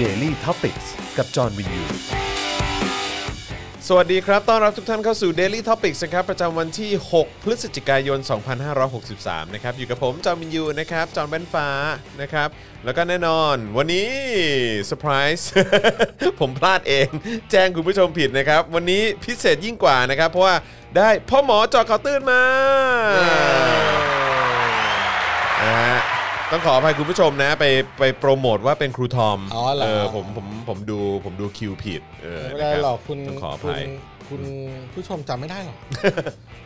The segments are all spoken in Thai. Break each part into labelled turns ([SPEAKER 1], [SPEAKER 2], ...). [SPEAKER 1] Daily t o p i c กกับจอห์นวินยู
[SPEAKER 2] สวัสดีครับ ต้อนรับทุกท่านเข้าสู่ Daily Topics นะครับ ประจำวันที่ 6 พฤศจิกายน 2563 นะครับ อยู่กับผม จอห์นวินยูนะครับ จอห์นแบนฟ้า นะครับ แล้วก็แน่นอน วันนี้เซอร์ไพรส์ ผมพลาดเอง แจ้งคุณผู้ชมผิดนะครับ วันนี้พิเศษยิ่งกว่านะครับ เพราะว่าได้พ่อหมอจอข่าวตื้นมา นะฮะต้องขออภัยคุณผู้ชมนะไปไปโปรโมทว่าเป็นครูทอม
[SPEAKER 3] อ๋อเหรอ
[SPEAKER 2] เอผมผมผมดูผมดูคิวผิดเออ
[SPEAKER 3] ไม่ได้
[SPEAKER 2] นะบ
[SPEAKER 3] หรอกคุณ
[SPEAKER 2] ต้องขออ
[SPEAKER 3] คุ
[SPEAKER 2] ภั
[SPEAKER 3] ณ
[SPEAKER 2] ย
[SPEAKER 3] คุณผู้ชมจำไม่ได้ห รอก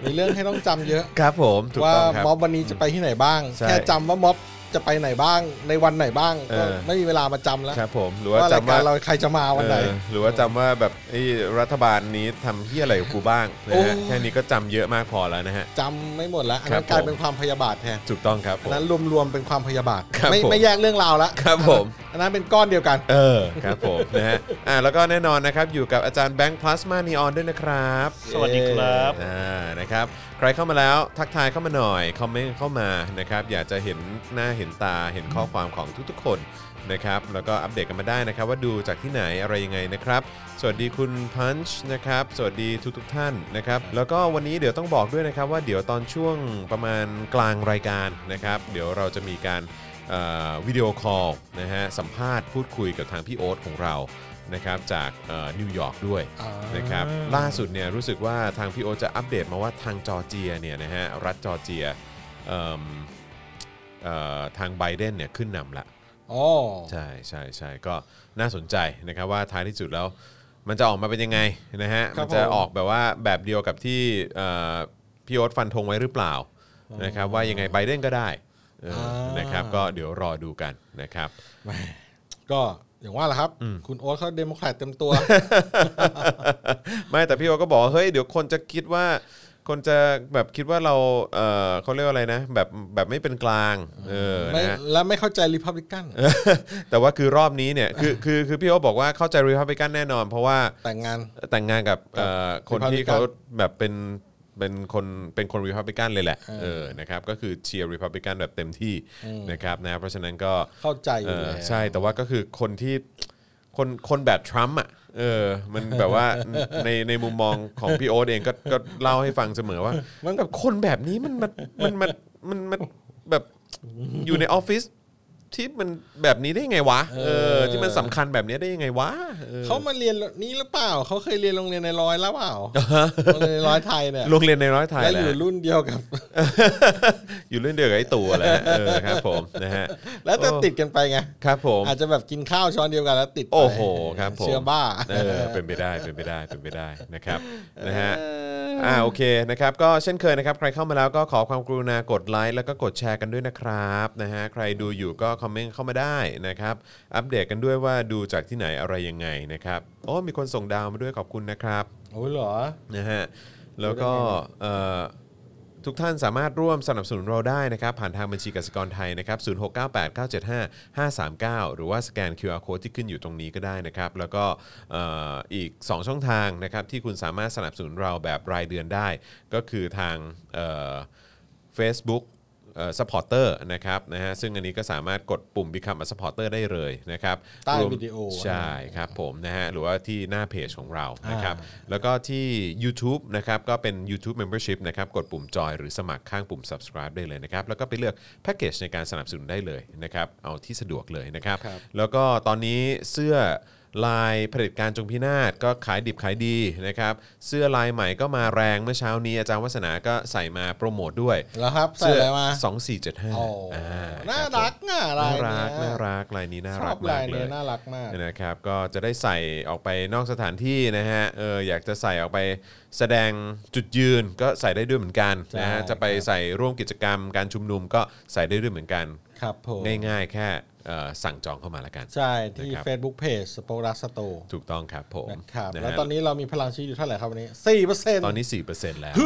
[SPEAKER 3] มีเรื่องให้ต้องจำเยอะ
[SPEAKER 2] ครับผมถูก
[SPEAKER 3] ว่า
[SPEAKER 2] ต้องครับ
[SPEAKER 3] ม็อบวันนี้จะไปที่ไหนบ้าง
[SPEAKER 2] ใช่
[SPEAKER 3] แค่จำว่าม็อบจะไปไหนบ้างในวันไหนบ้าง
[SPEAKER 2] เอ
[SPEAKER 3] ก็
[SPEAKER 2] อ
[SPEAKER 3] ไม่มีเวลามาจำแล้ว
[SPEAKER 2] ครับผมหรือว่า
[SPEAKER 3] ว่า
[SPEAKER 2] จำ
[SPEAKER 3] รายกา
[SPEAKER 2] ว่าร
[SPEAKER 3] เราใครจะมาวันไหน
[SPEAKER 2] เออหรือว่าจำว่าแบบไอ้รัฐบาลนี้ทำที่อะไรกับกูบ้างนะ
[SPEAKER 3] โอ้
[SPEAKER 2] ฮะแค่นี้ก็จำเยอะมากพอแล้วนะฮะ
[SPEAKER 3] จำไม่หมดแล้วอันนั้น
[SPEAKER 2] ครับผม
[SPEAKER 3] กลายเป็นความพยาบาทแทน
[SPEAKER 2] ถูกต้องครับผ
[SPEAKER 3] อัน
[SPEAKER 2] ม
[SPEAKER 3] นั้นรวมๆเป็นความพยาบาท
[SPEAKER 2] ครับ
[SPEAKER 3] ไม่
[SPEAKER 2] ผม
[SPEAKER 3] ไม่แยกเรื่องราวแล้ว
[SPEAKER 2] ครับผม
[SPEAKER 3] อันนั้นเป็นก้อนเดียวกัน
[SPEAKER 2] เออครับผมนะฮะอ่าแล้วก็แน่นอนนะครับอยู่กับอาจารย์แบงค์พลาสมานีออนด้วยนะครับ
[SPEAKER 4] สวัสดีครับ
[SPEAKER 2] อ่านะครับใครเข้ามาแล้วทักทายเข้ามาหน่อยคอมเมนต์เข้ามานะครับอยากจะเห็นหน้าเห็นตาเห็นข้อความของทุกๆคนนะครับแล้วก็อัปเดตกันมาได้นะครับ ว่าดูจากที่ไหนอะไรยังไงนะครับ สวัสดีคุณพันช์นะครับสวัสดีทุกๆท่านนะครับแล้วก็วันนี้เดี๋ยวต้องบอกด้วยนะครับว่าเดี๋ยวตอนช่วงประมาณกลางรายการนะครับ เดี๋ยวเราจะมีการเอ่อวิดีโอคอลนะฮะสัมภาษณ์พูดคุยกับทางพี่โอ๊ตของเรานะครับจากเอ่อนิวยอร์กด้วย
[SPEAKER 3] อ่าน
[SPEAKER 2] นะครับล่าสุดเนี่ยรู้สึกว่าทางพี่โอตจะอัปเดตมาว่าทางจอร์เจียเนี่ยนะฮะรัฐจอร์เจียเอิ่มเอ่อทางไบเดนเนี่ยขึ้นนำละ
[SPEAKER 3] อ๋อ
[SPEAKER 2] ใช่ใช่ใช่ก็น่าสนใจนะครับว่าท้ายที่สุดแล้วมันจะออกมาเป็นยังไงนะฮะมันจะออกแบบว่าแบบเดียวกับที่เอ่อพี่โอ๊ตฟันธงไว้หรือเปล่านะครับว่ายังไงไบเดนก็ได้เอออา นะครับก็เดี๋ยวรอดูกันนะครับ
[SPEAKER 3] ก็อย่างว่าแหละครับ คุณโอ๊ตเขาเดโมแครตเต็มตัว
[SPEAKER 2] ไม่แต่พี่โอก็บอกว่าเฮ้ยเดี๋ยวคนจะคิดว่า คนจะแบบคิดว่าเราเออเขาเรียกว่าอะไรนะ แบบแบบไม่เป็นกลางเออ
[SPEAKER 3] ไม่
[SPEAKER 2] นะฮะ
[SPEAKER 3] และไม่เข้าใจริพับลิกัน
[SPEAKER 2] แต่ว่าคือรอบนี้เนี่ยคือคือคือพี่โอบอกว่าเข้าใจรีพับลิกันแน่นอน เพราะว่า
[SPEAKER 3] แต่งงาน
[SPEAKER 2] แต่งงานกับเอ่อคนที่
[SPEAKER 3] Republican
[SPEAKER 2] เขาแบบเป็นเป็นคนเป็นคนรีพับลิกันเลยแหละเออนะครับก็คือเชียร์รีพับลิกันแบบเต็มที่นะครับนะเพราะฉะนั้นก็
[SPEAKER 3] เข้าใจอ
[SPEAKER 2] เอยู่ อ
[SPEAKER 3] แล้ว
[SPEAKER 2] ใช่แต่ว่าก็คือคนที่คนคนแบบทรัมป์อ่ะเออมันแบบว่า ในในมุมมองของพี่โอ๊ตเองก็ก็เล่าให้ฟังเสมอว่ามันแบบคนแบบนี้มันมันมันมันมันมันแบบอยู่ในออฟฟิศที่มันแบบนี้ได้ยังไงวะเออที่มันสำคัญแบบนี้ได้ยังไงวะเออ
[SPEAKER 3] เขามาเรียนนี้หรือเปล่า เขาเคยเรียนโรงเรียนในร้อยแล้ว เปล่าโรงเรียนในร้อยไทยเนี่ย
[SPEAKER 2] โรงเรียนในร้อยไทย
[SPEAKER 3] และ
[SPEAKER 2] แห
[SPEAKER 3] อ
[SPEAKER 2] ละ
[SPEAKER 3] ยู่รุ่นเดี ยวกับ
[SPEAKER 2] อยู่เรื่องเดียวกับไอ้ตู่แหละเออครับผมนะฮะ
[SPEAKER 3] แล้วจะติดกันไปไง
[SPEAKER 2] ครับผม
[SPEAKER 3] อาจจะแบบกินข้าวช้อนเดียวกันแล้วติดไป
[SPEAKER 2] โอ้โหครับผม
[SPEAKER 3] เชื่อบ้า
[SPEAKER 2] เออเป็นไปได้เป็นไปได้เป็นไปได้นะครับนะฮะอ่าโอเคนะครับก็เช่นเคยนะครับใครเข้ามาแล้วก็ขอความกรุณากดไลค์แล้วก็กดแชร์กันด้วยนะครับนะฮะใครดูอยู่ก็คอมเมนต์เข้ามาได้นะครับอัปเดตกันด้วยว่าดูจากที่ไหนอะไรยังไงนะครับโอ้มีคนส่งดาวมาด้วยขอบคุณนะครับ
[SPEAKER 3] โอ้ยเหรอ
[SPEAKER 2] นะฮะแล้วก็เอ่อทุกท่านสามารถร่วมสนับสนุนเราได้นะครับ ผ่านทางบัญชีกสิกรไทยนะครับ 0698975539 หรือว่าสแกน QR code ที่ขึ้นอยู่ตรงนี้ก็ได้นะครับ แล้วก็เอ่ออีก 2 ช่องทางนะครับ ที่คุณสามารถสนับสนุนเราแบบรายเดือนได้ ก็คือทางเอ่อ Facebook เอ่อ supporter นะครับนะฮะซึ่งอันนี้ก็สามารถกดปุ่ม become a supporter ได้เลยนะครับ
[SPEAKER 3] ใต้
[SPEAKER 2] รวม
[SPEAKER 3] วิดีโอ
[SPEAKER 2] ใช่ ใช่ครับผมนะฮะหรือว่าที่หน้าเพจของเรานะครับแล้วก็ที่ YouTube นะครับก็เป็น YouTube Membership นะครับกดปุ่มจอยหรือสมัครข้างปุ่ม subscribe ได้เลยนะครับแล้วก็ไปเลือกแพ็กเกจในการสนับสนุนได้เลยนะครับเอาที่สะดวกเลยนะครับ
[SPEAKER 3] ครับ
[SPEAKER 2] แล้วก็ตอนนี้เสื้อลายเผด็จการจงพินาศก็ขายดิบขายดีนะครับเสื้อลายใหม่ก็มาแรงเมื่อเช้านี้อาจารย์วัฒนาก็ใส่มาโปรโมทด้วย
[SPEAKER 3] แล้วครับใส่อะไรมา
[SPEAKER 2] สองสี่เจ็ดห้า
[SPEAKER 3] โอ้น่ารักน่ารั
[SPEAKER 2] น่าก รักน่ารักลายนี้น่า
[SPEAKER 3] ช
[SPEAKER 2] รั
[SPEAKER 3] อก บ
[SPEAKER 2] มา
[SPEAKER 3] ลาก ย
[SPEAKER 2] เล
[SPEAKER 3] เนี้
[SPEAKER 2] ย
[SPEAKER 3] น่ารักมาก
[SPEAKER 2] นะครับก็จะได้ใส่ออกไปนอกสถานที่นะฮะเอออยากจะใส่ออกไปแสดงจุดยืนก็ใส่ได้ด้วยเหมือนกันนะฮะ
[SPEAKER 3] ใช่
[SPEAKER 2] จะไปใส่ร่วมกิจกรรมการชุมนุมก็ใส่ได้ด้วยเหมือนกัน
[SPEAKER 3] ครับผม
[SPEAKER 2] ง่ายๆ แค่เอ่อสั่งจองเข้ามาละกัน
[SPEAKER 3] ใช่ที่
[SPEAKER 2] นะครับ
[SPEAKER 3] Facebook Page สปอรัสโต
[SPEAKER 2] ถูกต้องครับผม
[SPEAKER 3] นะครับ
[SPEAKER 2] ะฮะ
[SPEAKER 3] แล้วตอนนี้เรามีพลังชีวิตอยู่เท่าไหร่ครับวันนี้สี่เปอร์เซ็นต์
[SPEAKER 2] ตอนนี้ 4%แล้ว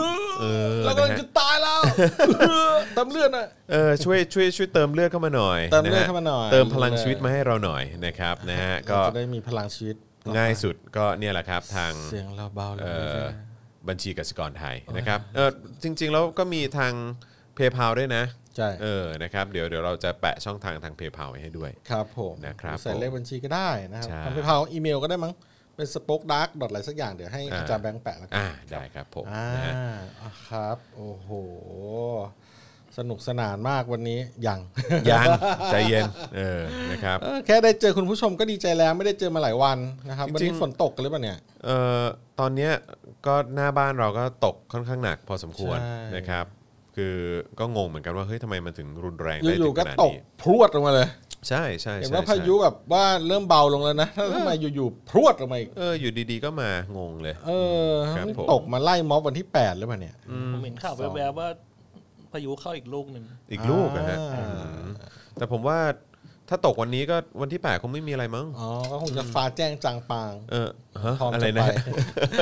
[SPEAKER 2] เออ
[SPEAKER 3] เรากำลัง
[SPEAKER 2] นะฮะ
[SPEAKER 3] จะตายแล้วเติมเลือดหน่อย
[SPEAKER 2] เออช่วยช่วยช่วยเติมเลือดเข้ามาหน่อย
[SPEAKER 3] เติมเลือ
[SPEAKER 2] ะ
[SPEAKER 3] ด
[SPEAKER 2] ฮะ
[SPEAKER 3] เข้ามาหน่อย
[SPEAKER 2] เติมพลังชีวิตมาให้เราหน่อยนะครับนะฮะก็
[SPEAKER 3] เราจะได้มีพลังชีวิต
[SPEAKER 2] ง่ายสุดก็เนี่ยแหละครับทาง
[SPEAKER 3] เสียงเราเบาเลย
[SPEAKER 2] เอ่อบัญชีกสิกรไทยนะครับเออจริงๆ แล้วก็มีทางเพย์พาด้วยนะ
[SPEAKER 3] ใช่
[SPEAKER 2] เออนะครับเดี๋ยวเดี๋ยวเราจะแปะช่องทางทางเพย์พาไว้ให้ด้วย
[SPEAKER 3] ครับผม
[SPEAKER 2] นะครับ
[SPEAKER 3] ใส่เลขบัญชีก็ได้นะครับ
[SPEAKER 2] ใช่
[SPEAKER 3] ทำไปเผาอีเมลก็ได้มั้งเป็นสป็อคดักดอทอะไรสักอย่างเดี๋ยวให้
[SPEAKER 2] อ่า
[SPEAKER 3] อาจารย์แบงค์แปะแล้วกัน
[SPEAKER 2] อ่าได้ครับผม
[SPEAKER 3] อ่า
[SPEAKER 2] นะฮะ
[SPEAKER 3] อ่ะครับ โอ้โห สนุกสนานมากวันนี้ยัง
[SPEAKER 2] ยังใจเย็นเออนะครับ
[SPEAKER 3] เออแค่ได้เจอคุณผู้ชมก็ดีใจแล้วไม่ได้เจอมาหลายวันนะครับ
[SPEAKER 2] จริงๆ
[SPEAKER 3] วันนี้ฝนตกกันหรือเปล่าเนี่ย
[SPEAKER 2] เอ่อตอนเนี้ยก็หน้าบ้านเราก็ตกค่อนข้างหนักพอสมควร
[SPEAKER 3] ใช่
[SPEAKER 2] นะครับ คือก็งงเหมือนกันว่าเฮ้ยทำไมมันถึงรุนแรงได้
[SPEAKER 3] อ
[SPEAKER 2] ถึ
[SPEAKER 3] ยู่
[SPEAKER 2] ง
[SPEAKER 3] ๆก็
[SPEAKER 2] ขนาด
[SPEAKER 3] ตก
[SPEAKER 2] นี้
[SPEAKER 3] พรวดลงมาเลย
[SPEAKER 2] ใช่ใช่
[SPEAKER 3] เห็น
[SPEAKER 2] ใช่
[SPEAKER 3] ว่า
[SPEAKER 2] ใช่
[SPEAKER 3] พายุแบบว่าเริ่มเบาลงแล้วนะถ้าทำไมอยู่ๆพรวดลงมาอีก
[SPEAKER 2] เอออยู่ดีๆก็มางงเลย
[SPEAKER 3] เออ
[SPEAKER 2] ครับผม
[SPEAKER 3] ตกมาไล่ม็อบวันที่แปดหรือเปล่าเนี่ย
[SPEAKER 4] ผมเห็นข่าวแวบๆว่าพายุเข้าอีกลูกหนึ่ง
[SPEAKER 2] อีกลูกนะฮะ
[SPEAKER 3] อ่า
[SPEAKER 2] อืมแต่ผมว่าถ้าตกวันนี้ก็วันที่แปดคงไม่มีอะไรมั้ง
[SPEAKER 3] อ๋อก็คงจะฟ้าแจ้งจางปาง
[SPEAKER 2] เออฮะ
[SPEAKER 3] พร้อม
[SPEAKER 2] อะไร
[SPEAKER 3] จะ
[SPEAKER 2] นะ
[SPEAKER 3] ไป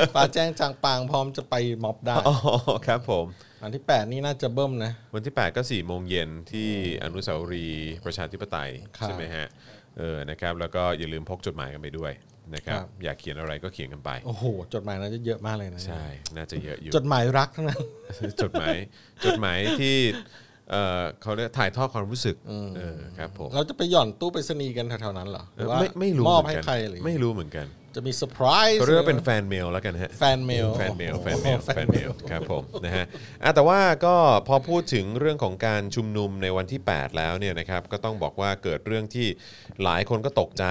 [SPEAKER 3] ฟ้าแจ้งจางปางพร้อมจะไปม็อบได้
[SPEAKER 2] อ๋อครับผม
[SPEAKER 3] อันที่แปดนี่น่าจะเบิ่มนะ
[SPEAKER 2] วันที่ 8 ก็4ี่โมงเย็นที่อนุสาวรีย์ประชาธิปไตย
[SPEAKER 3] ครับ
[SPEAKER 2] ใช่ไหมฮะเออนะครับแล้วก็อย่าลืมพกจดหมายกันไปด้วยนะครับ
[SPEAKER 3] ครับ
[SPEAKER 2] อยากเขียนอะไรก็เขียนกันไป
[SPEAKER 3] โอ้โหจดหมายน่าจะเยอะมากเลยนะ
[SPEAKER 2] ใช่น่าจะเยอะอยู่
[SPEAKER 3] จดหมายรักทั้งนั้น
[SPEAKER 2] จดหมายจดหมายที่เออเขาเรียกถ่ายทอดความรู้สึกเออครับผม
[SPEAKER 3] เราจะไปหย่อนตู้ไปรษณีย์กันแถวๆนั้นเหรอห
[SPEAKER 2] เอ
[SPEAKER 3] รือ
[SPEAKER 2] อ
[SPEAKER 3] ว่า
[SPEAKER 2] ไม่ไม่รู้
[SPEAKER 3] มอบ
[SPEAKER 2] เหมือน
[SPEAKER 3] ให้
[SPEAKER 2] กัน
[SPEAKER 3] ใครหรือ
[SPEAKER 2] ไม่รู้เหมือนกัน
[SPEAKER 3] จะมีเซอร์ไพรส์
[SPEAKER 2] เขาเรียกว่าเป็นแฟนเมลแล้วกันฮะ
[SPEAKER 3] แฟนเมล
[SPEAKER 2] แฟนเมลแฟนเมล
[SPEAKER 3] โอ้โห
[SPEAKER 2] แฟนเมลครับผม นะฮะอ่ะแต่ว่าก็พอพูดถึงเรื่องของการชุมนุมในวันที่ 8 แล้วเนี่ยนะครับก็ต้องบอกว่าเกิดเรื่องที่หลายคนก็ตกใจ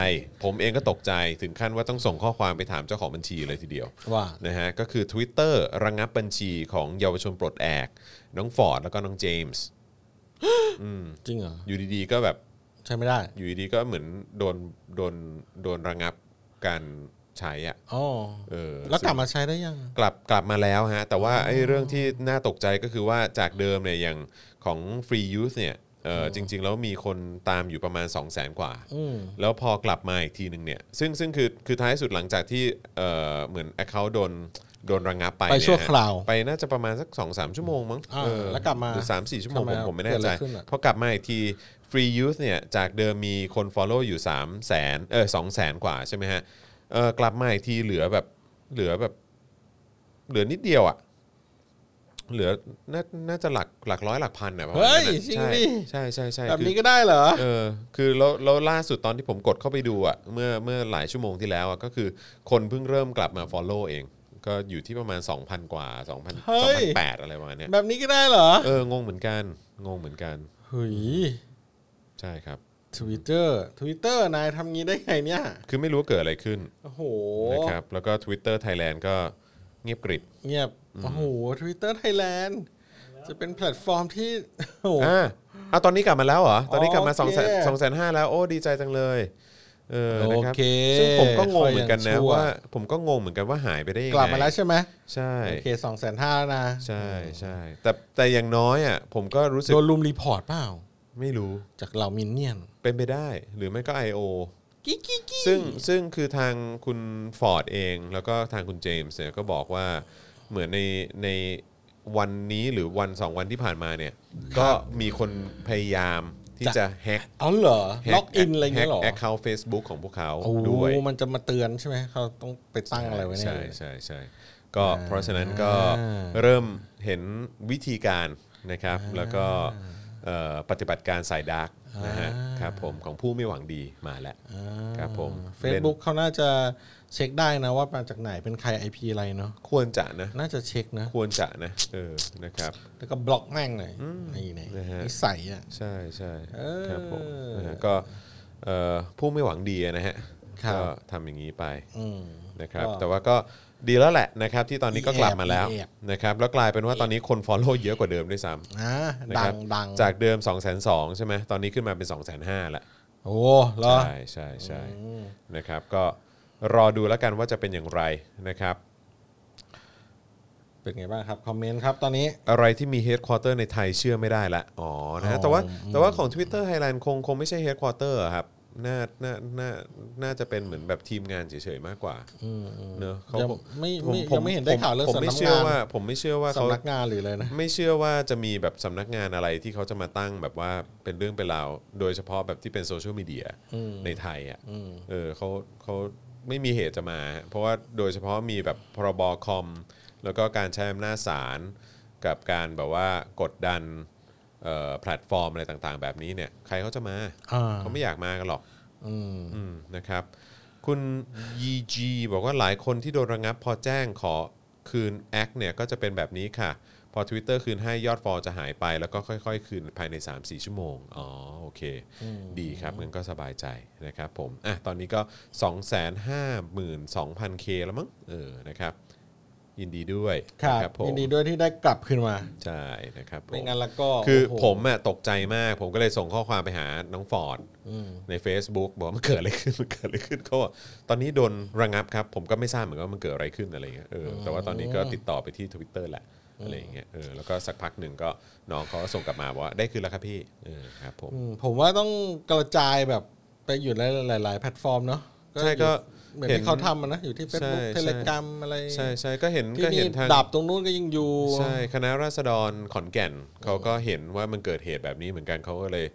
[SPEAKER 2] ผมเองก็ตกใจถึงขั้นว่าต้องส่งข้อความไปถามเจ้าของบัญชีเลยทีเดียว
[SPEAKER 3] ว่า
[SPEAKER 2] นะฮะก็คือ Twitter ระงงับบัญชีของเยาวชนปลดแอก น้องฟอร์ดแล้วก็น้องเจมส์
[SPEAKER 3] จริงเหรอ
[SPEAKER 2] อยู่ดีๆก็แบบ
[SPEAKER 3] ใช่ไม่ได้
[SPEAKER 2] อยู่ดีๆก็เหมือนโดนโดนโดนระงงับการใช้อ่ะ
[SPEAKER 3] อ๋อ
[SPEAKER 2] เออ
[SPEAKER 3] แล้วกลับมาใช้ได้ยัง
[SPEAKER 2] กลับกลับมาแล้วฮะ แต่ว่าไอ้เรื่องที่น่าตกใจก็คือว่าจากเดิมเนี่ยอย่างของ Free Youth เนี่ยเออจริง ๆ แล้วมีคนตามอยู่ประมาณ 2 0 0 0 0 0 กว่า
[SPEAKER 3] อืม
[SPEAKER 2] แล้วพอกลับมาอีกทีหนึ่งเนี่ยซึ่งซึ่งคือคือท้ายสุดหลังจากที่เออเหมือน Account โดนโดนระงงับไป
[SPEAKER 3] ไปชั่ว
[SPEAKER 2] เนี่ยฮะ
[SPEAKER 3] คราว
[SPEAKER 2] ไปน่าจะประมาณสัก 2-3 ชั่วโมงมั้ง
[SPEAKER 3] อ่า
[SPEAKER 2] เออ
[SPEAKER 3] แล้วกลับมา
[SPEAKER 2] หรือสามสี่ชั่วโมง
[SPEAKER 3] ทำไม
[SPEAKER 2] ผมผมไม่แน่
[SPEAKER 3] เกิดอะ
[SPEAKER 2] ใจ
[SPEAKER 3] ไรขึ้นอะ
[SPEAKER 2] พอกลับมาอีกที Free Youth เนี่ยจากเดิมมีคน Follow อยู่ 3 0 0 0 0เออ2 0 0 0 0 กว่าใช่ไหมฮะเออกลับมาอีกทีเหลือแบบเหลือแบบ เหลือนิดเดียวอะ่ะ เหลือน่าน่าจะหลักหลักร้อยหลักพันอ่ะประมาณนั้น
[SPEAKER 3] เฮ้ย
[SPEAKER 2] อะ
[SPEAKER 3] จริง
[SPEAKER 2] ใช่
[SPEAKER 3] ดิ
[SPEAKER 2] ใช่ใช่ใช่
[SPEAKER 3] แบบ
[SPEAKER 2] คือ
[SPEAKER 3] นี้ก็ได้เหรอ
[SPEAKER 2] เออคือแล้วแล้วล่าสุดตอนที่ผมกดเข้าไปดูอ่ะเมื่อเมื่อหลายชั่วโมงที่แล้วอ่ะก็คือคนเพิ่งเริ่มกลับมา Follow เอง ก็อยู่ที่ประมาณ 2,000 กว่า 2,000
[SPEAKER 3] เฮ้ย
[SPEAKER 2] 2,008อะไรประมาณเนี้ย
[SPEAKER 3] แบบนี้ก็ได้เหรอ
[SPEAKER 2] เอองงเหมือนกันงงเหมือนกัน
[SPEAKER 3] เฮ้ย
[SPEAKER 2] ใช่ครับ
[SPEAKER 3] ทวิตเตอร์ทวิตเตอร์นายทำงี้ได้ไงเนี่ย
[SPEAKER 2] คือไม่รู้ว่าเกิดอะไรขึ้น
[SPEAKER 3] โอ้โห
[SPEAKER 2] นะครับแล้วก็ Twitter Thailand ก็เงียบกริบ
[SPEAKER 3] เงียบ โอ้โหทวิตเตอร์ไทยแลนด์จะเป็นแพลตฟอร์มที่ โอ้โห
[SPEAKER 2] อ่าเอาตอนนี้กลับมาแล้วเหรอ ตอนนี้กลับมา
[SPEAKER 3] โอ
[SPEAKER 2] สอง
[SPEAKER 3] เค
[SPEAKER 2] แสนสองแสนห้าแล้ว โอ้ ดีใจจังเลย เออนะครับ
[SPEAKER 3] โอเค
[SPEAKER 2] ซึ่งผมก็งงเหมือนกัน
[SPEAKER 3] ค่อย
[SPEAKER 2] นะ
[SPEAKER 3] ยังชั่ว
[SPEAKER 2] ว่า ผมก็งงเหมือนกันว่าหายไปได้ยังไง
[SPEAKER 3] กลับมาแล้วใช่ไหม
[SPEAKER 2] ใช่
[SPEAKER 3] โอเคสองแสนห้าแล้วนะ
[SPEAKER 2] ใช่ใช่ แต่แต่อย่างน้อยอ่ะผมก็รู้สึก
[SPEAKER 3] โดนลุมรีพอร์ตเปล่า
[SPEAKER 2] ไม่รู้
[SPEAKER 3] จากเหล่ามินเนี่ยน
[SPEAKER 2] เป็นไปได้ หรือไม่ก็ I.O.
[SPEAKER 3] กิ๊กกิ๊กกิ๊ก
[SPEAKER 2] ซึ่งซึ่งคือทางคุณฟอร์ดเอง แล้วก็ทางคุณเจมส์เนี่ยก็บอกว่าเหมือนในในวันนี้หรือวันสองวันที่ผ่านมาเนี่ย ก็มีคนพยายามที่จะแฮก
[SPEAKER 3] อ๋อเหรอ ล็อกอินอะไรอย่างเงี้ยเหรอ
[SPEAKER 2] แฮก account Facebook ของพวกเขา
[SPEAKER 3] โอ้
[SPEAKER 2] ด้วย
[SPEAKER 3] มันจะมาเตือนใช่ไหมเขาต้องไปตั้งอะไรไว้เนี่ย
[SPEAKER 2] ใช่ใช่ใช่ก็
[SPEAKER 3] อ่า
[SPEAKER 2] เพราะฉะนั้นก็เริ่มเห็นวิธีการนะครับ แล้วก็เอ่อปฏิบัติการสายดาร์กนะฮะ
[SPEAKER 3] อ่า
[SPEAKER 2] ครับผมของผู้ไม่หวังดีมาแล้ว ครับผม
[SPEAKER 3] เฟซบุ๊กเขาน่าจะเช็คได้นะว่ามาจากไหนเป็นใคร IP อะไรเนาะ
[SPEAKER 2] ควรจะนะ
[SPEAKER 3] น่าจะเช็คนะ
[SPEAKER 2] ควรจะนะเออนะครับ
[SPEAKER 3] แล้วก็บล็อกแม่งหน่อยไอ้นี่
[SPEAKER 2] นะฮะ
[SPEAKER 3] นิสัยอ่ะ
[SPEAKER 2] ใช่ใช่
[SPEAKER 3] เออ
[SPEAKER 2] ครับผมนะฮะก็เอ่อผู้ไม่หวังดีนะฮะ
[SPEAKER 3] ครับ
[SPEAKER 2] ก็ทำอย่างนี้ไป
[SPEAKER 3] อืม
[SPEAKER 2] นะครับ
[SPEAKER 3] ก็
[SPEAKER 2] แต่ว่าก็ดีแล้วแหละนะครับที่ตอนนี้ก็
[SPEAKER 3] อีแอบ
[SPEAKER 2] กลับมาแล้ว
[SPEAKER 3] อีแอบ
[SPEAKER 2] นะครับแล้วกลายเป็นว่าตอนนี้คน Follow เยอะกว่าเดิมด้วยซ้ำ
[SPEAKER 3] อ่า
[SPEAKER 2] นะ
[SPEAKER 3] ดั
[SPEAKER 2] ครั
[SPEAKER 3] งดัง
[SPEAKER 2] จากเดิม 2 2 0 0 0 ใช่ไหมตอนนี้ขึ้นมาเป็น 2 5 0 0 0ละ
[SPEAKER 3] โอ้เหรอ
[SPEAKER 2] ใช่ใช่ใช่นะครับก็รอดูแล้วกันว่าจะเป็นอย่างไรนะครับ
[SPEAKER 3] เป็นไงบ้างครับ คอมเมนต์ครับตอนนี้
[SPEAKER 2] อะไรที่มีเฮดค q u เตอร์ในไทยเชื่อไม่ได้ละอ๋อนะฮะแต่ว่าแต่ว่าของ Twitter Thailand คงคงไม่ใช่เฮดค q u เตอร์ครับน่าน่าน่าน่าจะเป็นเหมือนแบบทีมงานเฉยๆมากกว่าเนอะเขา
[SPEAKER 3] ยัง
[SPEAKER 2] ผม
[SPEAKER 3] ไม่
[SPEAKER 2] ผ
[SPEAKER 3] ไม่ยังไม่เห็นได้ข่าวเรื่อง
[SPEAKER 2] ผม
[SPEAKER 3] สำนัก
[SPEAKER 2] ไม่เชื่อง
[SPEAKER 3] าน
[SPEAKER 2] ว่าผมไม่เชื่อว่าเขา
[SPEAKER 3] สำนักงานหรืออะไรนะ
[SPEAKER 2] ไม่เชื่อว่าจะมีแบบสำนักงานอะไรที่เขาจะมาตั้งแบบว่าเป็นเรื่องเป็นราวโดยเฉพาะแบบที่เป็นโซเชียลมีเดียในไทยอ่ะเออเขาเขาไม่มีเหตุจะมา เพราะว่าโดยเฉพาะมีแบบพรบคอม แล้วก็การใช้อำนาจศาลกับการแบบว่ากดดัน เอ่อแพลตฟอร์มอะไรต่างๆ แบบนี้เนี่ยใครเขาจะมา
[SPEAKER 3] อ่า
[SPEAKER 2] เขาไม่อยากมากันหรอก
[SPEAKER 3] อืม
[SPEAKER 2] อืมนะครับ คุณยีจีบอกว่าหลายคนที่โดนระงับพอแจ้งขอคืนแอคเนี่ยก็จะเป็นแบบนี้ค่ะ พอ Twitter คืนให้ยอดฟอลจะหายไป แล้วก็ค่อยๆ คืนภายใน 3-4 ชั่วโมง อ๋อ โอเค ดีครับงั้นก็สบายใจนะครับผม อ่ะ ตอนนี้ก็ 252,000K แล้วมั้งเออนะครับ ยินดีด้วย
[SPEAKER 3] ครับ
[SPEAKER 2] นะครับผม
[SPEAKER 3] ยินดีด้วยที่ได้กลับขึ้นมา
[SPEAKER 2] ใช่นะครับผม
[SPEAKER 3] ไม่งั้นแล้วก็
[SPEAKER 2] คือ
[SPEAKER 3] โโห
[SPEAKER 2] ผมอะตกใจมาก ผมก็เลยส่งข้อความไปหาน้องฟอร์ด
[SPEAKER 3] อืม
[SPEAKER 2] ใน Facebook บอกว่ามันเกิดอะไรขึ้น มันเกิดอะไรขึ้นเขาบอกตอนนี้โดนระงับครับ ผมก็ไม่ทราบเหมือนกันว่ามันเกิดอะไรขึ้นอะไรเงี้ยเออแต่ว่าตอนนี้ก็ติดต่อไปที่ Twitter แหละอะไรอย่างเงี้ยเออแล้วก็สักพักหนึ่งก็น้องเขาก็ส่งกลับมาบอกว่าได้คืนแล้วครับพี่เออครับผม
[SPEAKER 3] อืมผมว่าต้องกระจายแบบไปอยู่ในหลาย ๆ แพลตฟอร์มเนาะ
[SPEAKER 2] ใช่ก็
[SPEAKER 3] เหมือนที่เขาทำอะนะอยู่ที่ Facebook
[SPEAKER 2] ใช่ใช่
[SPEAKER 3] เทเลกร m มอะไร
[SPEAKER 2] ใช่ใช่ก็เห็น
[SPEAKER 3] ที่
[SPEAKER 2] ก็
[SPEAKER 3] นี่
[SPEAKER 2] เห็นทาง
[SPEAKER 3] ดาบตรงนู้นก็ยังอยู่
[SPEAKER 2] ใช่คณะราษฎรขอนแก่นเขาก็เห็นว่ามันเกิดเหตุแบบนี้เหมือนกันเขาก็เลย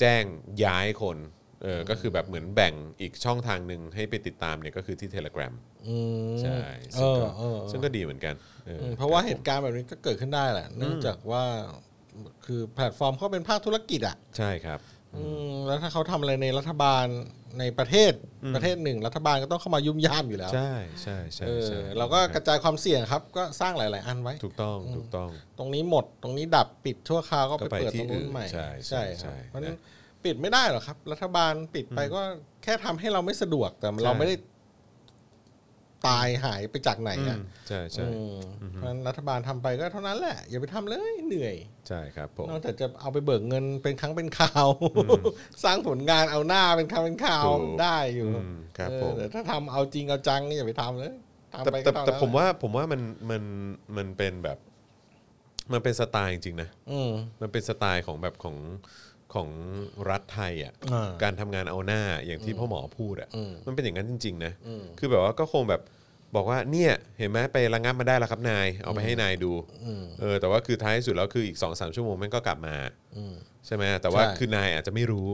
[SPEAKER 2] แจ้งย้ายคนเออก็คือแบบเหมือนแบ่งอีกช่องทางหนึ่งให้ไปติดตามเนี่ยก็คือที่ Telegram
[SPEAKER 3] อืม
[SPEAKER 2] ใช่
[SPEAKER 3] เอ
[SPEAKER 2] ซึ่ง
[SPEAKER 3] อ
[SPEAKER 2] ก็
[SPEAKER 3] เออเอ
[SPEAKER 2] ซึ่ง
[SPEAKER 3] อ
[SPEAKER 2] ก็ดีเหมือนกันออ
[SPEAKER 3] อืมเพราะว่า
[SPEAKER 2] คบ
[SPEAKER 3] เหตุการณ์แบบนี้ก็เกิดขึ้นได้แหละ เนื่องจากว่าคือแพลตฟอร์มเขาเป็นภาคธุรกิจอ่ะ
[SPEAKER 2] ใช่ครับ
[SPEAKER 3] อืมแล้วถ้าเขาทำอะไรในรัฐบาลในประเทศประเทศหนึ่ง รัฐบาลก็ต้องเข้ามายุ่มย่ามอยู่แล้ว
[SPEAKER 2] ใช่ใช่ใช่
[SPEAKER 3] เออ
[SPEAKER 2] ใช่
[SPEAKER 3] เราก็กระจายความเสี่ยงครับ ก็สร้างหลาย ๆ อันไว้
[SPEAKER 2] ถูกต้องถูกต้อง
[SPEAKER 3] ตรงนี้หมดตรงนี้ดับปิดชั่วคราวก็
[SPEAKER 2] ก็ไป
[SPEAKER 3] ไปเปิด
[SPEAKER 2] ที่
[SPEAKER 3] ตรงนู้น
[SPEAKER 2] อื่น
[SPEAKER 3] ใหม่
[SPEAKER 2] ใช่ใช่
[SPEAKER 3] ครับ
[SPEAKER 2] ใช่
[SPEAKER 3] เพราะฉะนั้น
[SPEAKER 2] นะ
[SPEAKER 3] ปิดไม่ได้หรอกครับ รัฐบาลปิดไปก็แค่ทำให้เราไม่สะดวกแต่เราไม่ได้ตายหายไปจากไหน
[SPEAKER 2] อืม
[SPEAKER 3] อ่ะ
[SPEAKER 2] ใช่ใช่
[SPEAKER 3] อืมเพราะฉะนั้นรัฐบาลทำไปก็เท่านั้นแหละ อย่าไปทำเลยเหนื่อย
[SPEAKER 2] ใช่ครับผม
[SPEAKER 3] นอกจากจะเอาไปเบิกเงินเป็นครั้งเป็นคราว สร้างผลงานเอาหน้าเป็นครั้งเป็นคราวได้อยู่
[SPEAKER 2] อืมครับ
[SPEAKER 3] เออ
[SPEAKER 2] ผม
[SPEAKER 3] แต่ถ้าทำเอาจริงเอาจังนี่อย่าไปทำเลยทำ
[SPEAKER 2] แต่
[SPEAKER 3] ไปก็
[SPEAKER 2] แต่
[SPEAKER 3] เท่นั้น
[SPEAKER 2] แต่ผมว่าผมว่ามันมันมันเป็นแบบ มันเป็นสไตล์จริงๆนะ
[SPEAKER 3] อืม
[SPEAKER 2] มันเป็นสไตล์ของแบบของของรัฐไทยอ่ะ
[SPEAKER 3] อ่า
[SPEAKER 2] การทำงานเอาหน้าอย่างที่พ่อหมอพูดอ่ะ
[SPEAKER 3] อืม
[SPEAKER 2] มันเป็นอย่างนั้นจริง ๆ นะ
[SPEAKER 3] อืม
[SPEAKER 2] คือแบบว่าก็คงแบบบอกว่าเนี่ยเห็นไหมไประงับมาได้แล้วครับนายเอาไปให้นายดู
[SPEAKER 3] อืม
[SPEAKER 2] เออแต่ว่าคือท้ายสุดแล้วคืออีก2อสชั่วโมงแม่งก็กลับมา
[SPEAKER 3] อืม
[SPEAKER 2] ใช่ไหมแต่ว่า
[SPEAKER 3] ใช่
[SPEAKER 2] คือนายอาจจะไม่รู้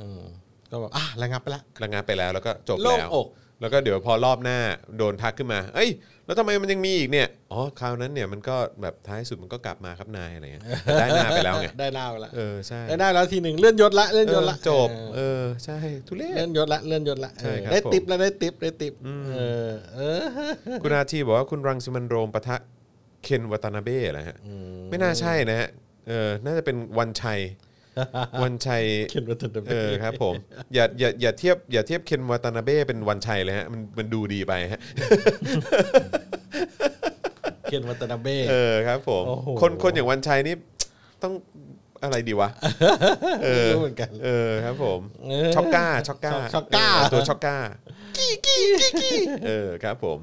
[SPEAKER 3] อืมก็แบบอ่ะระงับไปละ
[SPEAKER 2] ระงับไปแล้วแล้วก็จบ
[SPEAKER 3] โล่ง
[SPEAKER 2] แล้ว
[SPEAKER 3] อก
[SPEAKER 2] แล้วก็เดี๋ยวพอรอบหน้าโดนทักขึ้นมา เอ้ย แล้วทำไมมันยังมีอีกเนี่ยอ๋อคราวนั้นเนี่ยมันก็แบบท้ายสุดมันก็กลับมาครับนายอะไรเงี้ยแต่ได้หน้าไปแล้วไง
[SPEAKER 3] ได้หน้าไปละ
[SPEAKER 2] เออใช่
[SPEAKER 3] ได้หน้าแล้วทีหนึ่งเลื่อนยศละเลื่อนยศละ
[SPEAKER 2] เออจบ เออใช่ทุเร
[SPEAKER 3] เออเลื่
[SPEAKER 2] ศ
[SPEAKER 3] อนยศละเลื่อนยศละ
[SPEAKER 2] ใช่ครับ
[SPEAKER 3] เออได้
[SPEAKER 2] ผม
[SPEAKER 3] ติปแล้วได้ติปได้ติปเออ เออ
[SPEAKER 2] คุณอาทีบอกว่าคุณรังสิมันโรมปะทะเคนวัตานาเบ้นะฮะไม่น่าใช่นะฮะเออน่าจะเป็นวันชั ยวันชัย
[SPEAKER 3] เขียนมาถึง
[SPEAKER 2] เออครับผม อย่าอย่าอย่าเทียบอย่าเทียบเคนวาตานาเบ้เป็นวันชัยเลยฮะมันมันดูดีไปฮะ
[SPEAKER 3] เขียนมาตานาเบ้
[SPEAKER 2] เออครับผม
[SPEAKER 3] โอ้โห
[SPEAKER 2] คนคนอย่างวันชัยนี่ต้องอะไรดีวะเออ
[SPEAKER 3] รู้เหมือนกัน
[SPEAKER 2] เออครับผม
[SPEAKER 3] เออ
[SPEAKER 2] ช็อกก้าช็อกก้า
[SPEAKER 3] ช็อกก้า
[SPEAKER 2] เตัวช็อก ก้ากี้กี้กี้กี้เออครับผม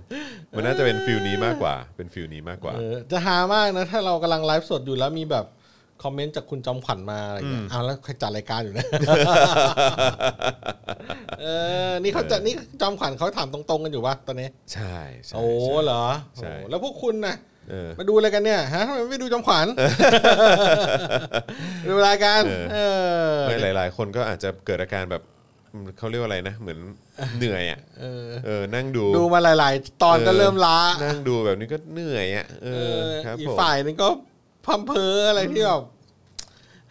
[SPEAKER 2] มันน่าจะเป็นฟิลนี้มากกว่า เป็นฟิลนี้มากกว่า
[SPEAKER 3] เออจะหามากนะ ถ้าเรากำลังไลฟ์สดอยู่แล้วมีแบบคอมเมนต์จากคุณจอมขวัญมาอะไรอย่างเงี้ยเอาแล้วใครจัดรายการ อยู่นะ เออ นี่เขาจะนี่จอมขวัญเขาถามตรงๆกันอยู่ว่าตอนนี้
[SPEAKER 2] ใช่ใช่
[SPEAKER 3] โอ้
[SPEAKER 2] ใช่
[SPEAKER 3] เหรอ
[SPEAKER 2] ใช่
[SPEAKER 3] โอ้แล้วพวกคุณน่ะ
[SPEAKER 2] เออ
[SPEAKER 3] มาดูอะไรกันเนี่ยฮะทำไมไม่ดูจอมขวัญ ดูรายการ
[SPEAKER 2] เอ
[SPEAKER 3] เออ
[SPEAKER 2] ไม่หลาย ๆ คนก็อาจจะเกิดอาการแบบเขาเรียกว่าอะไรนะเหมือนเหนื่อยอ่ะ
[SPEAKER 3] เออ
[SPEAKER 2] เออนั่งดู
[SPEAKER 3] ดูมาหลาย ๆ ตอนก็
[SPEAKER 2] เออ
[SPEAKER 3] เริ่มล้า
[SPEAKER 2] นั่งดูแบบนี้ก็เหนื่อยอ่ะเอ
[SPEAKER 3] เอ
[SPEAKER 2] อ
[SPEAKER 3] อ
[SPEAKER 2] ครับ
[SPEAKER 3] อีก
[SPEAKER 2] ผม
[SPEAKER 3] ฝ่ายหนึงก็พัมเพออะไรที่แบบ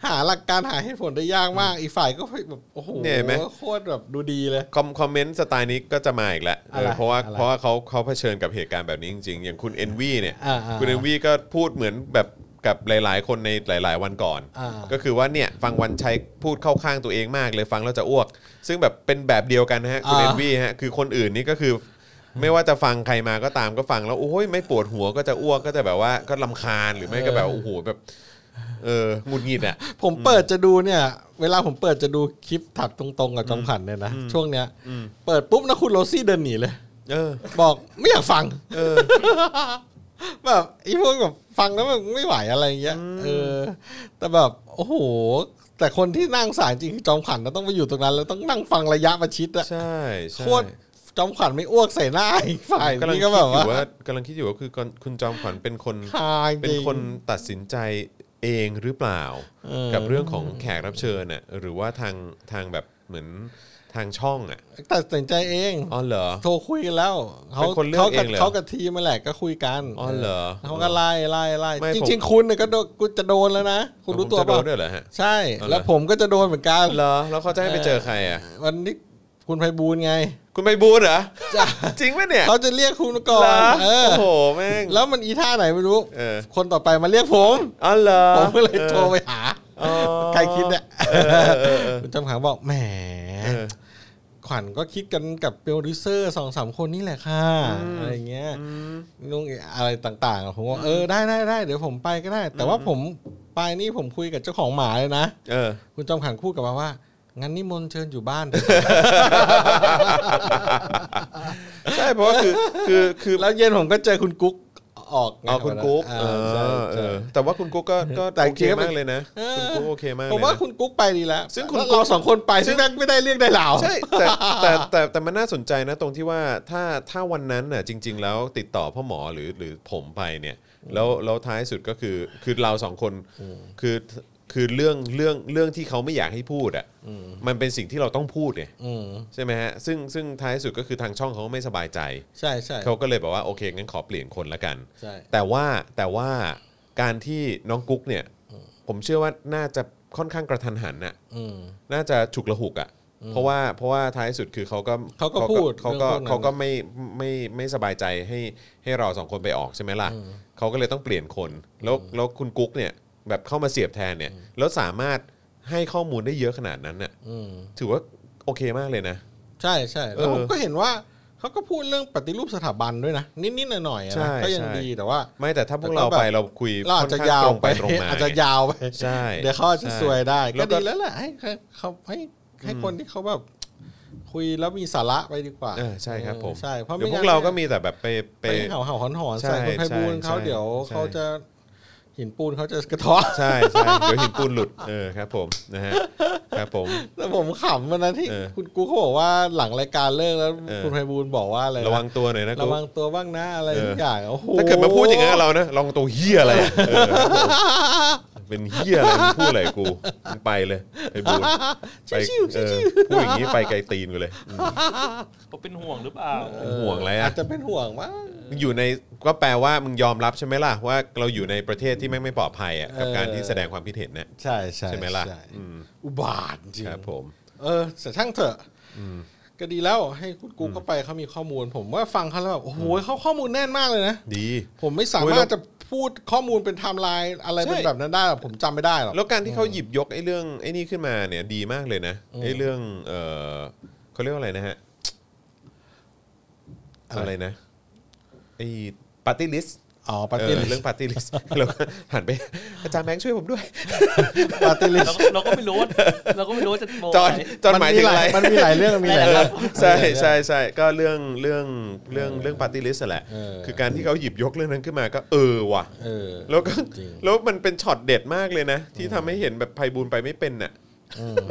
[SPEAKER 3] หาหลักการหาเหตุผลได้ยากมาก อีกฝ่ายก็แบบโอ้โห
[SPEAKER 2] เนี่ยเห็นไหม
[SPEAKER 3] โคตรแบบดูดีเลย
[SPEAKER 2] คอมคอมเมนต์สไตล์นี้ก็จะมาอีกแล้วเออ
[SPEAKER 3] อะไร
[SPEAKER 2] เพราะว่า
[SPEAKER 3] อะไร
[SPEAKER 2] เพราะว่าเขาเขาเผชิญกับเหตุการณ์แบบนี้จริงๆ อย่างคุณเอนวีเนี่ย
[SPEAKER 3] อ่าอ่า
[SPEAKER 2] คุณเอนวีก็พูดเหมือนแบบกับหลาย ๆ คนในหลาย ๆ วันก่อน
[SPEAKER 3] อ่า
[SPEAKER 2] ก็คือว่าเนี่ยฟังวันชัยพูดเข้าข้างตัวเองมากเลยฟังแล้วจะอ้วก ซึ่งแบบเป็นแบบเดียวกันนะฮะคุณเอนวีฮะคือคนอื่นนี่ก็คือ ไม่ว่าจะฟังใครมาก็ตามก็ฟังแล้วโอ้ยไม่ปวดหัวก็จะอ้วกก็จะแบบว่าก็ลำคาญหรือไม่ก็แบบโอ้โหแบบเออหงุดหงิดอ่ะ
[SPEAKER 3] ผมเปิดจะดูเนี่ย เวลาผมเปิดจะดูคลิปถักตรงๆกับจอมขวัญเนี่ยนะช่วงเนี้ยเปิดปุ๊บนะคุณโรซี่เดินหนีเลย
[SPEAKER 2] เออ
[SPEAKER 3] บอกไม่อยากฟัง
[SPEAKER 2] เออ
[SPEAKER 3] แบบไอ้พวกแบบฟังแล้วมันไม่ไหวอะไรอย่างเงี้ยเออ แต่แบบ โอ้โห แต่คนที่นั่งสารจริงคือจอมขวัญนะต้องไปอยู่ตรงนั้น แล้วต้องนั่งฟังระยะประชิดอะ
[SPEAKER 2] ใช่ใช่
[SPEAKER 3] โคตรจอมขวัญไม่อ้วกใส่หน้าอีกฝ่าย
[SPEAKER 2] กำลัง
[SPEAKER 3] นี่
[SPEAKER 2] คิ
[SPEAKER 3] ก็
[SPEAKER 2] ดอ
[SPEAKER 3] แบบว่า
[SPEAKER 2] ยู่ว่ากำลังคิดอยู่ว่าคือก่อนคุณจอมขวัญเป็นคน
[SPEAKER 3] คายจ
[SPEAKER 2] เป็น
[SPEAKER 3] ริง
[SPEAKER 2] คนตัดสินใจเองหรือเปล่า
[SPEAKER 3] เออ
[SPEAKER 2] กับเรื่องของแขกรับเชิญน่ะหรือว่าทางทางแบบ เหมือนทางช่องอ่ะ
[SPEAKER 3] ตัดสินใจเอง
[SPEAKER 2] อ๋อเหรอ
[SPEAKER 3] โทรคุยกันแล้วเขา
[SPEAKER 2] เป็นคนเลือก
[SPEAKER 3] เขากับ
[SPEAKER 2] เองเหรอ
[SPEAKER 3] เขากับทีมมาแหละก็คุยกัน
[SPEAKER 2] อ๋อเหรอ
[SPEAKER 3] เขาก็ไล่ไล่ไล่
[SPEAKER 2] ไม่
[SPEAKER 3] จ
[SPEAKER 2] ผม
[SPEAKER 3] ริง ๆ คุณเนี่ยก็โดนกูจะโดนแล้วนะ คุณรู้ตัว
[SPEAKER 2] ผมจะโด
[SPEAKER 3] ป่ะ
[SPEAKER 2] นด้วยเหรอฮะ
[SPEAKER 3] ใช่
[SPEAKER 2] เอาเหรอ
[SPEAKER 3] แล้วผมก็จะโดนเหมือนกัน
[SPEAKER 2] เหรอแล้วเขาจะให้ไปเจอใครอ่ะ
[SPEAKER 3] วันนี้คุณไพบูลย์ไง
[SPEAKER 2] คุณไปบูธเหรอ
[SPEAKER 3] จ้ะ
[SPEAKER 2] จริงป่ะเนี่ย
[SPEAKER 3] เขาจะเรียกคุณก่อ
[SPEAKER 2] เหร
[SPEAKER 3] น
[SPEAKER 2] อ
[SPEAKER 3] เออ
[SPEAKER 2] โอ้โหแม่ง
[SPEAKER 3] แล้วมันอีท่าไหนไม่รู้
[SPEAKER 2] เออ
[SPEAKER 3] คนต่อไปมาเรียกผม
[SPEAKER 2] อ๋อเหรอ
[SPEAKER 3] ผมก็เลยโทรไปหา
[SPEAKER 2] อ๋อ
[SPEAKER 3] ใครคิดเนี่ย
[SPEAKER 2] เออเออเออ
[SPEAKER 3] คุณจำขังบอกแหม
[SPEAKER 2] เออ
[SPEAKER 3] ขวัญก็คิดกันกับโปรดิวเซอร์สองสามคนนี่แหละค่ะอะไรเงี้ยนุ่งอะไรต่างๆอะผมว่าเออได้ได้ได้เดี๋ยวผมไปก็ได้ แต่ว่าผมไปนี่ผมคุยกับเจ้าของหมาเลยนะ
[SPEAKER 2] เออ
[SPEAKER 3] คุณจอมขวังพูดกลับมาว่า งั้นนิมนต์เชิญอยู่บ้าน
[SPEAKER 2] ใช่เพราะว่าคือคือคือ
[SPEAKER 3] แล้วเย็นผมก็เจอคุณกุ๊กออกไง
[SPEAKER 2] อ๋อคุณกุ๊ก
[SPEAKER 3] อ่า
[SPEAKER 2] เอ
[SPEAKER 3] ใช่
[SPEAKER 2] อเอ
[SPEAKER 3] ใช่
[SPEAKER 2] อแต่ว่าคุณกุ๊กก็ก็
[SPEAKER 3] แต่จ
[SPEAKER 2] โอ
[SPEAKER 3] ริ
[SPEAKER 2] เค
[SPEAKER 3] งๆก็เป็
[SPEAKER 2] มาน กเลยนะคุณกุ๊กโอเคมากเลย
[SPEAKER 3] ผมว่า
[SPEAKER 2] นะ
[SPEAKER 3] คุณกุ๊กไปดีแล้ว
[SPEAKER 2] ซึ่งคุณ
[SPEAKER 3] แล้ว
[SPEAKER 2] กุ๊
[SPEAKER 3] เรา
[SPEAKER 2] ก
[SPEAKER 3] สองคนไป
[SPEAKER 2] ซึ่
[SPEAKER 3] ซึ่
[SPEAKER 2] ง
[SPEAKER 3] งแม่งไม่ได้เรียกได้เหล่า
[SPEAKER 2] ใช่แต่แต่แต่แต่แต่มันน่าสนใจนะตรงที่ว่าถ้าถ้าวันนั้นน่ะจริง ๆ แล้วติดต่อพ่อหมอหรือหรือผมไปเนี่ยแล้วแล้วท้ายสุดก็คือคือเราสองคนคือคือเรื่องเรื่องเรื่องที่เขาไม่อยากให้พูดอ่ะมันเป็นสิ่งที่เราต้องพูดไง
[SPEAKER 3] อืม
[SPEAKER 2] ใช่ไหมฮะซึ่งซึ่งท้ายสุดก็คือทางช่องเขาไม่สบายใจ
[SPEAKER 3] ใช่ใช่
[SPEAKER 2] เขาก็เลยบอกว่าโอเคงั้นขอเปลี่ยนคนละกัน
[SPEAKER 3] ใช่
[SPEAKER 2] แต่ว่าแต่ว่าการที่น้องกุ๊กเนี่ย ผมเชื่อว่าน่าจะค่อนข้างกระทันหันน่ะ
[SPEAKER 3] อืม
[SPEAKER 2] น่าจะฉุกละหุกอ่ะ เพราะว่าเพราะว่าท้ายสุดคือเขาก็
[SPEAKER 3] เขาก็พูด
[SPEAKER 2] เขาก็
[SPEAKER 3] เรื่องพวกนั้น
[SPEAKER 2] เขาก็ไม่ไม่ไม่สบายใจให้ให้เราสองคนไปออกใช่ไหมล่ะเขาก็เลยต้องเปลี่ยนคนแล้วแล้วคุณกุ๊กเนี่ยแบบเข้ามาเสียบแทนเนี่ยแล้วสามารถให้ข้อมูลได้เยอะขนาดนั้นน่ะ
[SPEAKER 3] อืม
[SPEAKER 2] ถือว่าโอเคมากเลยนะ
[SPEAKER 3] ใช่ใช่แล้วผม
[SPEAKER 2] เออ
[SPEAKER 3] ก็เห็นว่าเขาก็พูดเรื่องปฏิรูปสถาบันด้วยนะ นิดๆหน่อยๆอะ
[SPEAKER 2] ใช่
[SPEAKER 3] นะก็ยัง
[SPEAKER 2] ใช่
[SPEAKER 3] ดีแต่ว่า
[SPEAKER 2] ไม่แต่ถ้าพวก
[SPEAKER 3] แต่ก็
[SPEAKER 2] เรา
[SPEAKER 3] แบบ
[SPEAKER 2] ไปเราคุย
[SPEAKER 3] เราอาจจะ
[SPEAKER 2] ค่นข้
[SPEAKER 3] ยาง
[SPEAKER 2] ต
[SPEAKER 3] ว
[SPEAKER 2] รง
[SPEAKER 3] ไป
[SPEAKER 2] ไปตรงมา
[SPEAKER 3] อาจจะ
[SPEAKER 2] ไง
[SPEAKER 3] ยาวไป
[SPEAKER 2] ใช่
[SPEAKER 3] เดี๋ยวเขาอาจจะ
[SPEAKER 2] ใช่
[SPEAKER 3] สวยได้
[SPEAKER 2] แล้
[SPEAKER 3] ก็
[SPEAKER 2] วก็
[SPEAKER 3] ดีแล้วแหละให้ให้เขาให้ให้คนที่เขาแบบ คุยแล้วมีสาระไปดีกว่า
[SPEAKER 2] เออใช่ครับผม
[SPEAKER 3] เออใช่เพราะ
[SPEAKER 2] เดี๋ยวพว
[SPEAKER 3] ไม่
[SPEAKER 2] ก
[SPEAKER 3] งั้น
[SPEAKER 2] เราก็มีแต่แบบไปไป
[SPEAKER 3] ไปเห่าเห่าหอนหอนๆ
[SPEAKER 2] ใช่
[SPEAKER 3] ใส่คนไพบูลย์เขา
[SPEAKER 2] ใช่
[SPEAKER 3] เดี๋ยว
[SPEAKER 2] ใช่
[SPEAKER 3] เขาจะหินปูนเขาจะกระเท้อ
[SPEAKER 2] ใช่ใช่เดี๋ยวหินปูนหลุดเออครับผมนะฮะครับผม
[SPEAKER 3] แต่ผมขำวันนั้นที่
[SPEAKER 2] เออ
[SPEAKER 3] คุณกูเขาบอกว่าหลังรายการเลิกแล้ว
[SPEAKER 2] เออ
[SPEAKER 3] คุณไพบูลย์บอกว่าอะไรน
[SPEAKER 2] ระวังตัวหน่อยนะ
[SPEAKER 3] ระ
[SPEAKER 2] กู
[SPEAKER 3] วังตัวบ้างนะอะไร
[SPEAKER 2] เออ
[SPEAKER 3] ทุกอย่างโอ้โห
[SPEAKER 2] ถ้าเกิดมาพูดอย่างนั้นกับเรานะลองตัวเฮียอะไรอะเออครับผมเป็นเฮียอะไรมึงพูดอะไรกูมึงไปเลยไปบูนไป
[SPEAKER 3] ชิวๆชิ
[SPEAKER 2] เออ
[SPEAKER 3] วๆ
[SPEAKER 2] พูดอย่างนี้ไปไกลตีนกูเลยอืม
[SPEAKER 4] ผมเป็นห่วงหรือเปล่า
[SPEAKER 2] ห่วงอะไรอ่ะ
[SPEAKER 3] จจะเป็นห่วงว่าง
[SPEAKER 2] มึงอยู่ในก็แปลว่ามึงยอมรับใช่ไหมล่ะว่าเราอยู่ในประเทศที่แม่งไม่ปลอดภัยอ่ะกับการที่แสดงความคิดเห็นเนี่ย
[SPEAKER 3] ใช่ใช่
[SPEAKER 2] ใช่ไหมล่ะ
[SPEAKER 3] ใช่
[SPEAKER 2] อืม
[SPEAKER 3] อุบาทจริง
[SPEAKER 2] ครับผม
[SPEAKER 3] เออแต่ช่างเถอะก็ดีแล้วให้คุณกูเข้าไปเขามีข้อมูล ผมว่าฟังเขาแล้วแบบโอ้โหเขาข้อมูลแน่นมากเลยนะ
[SPEAKER 2] ดี
[SPEAKER 3] ผมไม่สามารถจะพูดข้อมูลเป็นไทม์ไลน์อะไร
[SPEAKER 2] ใช่
[SPEAKER 3] เป็นแบบนั้นได้หรอกผมจำไม่ได้หรอก
[SPEAKER 2] แล้วการที่เขาหยิบยกไอ้เรื่องไอ้นี่ขึ้นมาเนี่ยดีมากเลยนะไอ้เรื่องเออเขาเรียกว่าอะไรนะฮะ
[SPEAKER 3] อะไร
[SPEAKER 2] อะไรนะไอ้ปาร์ตี้ลิส
[SPEAKER 3] อ๋อปาร์ตี้ลิ
[SPEAKER 2] เรื่อ
[SPEAKER 3] ส
[SPEAKER 2] งปาร์ตี้ลิสแล้วก็หันไป อาจารย์แบงค์ช่วยผมด้วย
[SPEAKER 3] ปาร์ตี้ลิส
[SPEAKER 4] เราเราก็ไม่รู้ว่าเราก็ไม่รู้ว่าจะโม
[SPEAKER 2] จอห์น
[SPEAKER 4] ไหน
[SPEAKER 2] จอห์นหมายถึงอะไร
[SPEAKER 3] มันมีหลายเรื่องมันมีหลายเรื่อง
[SPEAKER 2] ใช่ใช่ใช่ก็เรื่องเรื่องเรื่องเรื่องปาร์ตี้ลิสแหละ
[SPEAKER 3] เออ
[SPEAKER 2] คือการที่เขาหยิบยกเรื่องนั้นขึ้นมาก็เออว่ะ
[SPEAKER 3] เออ
[SPEAKER 2] แล้วก็
[SPEAKER 3] จริง
[SPEAKER 2] แล้วมันเป็นช็อตเด็ดมากเลยนะ ที่ทำให้เห็นแบบไพบูลย์ไปไม่เป็นน่ะ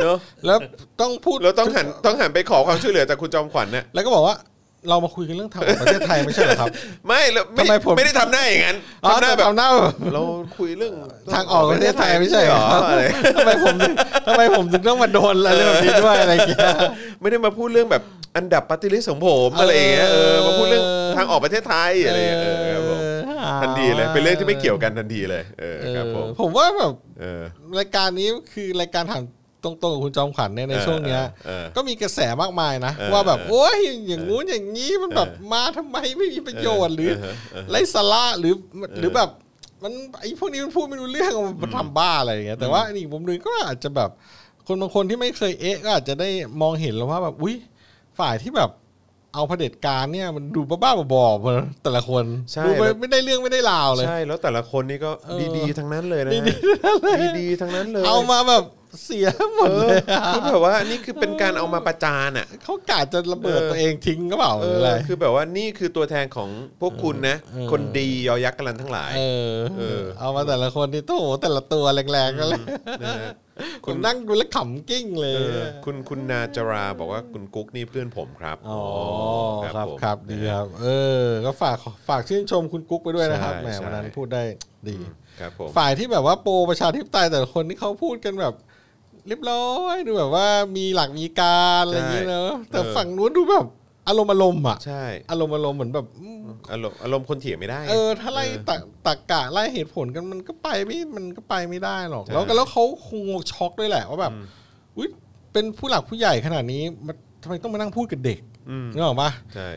[SPEAKER 2] เนอะ
[SPEAKER 3] แล้วต้องพูด
[SPEAKER 2] เราต้องหันต้องหันไปขอความช่วยเหลือจากคุณจอมขวัญเนี่ย
[SPEAKER 3] แล้วก็บอกว่าเรามาคุยกันเรื่องทางประเทศไทยไม่ใช่เหรอครับ
[SPEAKER 2] ไม่แล้ว
[SPEAKER 3] ทำไมผม
[SPEAKER 2] ไม่ได้ทำหน้าอย่างนั้น
[SPEAKER 3] อ๋อ
[SPEAKER 2] ทำหน้าแบบ
[SPEAKER 3] ทำหน้าแบบ
[SPEAKER 2] เราคุยเรื่อง
[SPEAKER 3] ทางออกประเทศไทยไม่ใช่เหรอ
[SPEAKER 2] อะไร
[SPEAKER 3] ทำไมผมถึงทำไมผมถึงต้องมาโดนอะไรแบบนี้ด้วยอะไรอย่างเงี้ย
[SPEAKER 2] ไม่ได้มาพูดเรื่องแบบอันดับปฏิริษีของผมอะไรอย่างเงี้ยเออมาพูดเรื่องทางออกประเทศไทยอะไรอย่างเงี้ยเออครับผม
[SPEAKER 3] เออ
[SPEAKER 2] ทันทีเลยเป็นเรื่องที่ไม่เกี่ยวกันทันทีเลยเออครับผม
[SPEAKER 3] เออผมว่าแบบ
[SPEAKER 2] เออ
[SPEAKER 3] รายการนี้คือรายการถามตรงๆกับคุณจอมขวัญเนี่ยใน
[SPEAKER 2] เออ
[SPEAKER 3] ช่วงเนี้ย
[SPEAKER 2] เออ
[SPEAKER 3] ก็มีกระแสมากมายนะ
[SPEAKER 2] เออ
[SPEAKER 3] ว่าแบบ
[SPEAKER 2] เออ
[SPEAKER 3] โอ้ยอย่างงู้นอย่างงี้มันแบบ
[SPEAKER 2] เออ
[SPEAKER 3] มาทำไมไม่มีประโยชน์หรือ
[SPEAKER 2] เออเออ
[SPEAKER 3] ไร้สาระหรือหรือแบบมันไอ้พวกนี้มันพูดไม่รู้เรื่องมันทำบ้าอะไรอย่างเงี้ยแต่ว่าอีกมุมหนึงก็อาจจะแบบคนบางคนที่ไม่เคยเอ๊ะก็อาจจะได้มองเห็นแล้วว่าแบบอุ้ยฝ่ายที่แบบเอาเผด็จการเนี่ยมันดูบ้าๆบอๆมาแต่ละคน
[SPEAKER 2] ใช่
[SPEAKER 3] ดูไม่
[SPEAKER 2] แล้ว
[SPEAKER 3] ไม่ได้เรื่องไม่ได้ราวเลย
[SPEAKER 2] ใช่แล้วแต่ละคนนี่ก็
[SPEAKER 3] เออ
[SPEAKER 2] ดีๆทั้งนั้นเลยนะฮะดีๆทั้งนั้นเลย
[SPEAKER 3] เอามาแบบเสียหมด
[SPEAKER 2] เอ
[SPEAKER 3] เล
[SPEAKER 2] อย คือแบบว่านี่คือเป็นการเอามาประจานอ่ะ
[SPEAKER 3] เขากาจะระเบิด
[SPEAKER 2] เออ
[SPEAKER 3] ตัวเองทิ้งก็เปล่าห
[SPEAKER 2] เอ
[SPEAKER 3] รือ
[SPEAKER 2] อ
[SPEAKER 3] อะไร
[SPEAKER 2] คือแบบว่านี่คือตัวแทนของพวกคุณนะ
[SPEAKER 3] เออ
[SPEAKER 2] คนดียอยักษ์กันลันทั้งหลาย
[SPEAKER 3] เออ
[SPEAKER 2] เออ
[SPEAKER 3] เอามาแต่ละคนนี่โถแต่ละตัวแรงๆก็เลย
[SPEAKER 2] นะฮะ
[SPEAKER 3] ผ
[SPEAKER 2] คุณ
[SPEAKER 3] มนั่งดูแล้วขำกิ้งเล
[SPEAKER 2] เอย อคุณคุณนาจราบอกว่าคุณกุ๊กนี่เพื่อนผมครับ
[SPEAKER 3] อ๋อครับ
[SPEAKER 2] ผม
[SPEAKER 3] ครับดีครับ เออ ก็ฝากฝากชื่นชมคุณกุ๊กไปด้วยนะครับ
[SPEAKER 2] ใช่
[SPEAKER 3] แหม
[SPEAKER 2] ใช่
[SPEAKER 3] วันนั้นพูดได้ดี
[SPEAKER 2] ครับผม
[SPEAKER 3] ฝ่ายที่แบบว่าโปรประชาธิปไตยแต่ละคนที่เขาพูดกันแบบ เรียบร้อยดูแบบว่ามีหลักมีการอะไรอย่างเงี้ยเนอะแต่
[SPEAKER 2] เออ
[SPEAKER 3] ฝั่งนู้นดูแบบอารมณ์อารมณ์อ่ะ
[SPEAKER 2] ใช่
[SPEAKER 3] อารมณ์อารมณ์เหมือนแบบอืม
[SPEAKER 2] อารมณ์อารมณ์คนเถียงไม่ได้
[SPEAKER 3] เออถ้าไล่ตักตักกะไล่เหตุผลกันมันก็ไปไม่มันก็ไปไม่ได้หรอก
[SPEAKER 2] ใช่
[SPEAKER 3] แล้วก็แล้วเขาคงช็อกด้วยแหละว่าแบบอุ๊ยเป็นผู้หลักผู้ใหญ่ขนาดนี้มันทำไมต้องมานั่งพูดกับเด็ก
[SPEAKER 2] อืม
[SPEAKER 3] นึกออกปะ
[SPEAKER 2] ใช่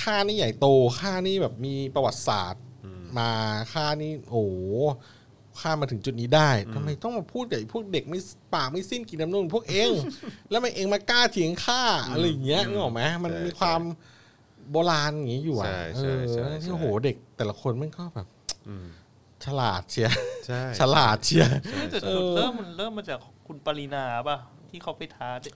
[SPEAKER 3] ค่านี่ใหญ่โตค่านี่แบบมีประวัติศาสตร์
[SPEAKER 2] อืม
[SPEAKER 3] มาค่านี่โอ้โหค่ามาถึงจุดนี้ได้ทำไมต้องมาพูดกับไอ้พวกเด็กไม่ปากไม่สิ้นกินน้ำนมพวกเอง แล้วมันเองมากล้าเถียงข้าอะไรอย่างเงี้ย
[SPEAKER 2] อืม
[SPEAKER 3] นึกออกไหมมัน
[SPEAKER 2] ใช่
[SPEAKER 3] มีความโบราณอย่างงี้อยู่อ่ะ
[SPEAKER 2] ใช่ใช่
[SPEAKER 3] เออ
[SPEAKER 2] ใช่
[SPEAKER 3] ที่
[SPEAKER 2] ใช่
[SPEAKER 3] โอ้โหเด็กแต่ละคนมันก็แบบ
[SPEAKER 2] อืม
[SPEAKER 3] ฉลาดเชียร์
[SPEAKER 2] ใช่
[SPEAKER 3] ฉลาดเชียร์
[SPEAKER 4] แต่
[SPEAKER 3] เอ
[SPEAKER 4] จุด
[SPEAKER 3] อ
[SPEAKER 4] เริ่มมันเริ่มมาจากคุณปรินาป่ะที่เขาไปท้าเด็ก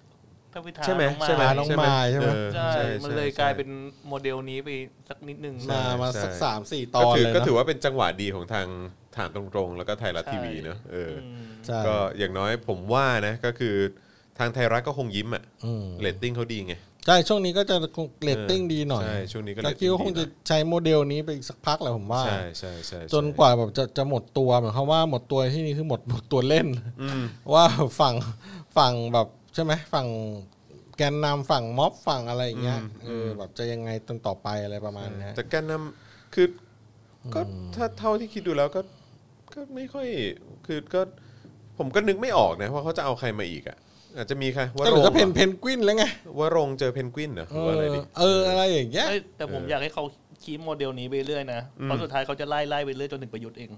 [SPEAKER 4] ถ้าไปท้า
[SPEAKER 2] ใช่ไหม
[SPEAKER 4] น้องมา
[SPEAKER 2] ใช่ไหม
[SPEAKER 3] น้องมายใช่ไหม
[SPEAKER 2] เออ
[SPEAKER 4] ใช่
[SPEAKER 2] ใช่
[SPEAKER 4] มัน
[SPEAKER 2] ใช่
[SPEAKER 4] เลย
[SPEAKER 2] ใช่
[SPEAKER 4] กลายเป็นโมเดลนี้ไปสักนิดนึง
[SPEAKER 2] ใช่
[SPEAKER 3] มามาสัก
[SPEAKER 2] ใช่
[SPEAKER 3] สามสี่ตอน
[SPEAKER 2] ก็ถือ
[SPEAKER 3] เลย
[SPEAKER 2] ก็ถือ
[SPEAKER 3] นะ
[SPEAKER 2] ว่าเป็นจังหวะดีของทางถามตรงๆ แล้วก็ไทยรัฐทีวีเนอะเอออ
[SPEAKER 4] ม
[SPEAKER 3] ใช่
[SPEAKER 2] ก็อย่างน้อยผมว่านะก็คือทางไทยรัฐก็คงยิ้มอะ
[SPEAKER 3] อืม
[SPEAKER 2] เรตติ้งเขาดีไง
[SPEAKER 3] ใช่ช่วงนี้ก็จะเรตติ้งดีหน่อย
[SPEAKER 2] ใช่ช่วงนี้ก็
[SPEAKER 3] แล้วคิดว่าคงจะใช้โมเดลนี้ไปอีกสักพักแหละผมว่า
[SPEAKER 2] ใช่ใช่ใช่
[SPEAKER 3] จนกว่าแบบจะจะหมดตัวหมายความว่าหมดตัวที่นี่คือหมดหมดตัวเล่น
[SPEAKER 2] อืม
[SPEAKER 3] ว่าฝั่งฝั่งแบบใช่ไหมฝั่งแกนนำฝั่งม็อบฝั่งอะไรอย่างเงี้ย
[SPEAKER 2] อืม
[SPEAKER 3] เออแบบจะยังไงตอนต่อไปอะไรประมาณเนี้ย
[SPEAKER 2] แต่การนำคือก็ถ้าเท่าที่คิดดูแล้วก็ก็ไม่ค่อยคือก็ผมก็นึกไม่ออกนะว่าเขาจะเอาใครมาอีกอ่ะ อาจจะมีใครว่า
[SPEAKER 3] ก็เห
[SPEAKER 2] ร
[SPEAKER 3] ลื
[SPEAKER 2] ง
[SPEAKER 3] อก็เพ
[SPEAKER 2] เห
[SPEAKER 3] น
[SPEAKER 2] รอ
[SPEAKER 3] เพนกวินแล้วไง
[SPEAKER 2] ว่ารงเจอเพนกวินเหรอห
[SPEAKER 3] เอ
[SPEAKER 2] รือว่าอะ
[SPEAKER 3] อ
[SPEAKER 2] ไรดิ
[SPEAKER 3] เอออะไรอย่างเงี้ย
[SPEAKER 4] เอ้ยแต่ผม
[SPEAKER 2] เอออย
[SPEAKER 4] อากให้เขาคีมโมเดลนี้ไปเรื่อยนะเพราะสุดท้ายเขาจะไล่ไล่ไปเรื่อยจนถึงประยุทธ์เอง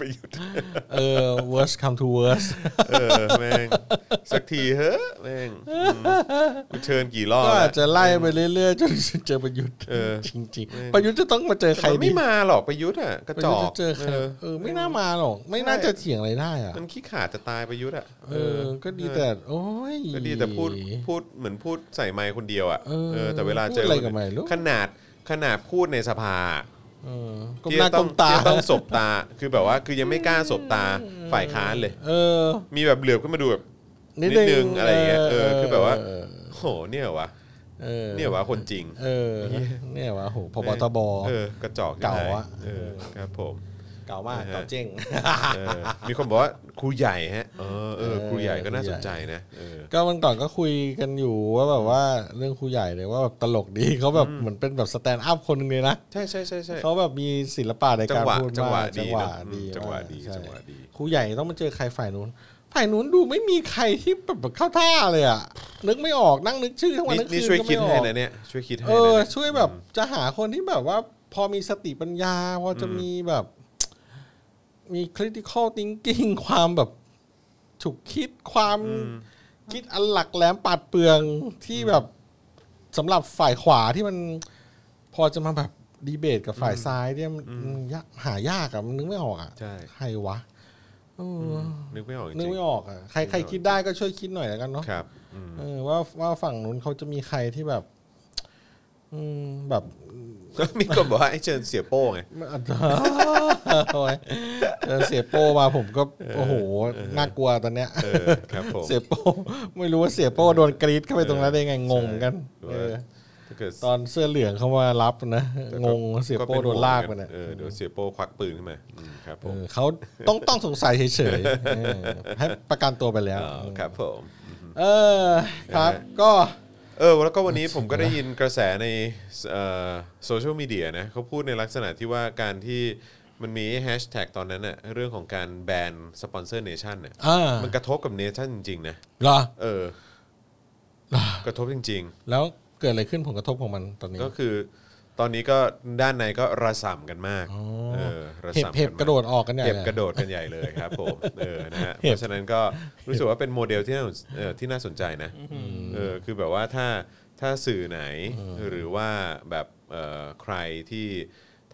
[SPEAKER 2] ประยุทธ์
[SPEAKER 3] เออ worst come to worst
[SPEAKER 2] เออแม่งสักทีเฮ้อะแม่ง อืมกูเชิญกี่รอบ
[SPEAKER 3] ก็อา
[SPEAKER 2] แล้ว
[SPEAKER 3] จจะไล่ไปเรื่อยๆจนเจอประยุทธ์
[SPEAKER 2] เออ
[SPEAKER 3] จริงๆประยุทธ์จะต้องมาเจอใคร
[SPEAKER 2] แต่มัน
[SPEAKER 3] ดี
[SPEAKER 2] ไม่มาหรอกประยุทธ์อ่ะกระ
[SPEAKER 3] ประ
[SPEAKER 2] จ
[SPEAKER 3] ยุท
[SPEAKER 2] อ
[SPEAKER 3] ธ์
[SPEAKER 2] ก
[SPEAKER 3] จะเจอใคร
[SPEAKER 2] เออ
[SPEAKER 3] เออไม่น่ามาหรอกไม่น่า
[SPEAKER 2] ใช่
[SPEAKER 3] จะเถียงอะไรได้อะ
[SPEAKER 2] มันขี้ขลาดจะตายประยุทธ์อ่ะ
[SPEAKER 3] เออ ก็ดีแต่โอ้ย
[SPEAKER 2] ก็ดีแต่พูดพูดเหมือนพูดใส่ไมค์คนเดียวอ่ะ
[SPEAKER 3] เออ
[SPEAKER 2] เออแต่เวลาเจ
[SPEAKER 3] พู
[SPEAKER 2] อ
[SPEAKER 3] ดอะไรกับไมค์ลูก
[SPEAKER 2] ขนาดขนาดพูดในสภา
[SPEAKER 3] เออก้ม
[SPEAKER 2] ที่
[SPEAKER 3] หน้า
[SPEAKER 2] ต้อ
[SPEAKER 3] ก้
[SPEAKER 2] ง
[SPEAKER 3] มตา
[SPEAKER 2] ที่ต้องสบตา คือแบบว่าคือยังไม่กล้าสบตาฝ่ายค้านเลย
[SPEAKER 3] เออ
[SPEAKER 2] มีแบบเหลือบขึ้นมาดูแบบ
[SPEAKER 3] นิ
[SPEAKER 2] นิ
[SPEAKER 3] ด
[SPEAKER 2] ด
[SPEAKER 3] นึ
[SPEAKER 2] นึ
[SPEAKER 3] ง
[SPEAKER 2] งอะไรอย่างเงี้ยเออ
[SPEAKER 3] เออ
[SPEAKER 2] คือแบบว่าโหเนี่ยเหรอวะ
[SPEAKER 3] เออ
[SPEAKER 2] เนี่ยเหรอวะคนจริง
[SPEAKER 3] เออ เนี่ยวะโหพบตบ
[SPEAKER 2] เออกระจอก
[SPEAKER 3] เก่าอะ
[SPEAKER 2] เออครับผม
[SPEAKER 3] เก่ามาก
[SPEAKER 2] นะฮะ
[SPEAKER 3] เก่าเจ๊ง
[SPEAKER 2] เออมีคนบอกว่าครูใหญ่ฮะเออเออครูใหญ่ก็น่า
[SPEAKER 3] ครู
[SPEAKER 2] ส
[SPEAKER 3] ให
[SPEAKER 2] น
[SPEAKER 3] ญ่
[SPEAKER 2] ใจนะเออ
[SPEAKER 3] ก็วันก่อนก็คุยกันอยู่ว่าแบบว่าเรื่องครูใหญ่เลยว่าแบบตลกดีเขาแบบเหมือนเป็นแบบสแตนด์อัพคนหนึ่งเลยนะ
[SPEAKER 2] ใช่ใช่ใช่ใช่
[SPEAKER 3] เขาแบบมีศิลปะใน
[SPEAKER 2] จั
[SPEAKER 3] กาง ร
[SPEAKER 2] หวะ
[SPEAKER 3] พูด
[SPEAKER 2] จังหวะ
[SPEAKER 3] มาก
[SPEAKER 2] ดี
[SPEAKER 3] จังหวะ
[SPEAKER 2] นะ
[SPEAKER 3] ดี
[SPEAKER 2] จังหวะดี
[SPEAKER 3] มาก
[SPEAKER 2] จังหวะดี
[SPEAKER 3] ใช่ครูใหญ่ต้องมาเจอใครฝ่ายนู้น ฝ่ายนู้นดูไม่มีใครที่แบบเข้าท่าเลยอ่ะนึกไม่ออกนั่งนึกชื่อทั้งวัน
[SPEAKER 2] นี่
[SPEAKER 3] ทั้งคื
[SPEAKER 2] นี่
[SPEAKER 3] น
[SPEAKER 2] ช่วย
[SPEAKER 3] ก็
[SPEAKER 2] คิด
[SPEAKER 3] ไม่อ
[SPEAKER 2] ให้
[SPEAKER 3] อก
[SPEAKER 2] นะเนี่ยช่วยคิดให้
[SPEAKER 3] เอ
[SPEAKER 2] นะ
[SPEAKER 3] อ
[SPEAKER 2] เนี่ย
[SPEAKER 3] ช่วยแบบจะหาคนที่แบบว่า พอมีสติปัญญา พอจะมีแบบ มี critical thinking ความแบบฉุกคิดความคิดอันหลักแหลมปาดเปลืองที่แบบสำหรับฝ่ายขวาที่มัน พอจะมาแบบดีเบตกับฝ่ายซ้ายเนี่ยมันมันยากหายากอะมันนึกไม่ออกอะ
[SPEAKER 2] ใช่
[SPEAKER 3] ใครวะเอออ
[SPEAKER 2] นึกไม่ออกจ
[SPEAKER 3] นึก
[SPEAKER 2] ริง
[SPEAKER 3] ไม่ออกอะใครใครคิดได้ก็ช่วยคิดหน่อยแล้วกันเนาะ
[SPEAKER 2] ๆครับอืม
[SPEAKER 3] เออว่าว่าฝั่งนู้นเขาจะมีใครที่แบบ อืมแบบ
[SPEAKER 2] มีคนบอกว่าให้เชิญเสียโป้ไง
[SPEAKER 3] อ่ะ โอ้ยเออเสียโป้มาผมก็โอ้โหน่ากลัวตอนเนี้ย
[SPEAKER 2] เออครับผม
[SPEAKER 3] เสียโป้ไม่รู้ว่าเสียโป้โดนกรีดเข้าไปตรงนั้นได้ไงงงกัน
[SPEAKER 2] หรือว่า
[SPEAKER 3] เออ
[SPEAKER 2] ถ้าเกิด
[SPEAKER 3] ตอนเสื้อเหลืองเขามารับนะ
[SPEAKER 2] แต่
[SPEAKER 3] ง
[SPEAKER 2] ก็
[SPEAKER 3] งเสียโป้
[SPEAKER 2] เป็น
[SPEAKER 3] โดนลากไปเนี่ย
[SPEAKER 2] เออเดี๋ยวเสียโป้ควักปืนขึ้นมาอืมครับผ
[SPEAKER 3] เอ
[SPEAKER 2] ม
[SPEAKER 3] อเขาต้องต้องสงสัยเฉยๆเออให้ประกันตัวไปแล้ว
[SPEAKER 2] อ๋อครับผม
[SPEAKER 3] เออครับ
[SPEAKER 2] นะฮะ
[SPEAKER 3] ก็
[SPEAKER 2] เออแล้วก็วันนี้ผมก็ได้ยินกระแสในโซเชียลมีเดียนะเขาพูดในลักษณะที่ว่าการที่มันมีแฮชแท็กตอนนั้นน่ะเรื่องของการแบนสปอนเซอร์เนชั่นเนี่ย
[SPEAKER 3] อ่ามั
[SPEAKER 2] มันกระทบกับเนชั่นจริงๆนะ
[SPEAKER 3] เหรอ
[SPEAKER 2] เออ กระทบจริง ๆ
[SPEAKER 3] แล้วเกิดอะไรขึ้นผลกระทบของมันตอนนี้
[SPEAKER 2] ก็คือตอนนี้ก็ด้านในก็ระส่ำกันมากเออระ
[SPEAKER 3] เห็บ
[SPEAKER 2] ส่ำนมาก
[SPEAKER 3] เห็บกระโดดออกกันเนี่ย
[SPEAKER 2] เห็บกระ
[SPEAKER 3] โดด
[SPEAKER 2] โดดกันใหญ่เลยครับผมเออนะฮะเพ
[SPEAKER 3] เห็บ
[SPEAKER 2] ราะฉะนั้นก็รู้สึกว่าเป็นโมเดลที่น่าเออที่น่าสนใจนะเออคือแบบว่าถ้าถ้าสื่อไหนหรือว่าแบบเอ่อใครที่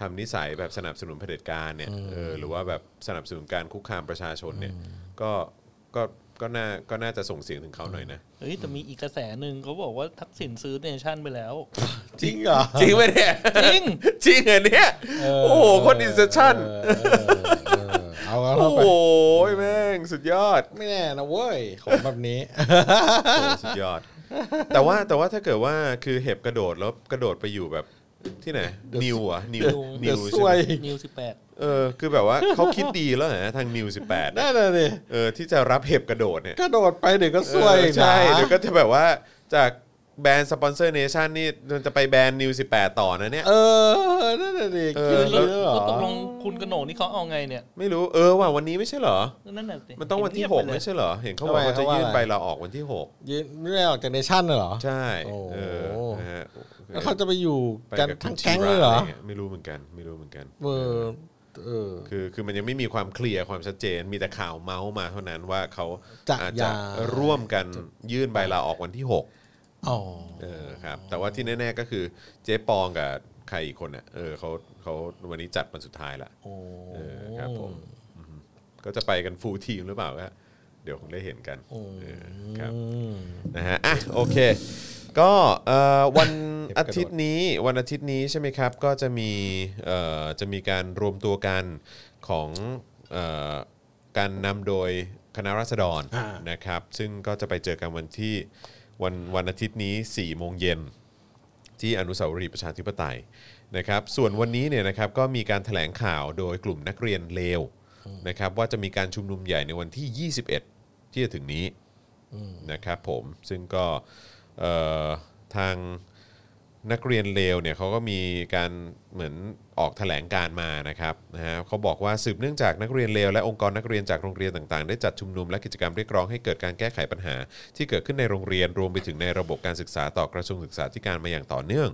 [SPEAKER 2] ทำนิสัยแบบสนับสนุนเผด็จการเนี่ยเออหรือว่าแบบสนับสนุนการคุกคามประชาชนเนี่ยก็ก็ก็น่าก็น่าจะส่งเสียงถึงเขาหน่อยนะ
[SPEAKER 4] เฮ้ยแต่มีอีกกระแสหนึ่งเขาบอกว่าทักษิณซื้อเนชั่นไปแล้ว
[SPEAKER 3] จริงเหรอ
[SPEAKER 2] จริงไหมเนี่ย
[SPEAKER 4] จริง
[SPEAKER 2] จริงเหรอเนี่ยโอ้โหคนอินเซชั่น
[SPEAKER 3] เออเออเอาแล้ว
[SPEAKER 2] โอ้
[SPEAKER 3] เราไป
[SPEAKER 2] โหแม่งสุดยอด
[SPEAKER 3] ไม่แน่นะเว้ยของแบบนี้
[SPEAKER 2] โอ้สุดยอด แต่ว่าแต่ว่าถ้าเกิดว่าคือเห็บกระโดดแล้วกระโดดไปอยู่แบบ ที่ไหน
[SPEAKER 3] เดี๋ยว
[SPEAKER 2] นิวเหรอ่ะนิว
[SPEAKER 3] เดี๋
[SPEAKER 2] นิ
[SPEAKER 3] ยว ว
[SPEAKER 2] ใช่
[SPEAKER 3] ซ
[SPEAKER 2] ไห
[SPEAKER 3] ว
[SPEAKER 2] ม
[SPEAKER 3] ย
[SPEAKER 4] นิวสิบแปด
[SPEAKER 2] เออคือแบบว่าเขาคิดดีแล้วนะทางนิวสิบแปด
[SPEAKER 3] นั่นน่ะดิ
[SPEAKER 2] เออที่จะรับเห็บกระโดดเนี่ย
[SPEAKER 3] กระโดดไปเดี๋ยวก็ซวย
[SPEAKER 2] เออใช่
[SPEAKER 3] นะ
[SPEAKER 2] เดี๋ยวก็จะแบบว่าจากแบรนด์สปอนเซอร์เนชั่นนี่มันจะไปแบรนด์นิวสิบแปดต่อนะเนี่ย
[SPEAKER 3] เออนั่นน่ะดิ
[SPEAKER 2] เออ
[SPEAKER 3] คิด
[SPEAKER 4] แล้ว
[SPEAKER 3] เยอะเหรอ
[SPEAKER 4] ตกลงคุณกระโหนกนี่เขาเอาไงเนี่ย
[SPEAKER 2] ไม่รู้เออว่าวันนี้ไม่ใช่เหรอ
[SPEAKER 4] นั่นน่ะสิ
[SPEAKER 2] มันต้องวันที่
[SPEAKER 4] เยบไป
[SPEAKER 2] 6
[SPEAKER 4] เลย
[SPEAKER 2] ไม่ใช่เหรอ เห็นเขาบอกว่าจะยื่นใบลาออกวันที่
[SPEAKER 3] ยืนไม่ได้ออกจากเนชั่นเหรอ
[SPEAKER 2] 6 ใช่
[SPEAKER 3] โอ้
[SPEAKER 2] เออนะฮะ
[SPEAKER 3] แล้วเขาจะไปอยู่
[SPEAKER 2] ไป
[SPEAKER 3] กัน
[SPEAKER 2] บ
[SPEAKER 3] ทั้ง
[SPEAKER 2] คุณ
[SPEAKER 3] แก๊ง
[SPEAKER 2] ชี
[SPEAKER 3] เล
[SPEAKER 2] วะ
[SPEAKER 3] ยเหรอ
[SPEAKER 2] ะไงี้ไม่รู้เหมือนกันไม่รู้เหมือนกัน
[SPEAKER 3] เออเออ
[SPEAKER 2] คือคือมันยังไม่มีความเคลียร์ความชัดเจน มีแต่ข่าวเมาส์มาเท่านั้นว่าเขา
[SPEAKER 3] จะ
[SPEAKER 2] อาจจะ
[SPEAKER 3] ย้าย
[SPEAKER 2] ร่วมกันยื่นใบลาออกวันที่ 6
[SPEAKER 3] อ๋อ
[SPEAKER 2] เออครับแต่ว่าที่แน่ๆก็คือเจ๊ปองกับใครอีกคนน่ะเออเขาเขาวันนี้จัดวันสุดท้ายละเออครับผมอืมก็จะไปกันฟูลทีมหรือเปล่าก็เดี๋ยวคงได้เห็นกันเออครับนะฮะอ่ะโอเค ก็เอ่อวันอาทิตย์นี้วันอาทิตย์นี้ใช่ไหมครับ ก็จะมีเอ่อจะมีการรวมตัวกันของเอ่อการนำโดยคณะราษฎร
[SPEAKER 3] อ่า
[SPEAKER 2] นะครับ ซึ่งก็จะไปเจอกันวันที่วันวันอาทิตย์นี้4โมงเย็น ที่อนุสาวรีย์ประชาธิปไตยนะครับ ส่วนวันนี้เนี่ยนะครับก็มีการแถลงข่าวโดยกลุ่มนักเรียนเลวนะครับว่าจะมีการชุมนุมใหญ่ในวันที่ 21 ที่จะถึงนี้นะครับผมซึ่งก็เอ่อทางนักเรียนเลวเนี่ยเขาก็มีการเหมือนออกแถลงการมานะครับนะฮะเขาบอกว่าสืบเนื่องจากนักเรียนเลวและองค์กรนักเรียนจากโรงเรียนต่างๆ ได้จัดชุมนุมและกิจกรรมเรียกร้องให้เกิดการแก้ไขปัญหา ที่เกิดขึ้นในโรงเรียนรวมไปถึงในระบบการศึกษาต่อกระทรวงศึกษาธิการมาอย่างต่อเนื่อง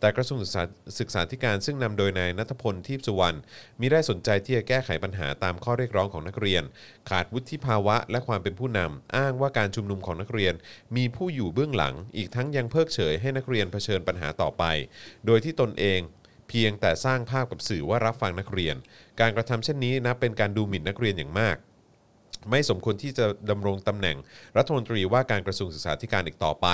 [SPEAKER 2] แต่กระทรวงศึกษาศึกษาธิการซึ่งนำโดยนายนัทพลทีพสุวรรณมิได้สนใจที่จะแก้ไขปัญหาตามข้อเรียกร้องของนักเรียน ขาดวุฒิภาวะและความเป็นผู้นำอ้างว่าการชุมนุมของนักเรียน มีผู้อยู่เบื้องหลัง อีกทั้งยังเพิกเฉยให้นักเรียนเผชิญปัญหาต่อไป โดยที่ตนเอง เพียงแต่สร้างภาพกับสื่อว่ารับฟังนักเรียน การกระทำเช่นนี้นับเป็นการดูหมิ่นนักเรียนอย่างมาก ไม่สมควรที่จะดำรงตำแหน่ง รัฐมนตรีว่าการกระทรวงศึกษาธิการอีกต่อไป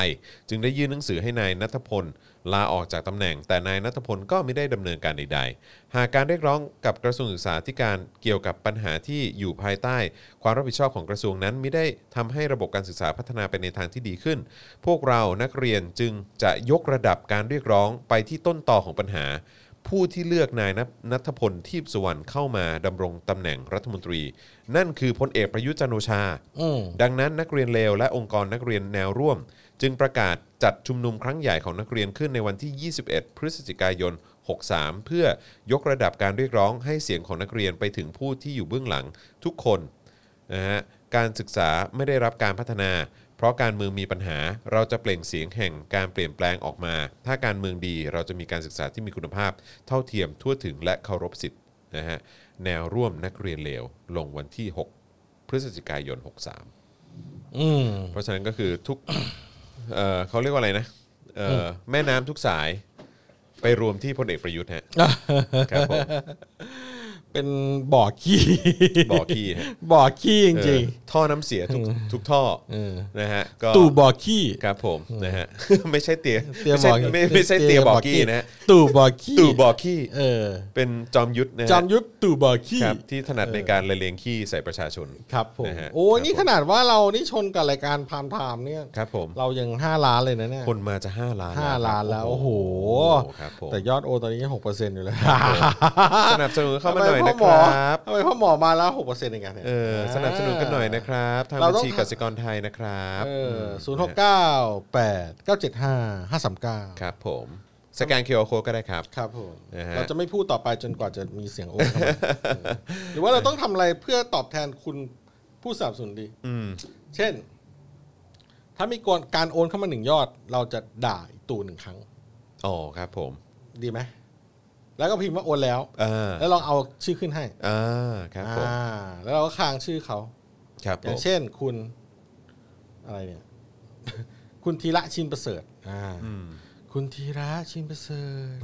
[SPEAKER 2] จึงได้ยื่นหนังสือให้นายนัทพล ลาออกจากตำแหน่ง แต่นายนัทพลก็ไม่ได้ดำเนินการใดๆ หากการเรียกร้องกับกระทรวงศึกษาธิการเกี่ยวกับปัญหาที่อยู่ภายใต้ ความรับผิดชอบของกระทรวงนั้นไม่ได้ทำให้ระบบการศึกษาพัฒนาไปในทางที่ดีขึ้น พวกเรานักเรียนจึงจะยกระดับการเรียกร้องไปที่ต้นตอของปัญหา ผู้ที่เลือกนายนัทพลทีพสุวรรณเข้ามาดำรงตำแหน่งรัฐมนตรี นั่นคือพลเอกประยุทธ์จันทร์โอชา
[SPEAKER 3] อืม
[SPEAKER 2] ดังนั้นนักเรียนเลวและองค์กรนักเรียนแนวร่วม จึงประกาศจัดชุมนุมครั้งใหญ่ของนักเรียนขึ้นในวันที่ 21 พฤศจิกายน 63 เพื่อยกระดับการเรียกร้องให้เสียงของนักเรียนไปถึงผู้ที่อยู่เบื้องหลังทุกคนนะฮะการศึกษาไม่ได้รับการพัฒนา เพราะการเมืองมีปัญหาเราจะเปล่งเสียงแห่งการเปลี่ยนแปลงออกมา ถ้าการเมืองดีเราจะมีการศึกษาที่มีคุณภาพ เท่าเทียมทั่วถึงและเคารพสิทธินะฮะแนวร่วมนักเรียนเลวลงวันที่ 6 พฤศจิกายน 63
[SPEAKER 3] อืม
[SPEAKER 2] เพราะฉะนั้นก็คือทุก เอ่อเขาเรียกว่าอะไรนะเอ่ออแม่น้ำทุกสายไปรวมที่พลเอกประยุทธ์ฮะ ครับผม
[SPEAKER 3] เป็นบ่อขี้
[SPEAKER 2] บ่อขี้ฮะ
[SPEAKER 3] บ่อขี้จริง
[SPEAKER 2] เออท่อน้ำเสียทุกทุกท่อ
[SPEAKER 3] เออ
[SPEAKER 2] นะฮะก็
[SPEAKER 3] ๆ ตู่บ่อขี้
[SPEAKER 2] ครับผมนะฮะ ไม่ใช่เตีย
[SPEAKER 3] เตีย
[SPEAKER 2] ไม่
[SPEAKER 3] บ่
[SPEAKER 2] ใช่
[SPEAKER 3] อ
[SPEAKER 2] ไม่ไม่ใช่เตียบ่อขี้นะฮะ
[SPEAKER 3] ตู่บ่อขี้
[SPEAKER 2] ตู่บ่อขี้
[SPEAKER 3] เออ
[SPEAKER 2] เป็นจอมยุทธนะฮะ
[SPEAKER 3] จอมยุทธตู่บ่อขี้
[SPEAKER 2] ครับที่ถนัดในการละเลงขี้ใส่ประชาชน
[SPEAKER 3] ครับผม
[SPEAKER 2] นะฮะ
[SPEAKER 3] โอ้ย
[SPEAKER 2] ครับ
[SPEAKER 3] นี่ขนาดว่าเรานี่ชนกับรายการพามไทม์เนี่ย
[SPEAKER 2] ครับผม
[SPEAKER 3] เรายังห้าล้านเลยนะเนี่ย
[SPEAKER 2] คนมาจะ5ล้าน
[SPEAKER 3] ห้าล้านแล้วโอ้โห
[SPEAKER 2] ครับผม
[SPEAKER 3] แต่ยอดโอตอนนี้หกเปอร์เซ็นต์อยู่เลย
[SPEAKER 2] สนับสนุนเข้ามาหน่อย
[SPEAKER 3] ทำไพ่
[SPEAKER 2] นะ
[SPEAKER 3] หม
[SPEAKER 2] ค
[SPEAKER 3] อ
[SPEAKER 2] รับ
[SPEAKER 3] ทำไมพ่อหมอมาแล้วหกเปอร์เซ็นต์เองกันเนี่ย
[SPEAKER 2] เออสนับสนุนกันหน่อยนะครับ ทาง
[SPEAKER 3] เรา
[SPEAKER 2] บัญ
[SPEAKER 3] ต้อง
[SPEAKER 2] ชีกสิกรไทยนะครับ
[SPEAKER 3] เออศูนย์หกเก้าแปดเก้าเจ็ดห้าห้าสามเก้า
[SPEAKER 2] ครับผมสแกนเคอร์โคก็ได้ครับ
[SPEAKER 3] ครับผม
[SPEAKER 2] นะฮะ
[SPEAKER 3] เราจะไม่พูดต่อไปจนกว่าจะมีเสียงโอ้เข้ามาเออหรือว่าเราต้องทำอะไรเพื่อตอบแทนคุณผู้สนับสนุนดี
[SPEAKER 2] อืม
[SPEAKER 3] เช่น ถ้ามีกรการโอนเข้ามาหนึ่งยอด เราจะด่าอีกตู่หนึ่งครั้ง
[SPEAKER 2] อ๋อครับผม
[SPEAKER 3] ดีไหม แล้วก็พิมพ์ว่าโอนแล้ว
[SPEAKER 2] อ่า
[SPEAKER 3] แล้วลองเอาชื่อขึ้นให้
[SPEAKER 2] อ่าครับผม
[SPEAKER 3] อ่า แล้วเราก็ค้างชื่อเขา
[SPEAKER 2] ครับ
[SPEAKER 3] อ
[SPEAKER 2] ผ
[SPEAKER 3] ย่าง
[SPEAKER 2] ม
[SPEAKER 3] เช่นคุณ อะไรเนี่ย คุณธีระชินประเสริฐ อ่า
[SPEAKER 2] อืม
[SPEAKER 3] คุณธีระชินประเสริ ฐ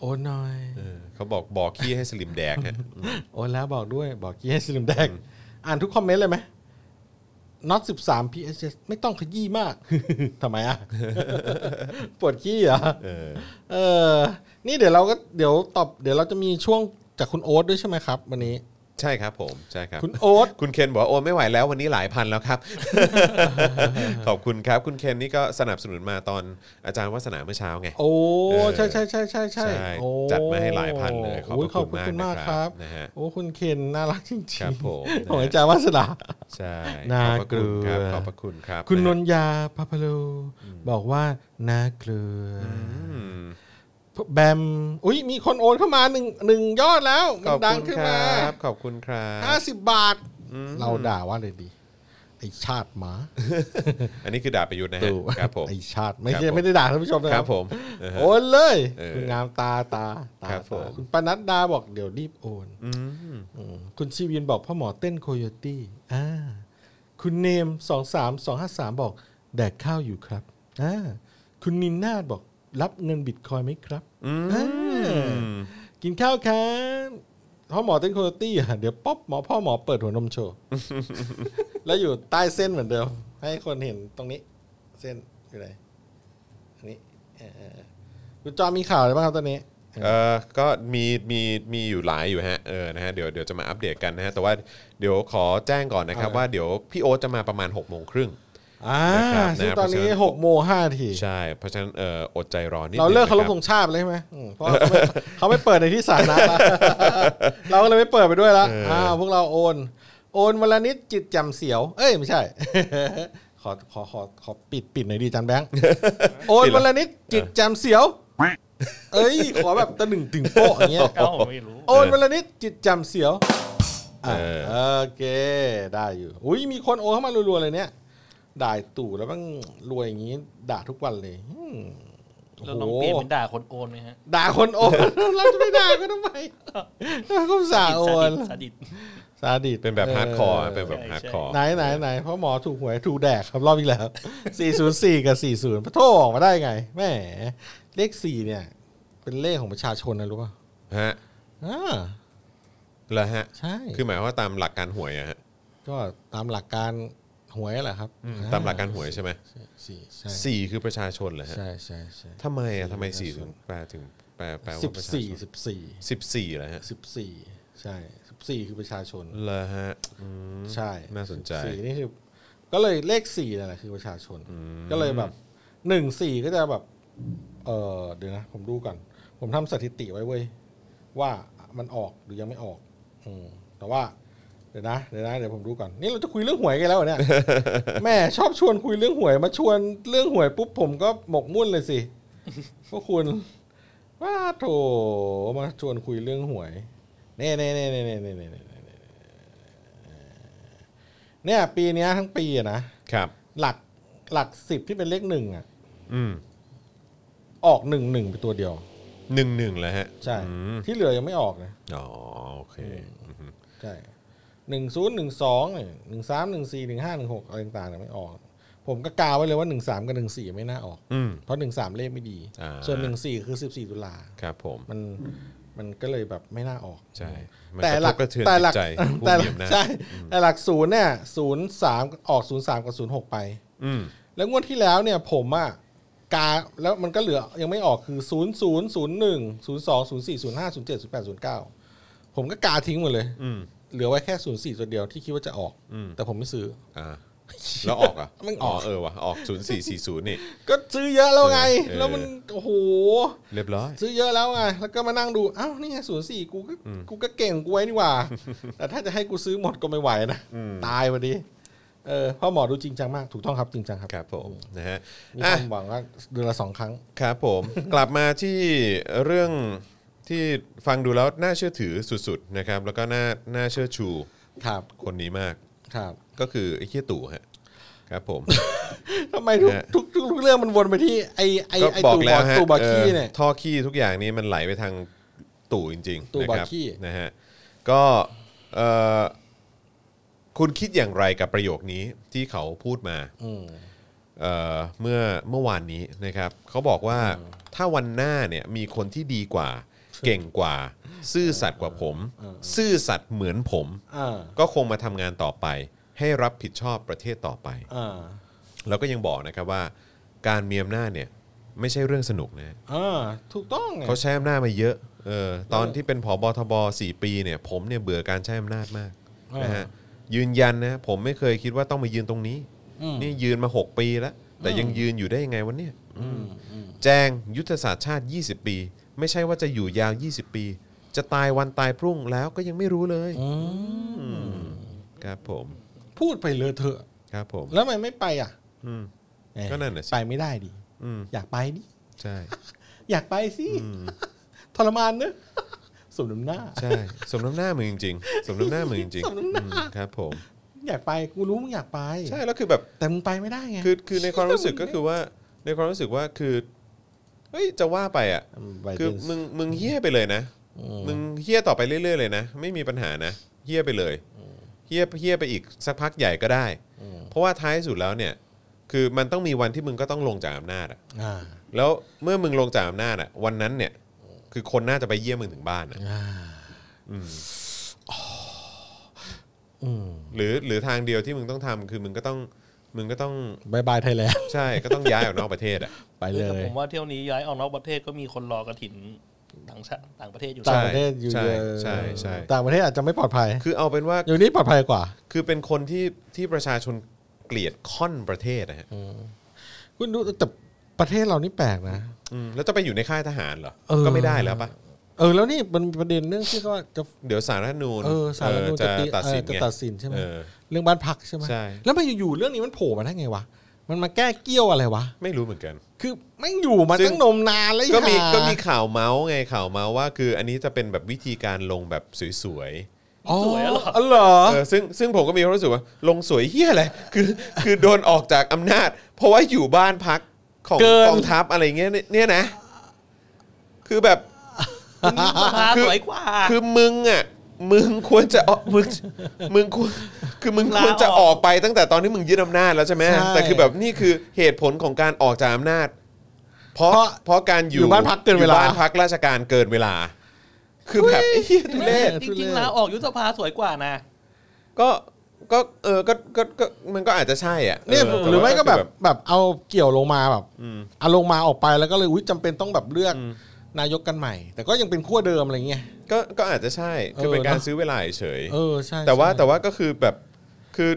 [SPEAKER 3] โอนหน่อย
[SPEAKER 2] เออเขาบอกบอกขี้ให้สลิมแดกฮะอืม
[SPEAKER 3] โอนแล้วบอกด้วย บอกกี้ให้สลิมแดง อ่านทุกคอมเมนต์เลยไหมน็อตสิบสามพีเอสไม่ต้องขยี้มาก ทำไม อ่ะ ปวดขี้เหรอ
[SPEAKER 2] เออ
[SPEAKER 3] เออ นี่เดี๋ยวเราก็เดี๋ยวตอบ เดี๋ยวเราจะมีช่วงจากคุณโอ๊ตด้วยใช่ไหมครับ วันนี้
[SPEAKER 2] ใช่ครับผมใช่ครับ
[SPEAKER 3] คุณโอ๊ต
[SPEAKER 2] คุณเคนบอกว่าโอนไม่ไหวแล้ววันนี้หลายพันแล้วครับ ขอบคุณครับ คุณเคนนี่ก็สนับสนุนมาตอนอาจารย์วัฒนาเมื่อเช้าไง
[SPEAKER 3] โอ้
[SPEAKER 2] เออ
[SPEAKER 3] ใช่ใช่ใช่ใช่ใช่โอ้
[SPEAKER 2] จัดมาให้หลายพันเลยขอบพระ
[SPEAKER 3] โย
[SPEAKER 2] คุณมากนะค
[SPEAKER 3] ค
[SPEAKER 2] รั
[SPEAKER 3] รั
[SPEAKER 2] บบ นะฮะ
[SPEAKER 3] โอ้คุณเคนน่ารักจริง
[SPEAKER 2] ครับผม
[SPEAKER 3] ๆ ของ
[SPEAKER 2] นะฮะ
[SPEAKER 3] อาจารย์วัสนา
[SPEAKER 2] ใช่
[SPEAKER 3] น่า
[SPEAKER 2] ขอบพระคุณครับ
[SPEAKER 3] กลัว
[SPEAKER 2] ขอบพระคุณครับ
[SPEAKER 3] คุณน
[SPEAKER 2] นะฮะ
[SPEAKER 3] นยาพาพาโลบอกว่าน่าเกลือ
[SPEAKER 2] อืม
[SPEAKER 3] แบมอุ้ยมีคนโอนเข้ามาหนึ่งหนึ่งยอดแล้ว
[SPEAKER 2] ข
[SPEAKER 3] มัน
[SPEAKER 2] อบ
[SPEAKER 3] ดัง
[SPEAKER 2] คุณ
[SPEAKER 3] ขึ้น
[SPEAKER 2] คร
[SPEAKER 3] มา
[SPEAKER 2] ับ ขอบคุณครับ
[SPEAKER 3] ห้าสิบบาท
[SPEAKER 2] อืม
[SPEAKER 3] เราด่าว่าเลยดี ไอชาติหมา
[SPEAKER 2] อันนี้คือดาบประยุทธ์นะฮะ
[SPEAKER 3] ตู่
[SPEAKER 2] ครับผม
[SPEAKER 3] ไอชาติไม่
[SPEAKER 2] ค
[SPEAKER 3] ใช่
[SPEAKER 2] รับผม
[SPEAKER 3] ไม่ได้ด่าท่านผู้ชมนะ
[SPEAKER 2] ค
[SPEAKER 3] ค
[SPEAKER 2] รั
[SPEAKER 3] รั
[SPEAKER 2] บบ ผมนะฮะ
[SPEAKER 3] โอนเลย
[SPEAKER 2] เออ
[SPEAKER 3] คุณงามตาตาตา
[SPEAKER 2] ครับผม
[SPEAKER 3] ตาคุณปนัดดาบอกเดี๋ยวรีบโอน
[SPEAKER 2] อืม
[SPEAKER 3] อืมคุณชีวินบอกพ่อหมอเต้นโคโยตี้อ่าคุณเนมสองสามสองห้าสามบอก แดกข้าวอยู่ครับอ่าคุณนินนาดบอกรับเงินบิตคอยน์ไหมครับ
[SPEAKER 2] อืม
[SPEAKER 3] กินข้าวครับพ่อหมอเต้นโคโยตี้อ่ะเดี๋ยวป๊อปหมอพ่อหมอเปิดหัวนมโชว์ แล้วอยู่ใต้เส้นเหมือนเดิม ให้คนเห็นตรงนี้ เส้นอยู่ไหนอันนี้เออคุณจอมมีข่าวอะไรบ้างครับตอนนี้
[SPEAKER 2] เออก็มีมีมีอยู่หลายอยู่ฮะเออนะฮะเดี๋ยวเดี๋ยวจะมาอัปเดตกันนะฮะแต่ว่าเดี๋ยวขอแจ้งก่อนนะครับ
[SPEAKER 3] เอาเลย
[SPEAKER 2] ว่าเดี๋ยวพี่โอ๊ตจะมาประมาณ6กโมงครึ่ง
[SPEAKER 3] อ่า
[SPEAKER 2] นะครับ
[SPEAKER 3] ซึ่ง
[SPEAKER 2] นะ
[SPEAKER 3] ตอน
[SPEAKER 2] เพ
[SPEAKER 3] นี้
[SPEAKER 2] ราะฉะนั้น
[SPEAKER 3] หกโมงห้านาที
[SPEAKER 2] ใช่ เพราะฉะนั้นเอออดใจรอนิด
[SPEAKER 3] เราเลิกเคารพ
[SPEAKER 2] นึงนะคบ
[SPEAKER 3] ธงชาติไปเลยใช่ไหมอืมเพราะเขาไม่เขาไม่เปิดในที่สาธารณะ ละเราก็เลยไม่เปิดไปด้วยละ่าพวกเราโอน โอนวันละนิดจิตแจำเสียว เอ้ยไม่ใช่ ขอขอขอขอปิ ดปิดหน่อยดีจันแบงค์ โอนวันละนิดจิตแจำเสียว เอ้ย ขอแบบตะหนึ่งถึงโป๊ะอย่างเงี้ย
[SPEAKER 4] เก้าผมไม่รู้
[SPEAKER 3] โอนวันละนิดจิตแจำเสียวอ่ะ
[SPEAKER 2] เออ
[SPEAKER 3] โอเค ได้อยู่ อุ้ยมีคนโอนเข้ามารัวๆเลยเนี่ยด่าไอ้ตู่แล้วบ้างรวยอย่างงี้ ด่าทุกวันเลยอืม
[SPEAKER 4] เราลองเปลี่ยนเป็นด่าคนโอนไหมฮะ
[SPEAKER 3] ด่าคนโอน เราจะไม่ด่าก็ทำไม เราก็อุตสาห์โอ
[SPEAKER 4] สาน ดิสสาดิส
[SPEAKER 3] ซาดิส
[SPEAKER 2] เป็นแบบฮาร์ดคอร์เป็นแบบ
[SPEAKER 4] ใช่
[SPEAKER 2] ฮาร์ดคอร์
[SPEAKER 3] ไหนไหนไหนเพราะหมอถูกหวยถูกแดกครับรอบอีกแล้ว 404 กับ 40พระโทษออกมาได้ไงแหมเลข 4 เนี่ย เป็นเลขของประชาชนนะรู้ป่ะ
[SPEAKER 2] ฮะ
[SPEAKER 3] อ่า
[SPEAKER 2] แล้วฮะ
[SPEAKER 3] ใช่
[SPEAKER 2] คือหมายความว่าตามหลักการหวยอะฮะ
[SPEAKER 3] ก็ตามหลักการหวยแหละครับอ่
[SPEAKER 2] ตามหลักการหวยใช่ไหม
[SPEAKER 3] สี่ใช่
[SPEAKER 2] สี่คือประชาชนเหรอฮะ
[SPEAKER 3] ใช่ใช่ใช่
[SPEAKER 2] ทำไมอะทำไมสี่ถึงแปลถึงแปลแปล
[SPEAKER 3] สิ
[SPEAKER 2] ว่า
[SPEAKER 3] บ
[SPEAKER 2] ประชา
[SPEAKER 3] สี่
[SPEAKER 2] ชน
[SPEAKER 3] สิบสี่
[SPEAKER 2] สิบสี่เหรอฮะ
[SPEAKER 3] สิบสี่ใช่สิบสี่คือประชาชน
[SPEAKER 2] เหรอฮะอืม
[SPEAKER 3] ใช่
[SPEAKER 2] น่าสนใจ
[SPEAKER 3] สี่นี่คือ ก็เลยเลขสี่นั่นแหละคือประชาชน ก็เลยแบบหนึ่งสี่ก็จะแบบ เออเดี๋ยวนะ ผมดูก่อน ผมทำสถิติไว้เว้ย ว่ามันออกหรือยังไม่ออก อืมแต่ว่า เดี๋ยวนะเดี๋ยวนะเดี๋ยวผมดูก่อน นี่เราจะคุยเรื่องหวยกันแล้วเหรอเนี่ย แม่ชอบชวนคุยเรื่องหวย มาชวนเรื่องหวยปุ๊บผมก็หมกมุ่นเลยสิ พวกคุณ ว่าโถมาชวนคุยเรื่องหวยเน่เน่เน่เน่เน่เน่เน่เน่เน่เน่เนี่ยปีเนี้ยทั้งปีอะนะครับ หลักหลักสิบที่เป็นเลขหนึ่งอะ
[SPEAKER 2] อืม
[SPEAKER 3] ออกหนึ่งหนึ่งไปตัวเดียว
[SPEAKER 2] หนึ่งหนึ่งเหรอฮะ
[SPEAKER 3] ใช่
[SPEAKER 2] อืม
[SPEAKER 3] ที่เหลือยังไม่ออกนะ
[SPEAKER 2] อ๋อโอเคอืม
[SPEAKER 3] ใช่หนึ่งศูนย์หนึ่งสองหนึ่งสามหนึ่งสี่หนึ่งห้าหนึ่งหกอะไรต่างๆเนี่ยไม่ออก ผมก็กาวไว้เลยว่าหนึ่งสามกับหนึ่งสี่ไม่น่าออก
[SPEAKER 2] อืม
[SPEAKER 3] เพราะหนึ่งสามเลขไม่ดี
[SPEAKER 2] อ่า
[SPEAKER 3] ส่วนหนึ่งสี่คือสิบสี่ตุลา
[SPEAKER 2] ครับผม
[SPEAKER 3] มันมันก็เลยแบบไม่น่าออก
[SPEAKER 2] ใช่มัน
[SPEAKER 3] แต่หลัก
[SPEAKER 2] กระทบกระเทือน
[SPEAKER 3] แต่ห
[SPEAKER 2] จิ
[SPEAKER 3] ลั
[SPEAKER 2] ตใจผู้
[SPEAKER 3] แต่ห
[SPEAKER 2] มี
[SPEAKER 3] ลัก
[SPEAKER 2] อำนาจ
[SPEAKER 3] ใช่แต่หลักศูนย์เนี่ยศูนย์สามออกศูนย์สามกับศูนย์หกไป
[SPEAKER 2] อืม
[SPEAKER 3] แล้วงวดที่แล้วเนี่ยผมอะกาแล้วมันก็เหลือยังไม่ออกคือศูนย์ศูนย์ศูนย์หนึ่งศูนย์สองศูนย์สี่ศูนย์ห้าศูนย์เจ็ดศูนย์แปดศูนย์เก้าผมก็กาทิ้งหมดเลย
[SPEAKER 2] อืม
[SPEAKER 3] เหลือไว้แค่ศูนย์สี่ตัวเดียวที่คิดว่าจะออก
[SPEAKER 2] อืม
[SPEAKER 3] แต่ผมไม่ซื้อ
[SPEAKER 2] อ่าแล้วออกอ่ะ
[SPEAKER 3] มันออก
[SPEAKER 2] เออว่ะออกศูนย์สี่สี่ศูนย์นี่
[SPEAKER 3] ก็ซื้อเยอะแล้วไง
[SPEAKER 2] เออ
[SPEAKER 3] แล้วมันโอ้โห
[SPEAKER 2] เรียบร้อย
[SPEAKER 3] ซื้อเยอะแล้วไง แล้วก็มานั่งดู อ้าว นี่ไงศูนย์สี่กูก็ กูก็เก่งกูไว้นี่ห ว่า แต่ถ้าจะให้กูซื้อหมดก็ไม่ไหวนะ ตายวันนี้เออพ่อหมอดูจริงจังมาก ถูกต้องครับจริงจังครับ
[SPEAKER 2] ครับผมนะฮะ
[SPEAKER 3] มี
[SPEAKER 2] อ่ะ
[SPEAKER 3] ความหวังว่าเดือนละสองครั้ง
[SPEAKER 2] ครับ ผม กลับมาที่เรื่องที่ฟังดูแล้วน่าเชื่อถือสุดๆนะครับ แล้วก็น่าน่าเชื่อชู
[SPEAKER 3] ครับ
[SPEAKER 2] คนนี้มาก
[SPEAKER 3] ครับ
[SPEAKER 2] ก็คือไอ้เคี้ยตู่ฮะครับผม
[SPEAKER 3] ทำไมทุก
[SPEAKER 2] ฮะ
[SPEAKER 3] ทุกทุกทุกเรื่องมันวนไปที่ไอไอ
[SPEAKER 2] ก็
[SPEAKER 3] ไอ
[SPEAKER 2] บอก
[SPEAKER 3] ตู่บ
[SPEAKER 2] แล้ว
[SPEAKER 3] อ
[SPEAKER 2] ฮะ
[SPEAKER 3] ตู่บอขี้เนี่ย
[SPEAKER 2] เออท่อขี้ทุกอย่างนี้มันไหลไปทางตู่จริงๆ
[SPEAKER 3] ตู่
[SPEAKER 2] นะ
[SPEAKER 3] บอ
[SPEAKER 2] ครับ
[SPEAKER 3] ขี้
[SPEAKER 2] นะฮะก็เอ่อคุณคิดอย่างไรกับประโยคนี้ที่เขาพูดมา
[SPEAKER 3] ม
[SPEAKER 2] เอ่อเมื่อเมื่อวานนี้นะครับ เขาบอกว่าถ้าวันหน้าเนี่ยมีคนที่ดีกว่า เก่งกว่า ซื่อสัตย์กว่าผม ซื่อสัตย์เหมือนผม
[SPEAKER 3] อ่า
[SPEAKER 2] ก็คงมาทำงานต่อไป ให้รับผิดชอบประเทศต่อไป
[SPEAKER 3] อ่า
[SPEAKER 2] แล้วก็ยังบอกนะครับว่าการมีอำนาจเนี่ยไม่ใช่เรื่องสนุกนะฮะ
[SPEAKER 3] อ่า ถูกต้องไง
[SPEAKER 2] เขาใช้อำนาจมาเยอะ เออตอนที่เป็นผอบทบสี่ปีเนี่ย ผมเนี่ยเบื่อการใช้อำนาจมาก
[SPEAKER 3] อ่าน
[SPEAKER 2] นะฮะยืนยันนะผมไม่เคยคิดว่าต้องมายืนตรงนี้
[SPEAKER 3] อืม
[SPEAKER 2] นี่ยืนมา 6 ปีแล้ว แต่ยังยืนอยู่ได้ยังไงวันเนี้ย
[SPEAKER 3] อืมอืม
[SPEAKER 2] แจงยุทธศาสตร์ชาติ 20 ปี ไม่ใช่ว่าจะอยู่ยาว 20 ปี จะตายวันตายพรุ่งแล้วก็ยังไม่รู้เลย
[SPEAKER 3] อืม
[SPEAKER 2] อืมครับผม
[SPEAKER 3] พูดไปเลยเถอะ
[SPEAKER 2] ครับผม
[SPEAKER 3] แล้วทำไมันไม่ไปอ่ะ
[SPEAKER 2] อืม
[SPEAKER 3] เอ้ย
[SPEAKER 2] ก็นั่นน่ะสิ
[SPEAKER 3] ไปไม่ได้ดิ
[SPEAKER 2] อืม
[SPEAKER 3] อยากไปดิ
[SPEAKER 2] ใช่
[SPEAKER 3] อยากไปสิ
[SPEAKER 2] อืม
[SPEAKER 3] ทรมานเนอะ สมน้ำหน้า
[SPEAKER 2] ใช่ สมน้ำหน้ามึงจริงๆสมน้ำหน้ามึงจริงๆ
[SPEAKER 3] สมน้ำหน้า
[SPEAKER 2] อืมครับผม
[SPEAKER 3] อยากไปกูรู้มึงอยากไป
[SPEAKER 2] ใช่แล้วคือแบบ
[SPEAKER 3] แต่มึงไปไม่ได้ไง
[SPEAKER 2] คือคือในความรู้สึกก็คือว่าในความรู้สึกว่าคือเฮ้ยจะว่าไปอ่ะ
[SPEAKER 3] ไป
[SPEAKER 2] คือ
[SPEAKER 3] เป็น
[SPEAKER 2] มึงมึงเฮี้ยไปเลยนะ
[SPEAKER 3] อืม
[SPEAKER 2] มึงเฮี้ยต่อไปเรื่อยๆเลยนะ ไม่มีปัญหานะเฮี้ยไปเลยเฮี้ยเฮี้ยไปอีกสักพักใหญ่ก็ได้
[SPEAKER 3] อืม
[SPEAKER 2] เพราะว่าท้ายสุดแล้วเนี่ย คือมันต้องมีวันที่มึงก็ต้องลงจากอำนาจอะ
[SPEAKER 3] อ่า
[SPEAKER 2] แล้วเมื่อมึงลงจากอำนาจอะวันนั้นเนี่ย คือคนน่าจะไปเยี่ยมมึงถึงบ้านอะ
[SPEAKER 3] อ่า
[SPEAKER 2] อืม
[SPEAKER 3] อืม
[SPEAKER 2] หรือหรือทางเดียวที่มึงต้องทำคือมึงก็ต้องมึงก็ต้อง
[SPEAKER 3] บายบายไทยแลนด์
[SPEAKER 2] ใช่ก็ต้องย้ายออกนอกประเทศอะ
[SPEAKER 3] ไปเล
[SPEAKER 4] แต่
[SPEAKER 3] ย
[SPEAKER 4] ผมว่าเที่ยวนี้ย้ายออกนอกประเทศก็มีคนรอกระถินต่างชาติต่างประเทศอยู่
[SPEAKER 2] ใช่
[SPEAKER 3] ต่างประเทศอยู่
[SPEAKER 2] ใช่
[SPEAKER 3] เยอะ
[SPEAKER 2] ใช่ใช่
[SPEAKER 3] ต่างประเทศอาจจะไม่ปลอดภัย
[SPEAKER 2] คือเอาเป็นว่า
[SPEAKER 3] อยู่นี่ปลอดภัยกว่า
[SPEAKER 2] คือเป็นคนที่ที่ประชาชนเกลียดค่อนประเทศนะฮะ
[SPEAKER 3] คุณดูแต่ประเทศเรานี่แปลกนะ
[SPEAKER 2] อืมแล้วจะไปอยู่ในค่ายทหารเหรอ
[SPEAKER 3] เออ
[SPEAKER 2] ก็ไม่ได้แล้วปะ
[SPEAKER 3] เออแล้วนี่มันมีประเด็นเรื่องที่เขาว่าจะ
[SPEAKER 2] เดี๋ยวสารรัฐธรรมนูญ
[SPEAKER 3] เออสารรัฐธรรมนูญ
[SPEAKER 2] เออจะ
[SPEAKER 3] ตี
[SPEAKER 2] ตัดสิน
[SPEAKER 3] เออจะ
[SPEAKER 2] ไง
[SPEAKER 3] ตัดสินใช่ไหม
[SPEAKER 2] เออ
[SPEAKER 3] เรื่องบ้านพักใช่ไหม
[SPEAKER 2] ใช่
[SPEAKER 3] แล้วมันอยู่ๆเรื่องนี้มันโผล่มาได้ไงวะมันมาแก้เกี้ยวอะไรวะ
[SPEAKER 2] ไม่รู้เหมือนกัน
[SPEAKER 3] คือแม่งอยู่มา
[SPEAKER 2] ซึ่ง
[SPEAKER 3] ตั้งนมนานแล้ว
[SPEAKER 2] ก็มี
[SPEAKER 3] อีห่า
[SPEAKER 2] ก็มีข่าวเมาส์ไงข่าวเมาส์ว่า คืออันนี้จะเป็นแบบวิธีการลงแบบสวย
[SPEAKER 3] อ๋อ
[SPEAKER 4] สวยอะเหรอ
[SPEAKER 3] อ๋อเหรอ
[SPEAKER 2] ๆเออซึ่งซึ่งผมก็มีความรู้สึกว่า ลงสวยเฮี้ยอะไรคือคือโดนออกจากอำนาจ เพราะว่าอยู่บ้านพักของกองทัพอะไรเงี้ยเนี่ยเนี่ยนะ คือแบบ
[SPEAKER 4] สภา
[SPEAKER 2] คือ
[SPEAKER 4] สวยกว่า
[SPEAKER 2] คือมึงอ่ะมึงควรจะ ออกมึงมึงควรคือมึงควรจะออกไปตั้งแต่ตอนที่มึงยึดอำนาจแล้วใช่ไหมแต่คือแบบนี่คือเหตุผลของการออกจากอำนาจ เพราะเพราะการอยู่
[SPEAKER 3] อยู่บ้านพักเกินเว
[SPEAKER 2] อ
[SPEAKER 3] ลา
[SPEAKER 2] ยู่บ้านพักราชการเกินเวลา คือแบบไอ้เหี้ยทุเรศ
[SPEAKER 4] จริงๆลาออกยุบสภาสวยกว่านะ
[SPEAKER 2] ก็ก็เออก็ก็ก็มันก็อาจจะใช่อ่ะ
[SPEAKER 3] เนี่ย
[SPEAKER 2] เแต่
[SPEAKER 3] หรือไม่
[SPEAKER 2] ว่า
[SPEAKER 3] ก็แบบ
[SPEAKER 2] คือ
[SPEAKER 3] แบบเอาเกี่ยวลงมาแบบ
[SPEAKER 2] อืม
[SPEAKER 3] เอาลงมาออกไปแล้วก็เลยอุ้ยจำเป็นต้องแบบเลือก
[SPEAKER 2] อืม
[SPEAKER 3] นายกกันใหม่ แต่ก็ยังเป็นขั้วเดิมอะไรเงี้ย
[SPEAKER 2] ก็ก็อาจจะใช่คือเป็น
[SPEAKER 3] เออเนอะ
[SPEAKER 2] การซื้อเวลาเฉย
[SPEAKER 3] เออใช่
[SPEAKER 2] แต่ว่า
[SPEAKER 3] ใช่
[SPEAKER 2] แต่ว่าก็คือแบบคือ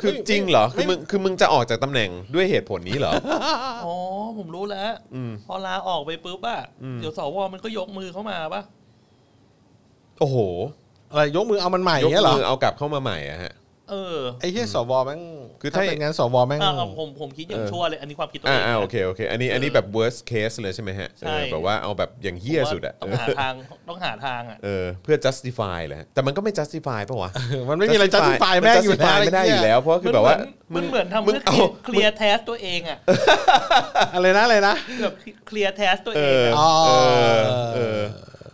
[SPEAKER 2] คือ
[SPEAKER 3] ไม่
[SPEAKER 2] จริงเหรอคื
[SPEAKER 3] ไม่
[SPEAKER 2] อมึงคือมึงจะออกจากตำแหน่งด้วยเหตุผลนี้เหรอ
[SPEAKER 4] อ๋อ ผมรู้แล้ว
[SPEAKER 2] อืม
[SPEAKER 4] พอลาออกไปปุ๊บอะ
[SPEAKER 2] อืม
[SPEAKER 4] เดี๋ยวสวมันก็ยกมือเข้ามาปะ
[SPEAKER 2] โอ้โห
[SPEAKER 3] อะไรยกมือเอามันใหม่
[SPEAKER 2] ยก
[SPEAKER 3] เงี้ยเหรอ
[SPEAKER 2] มือเอากลับเข้ามาใหม่อะฮะ
[SPEAKER 4] เออ
[SPEAKER 3] ไอ้เหี้ยสวแม่ง
[SPEAKER 2] คือถ้า
[SPEAKER 3] ถ้าเป็นงั้นสวแม่ง
[SPEAKER 4] อ่ะเอาผมผมคิดอย่างชั่วเลย อันนี้ความคิดตัว
[SPEAKER 2] อ่า
[SPEAKER 4] เอง
[SPEAKER 2] อ่า
[SPEAKER 4] นะ
[SPEAKER 2] โอเคโอเคอันนี้อันนี้แบบ worst case เลยใช่ไหมฮะ
[SPEAKER 4] ใช่
[SPEAKER 2] เออแบบว่าเอาแบบอย่างเฮี้ยสุดอะ
[SPEAKER 4] ผมว่าต้องหาทางต้องหาทางอะ
[SPEAKER 2] เออเพื่อ justify เลยฮะแต่มันก็ไม่ justify ปะวะ
[SPEAKER 3] มันไม่มีอะไรจัด
[SPEAKER 2] justify
[SPEAKER 3] ที่ฝ่ายแม่ง
[SPEAKER 2] น
[SPEAKER 3] อยู่
[SPEAKER 2] justify ไม่ได้อยู่แล้ว เพราะว่าคือแบบว่ามึ
[SPEAKER 4] มันเหมือนทำ
[SPEAKER 2] มึง
[SPEAKER 4] เพื่อ
[SPEAKER 2] เอา
[SPEAKER 4] เคลียร์แทสตัวเอง อะ
[SPEAKER 3] อะไรนะอะไรนะ
[SPEAKER 4] แบบเคลียร์แทสตัว
[SPEAKER 2] เอ
[SPEAKER 4] เอง
[SPEAKER 2] อ
[SPEAKER 4] อะ
[SPEAKER 2] อเออเออ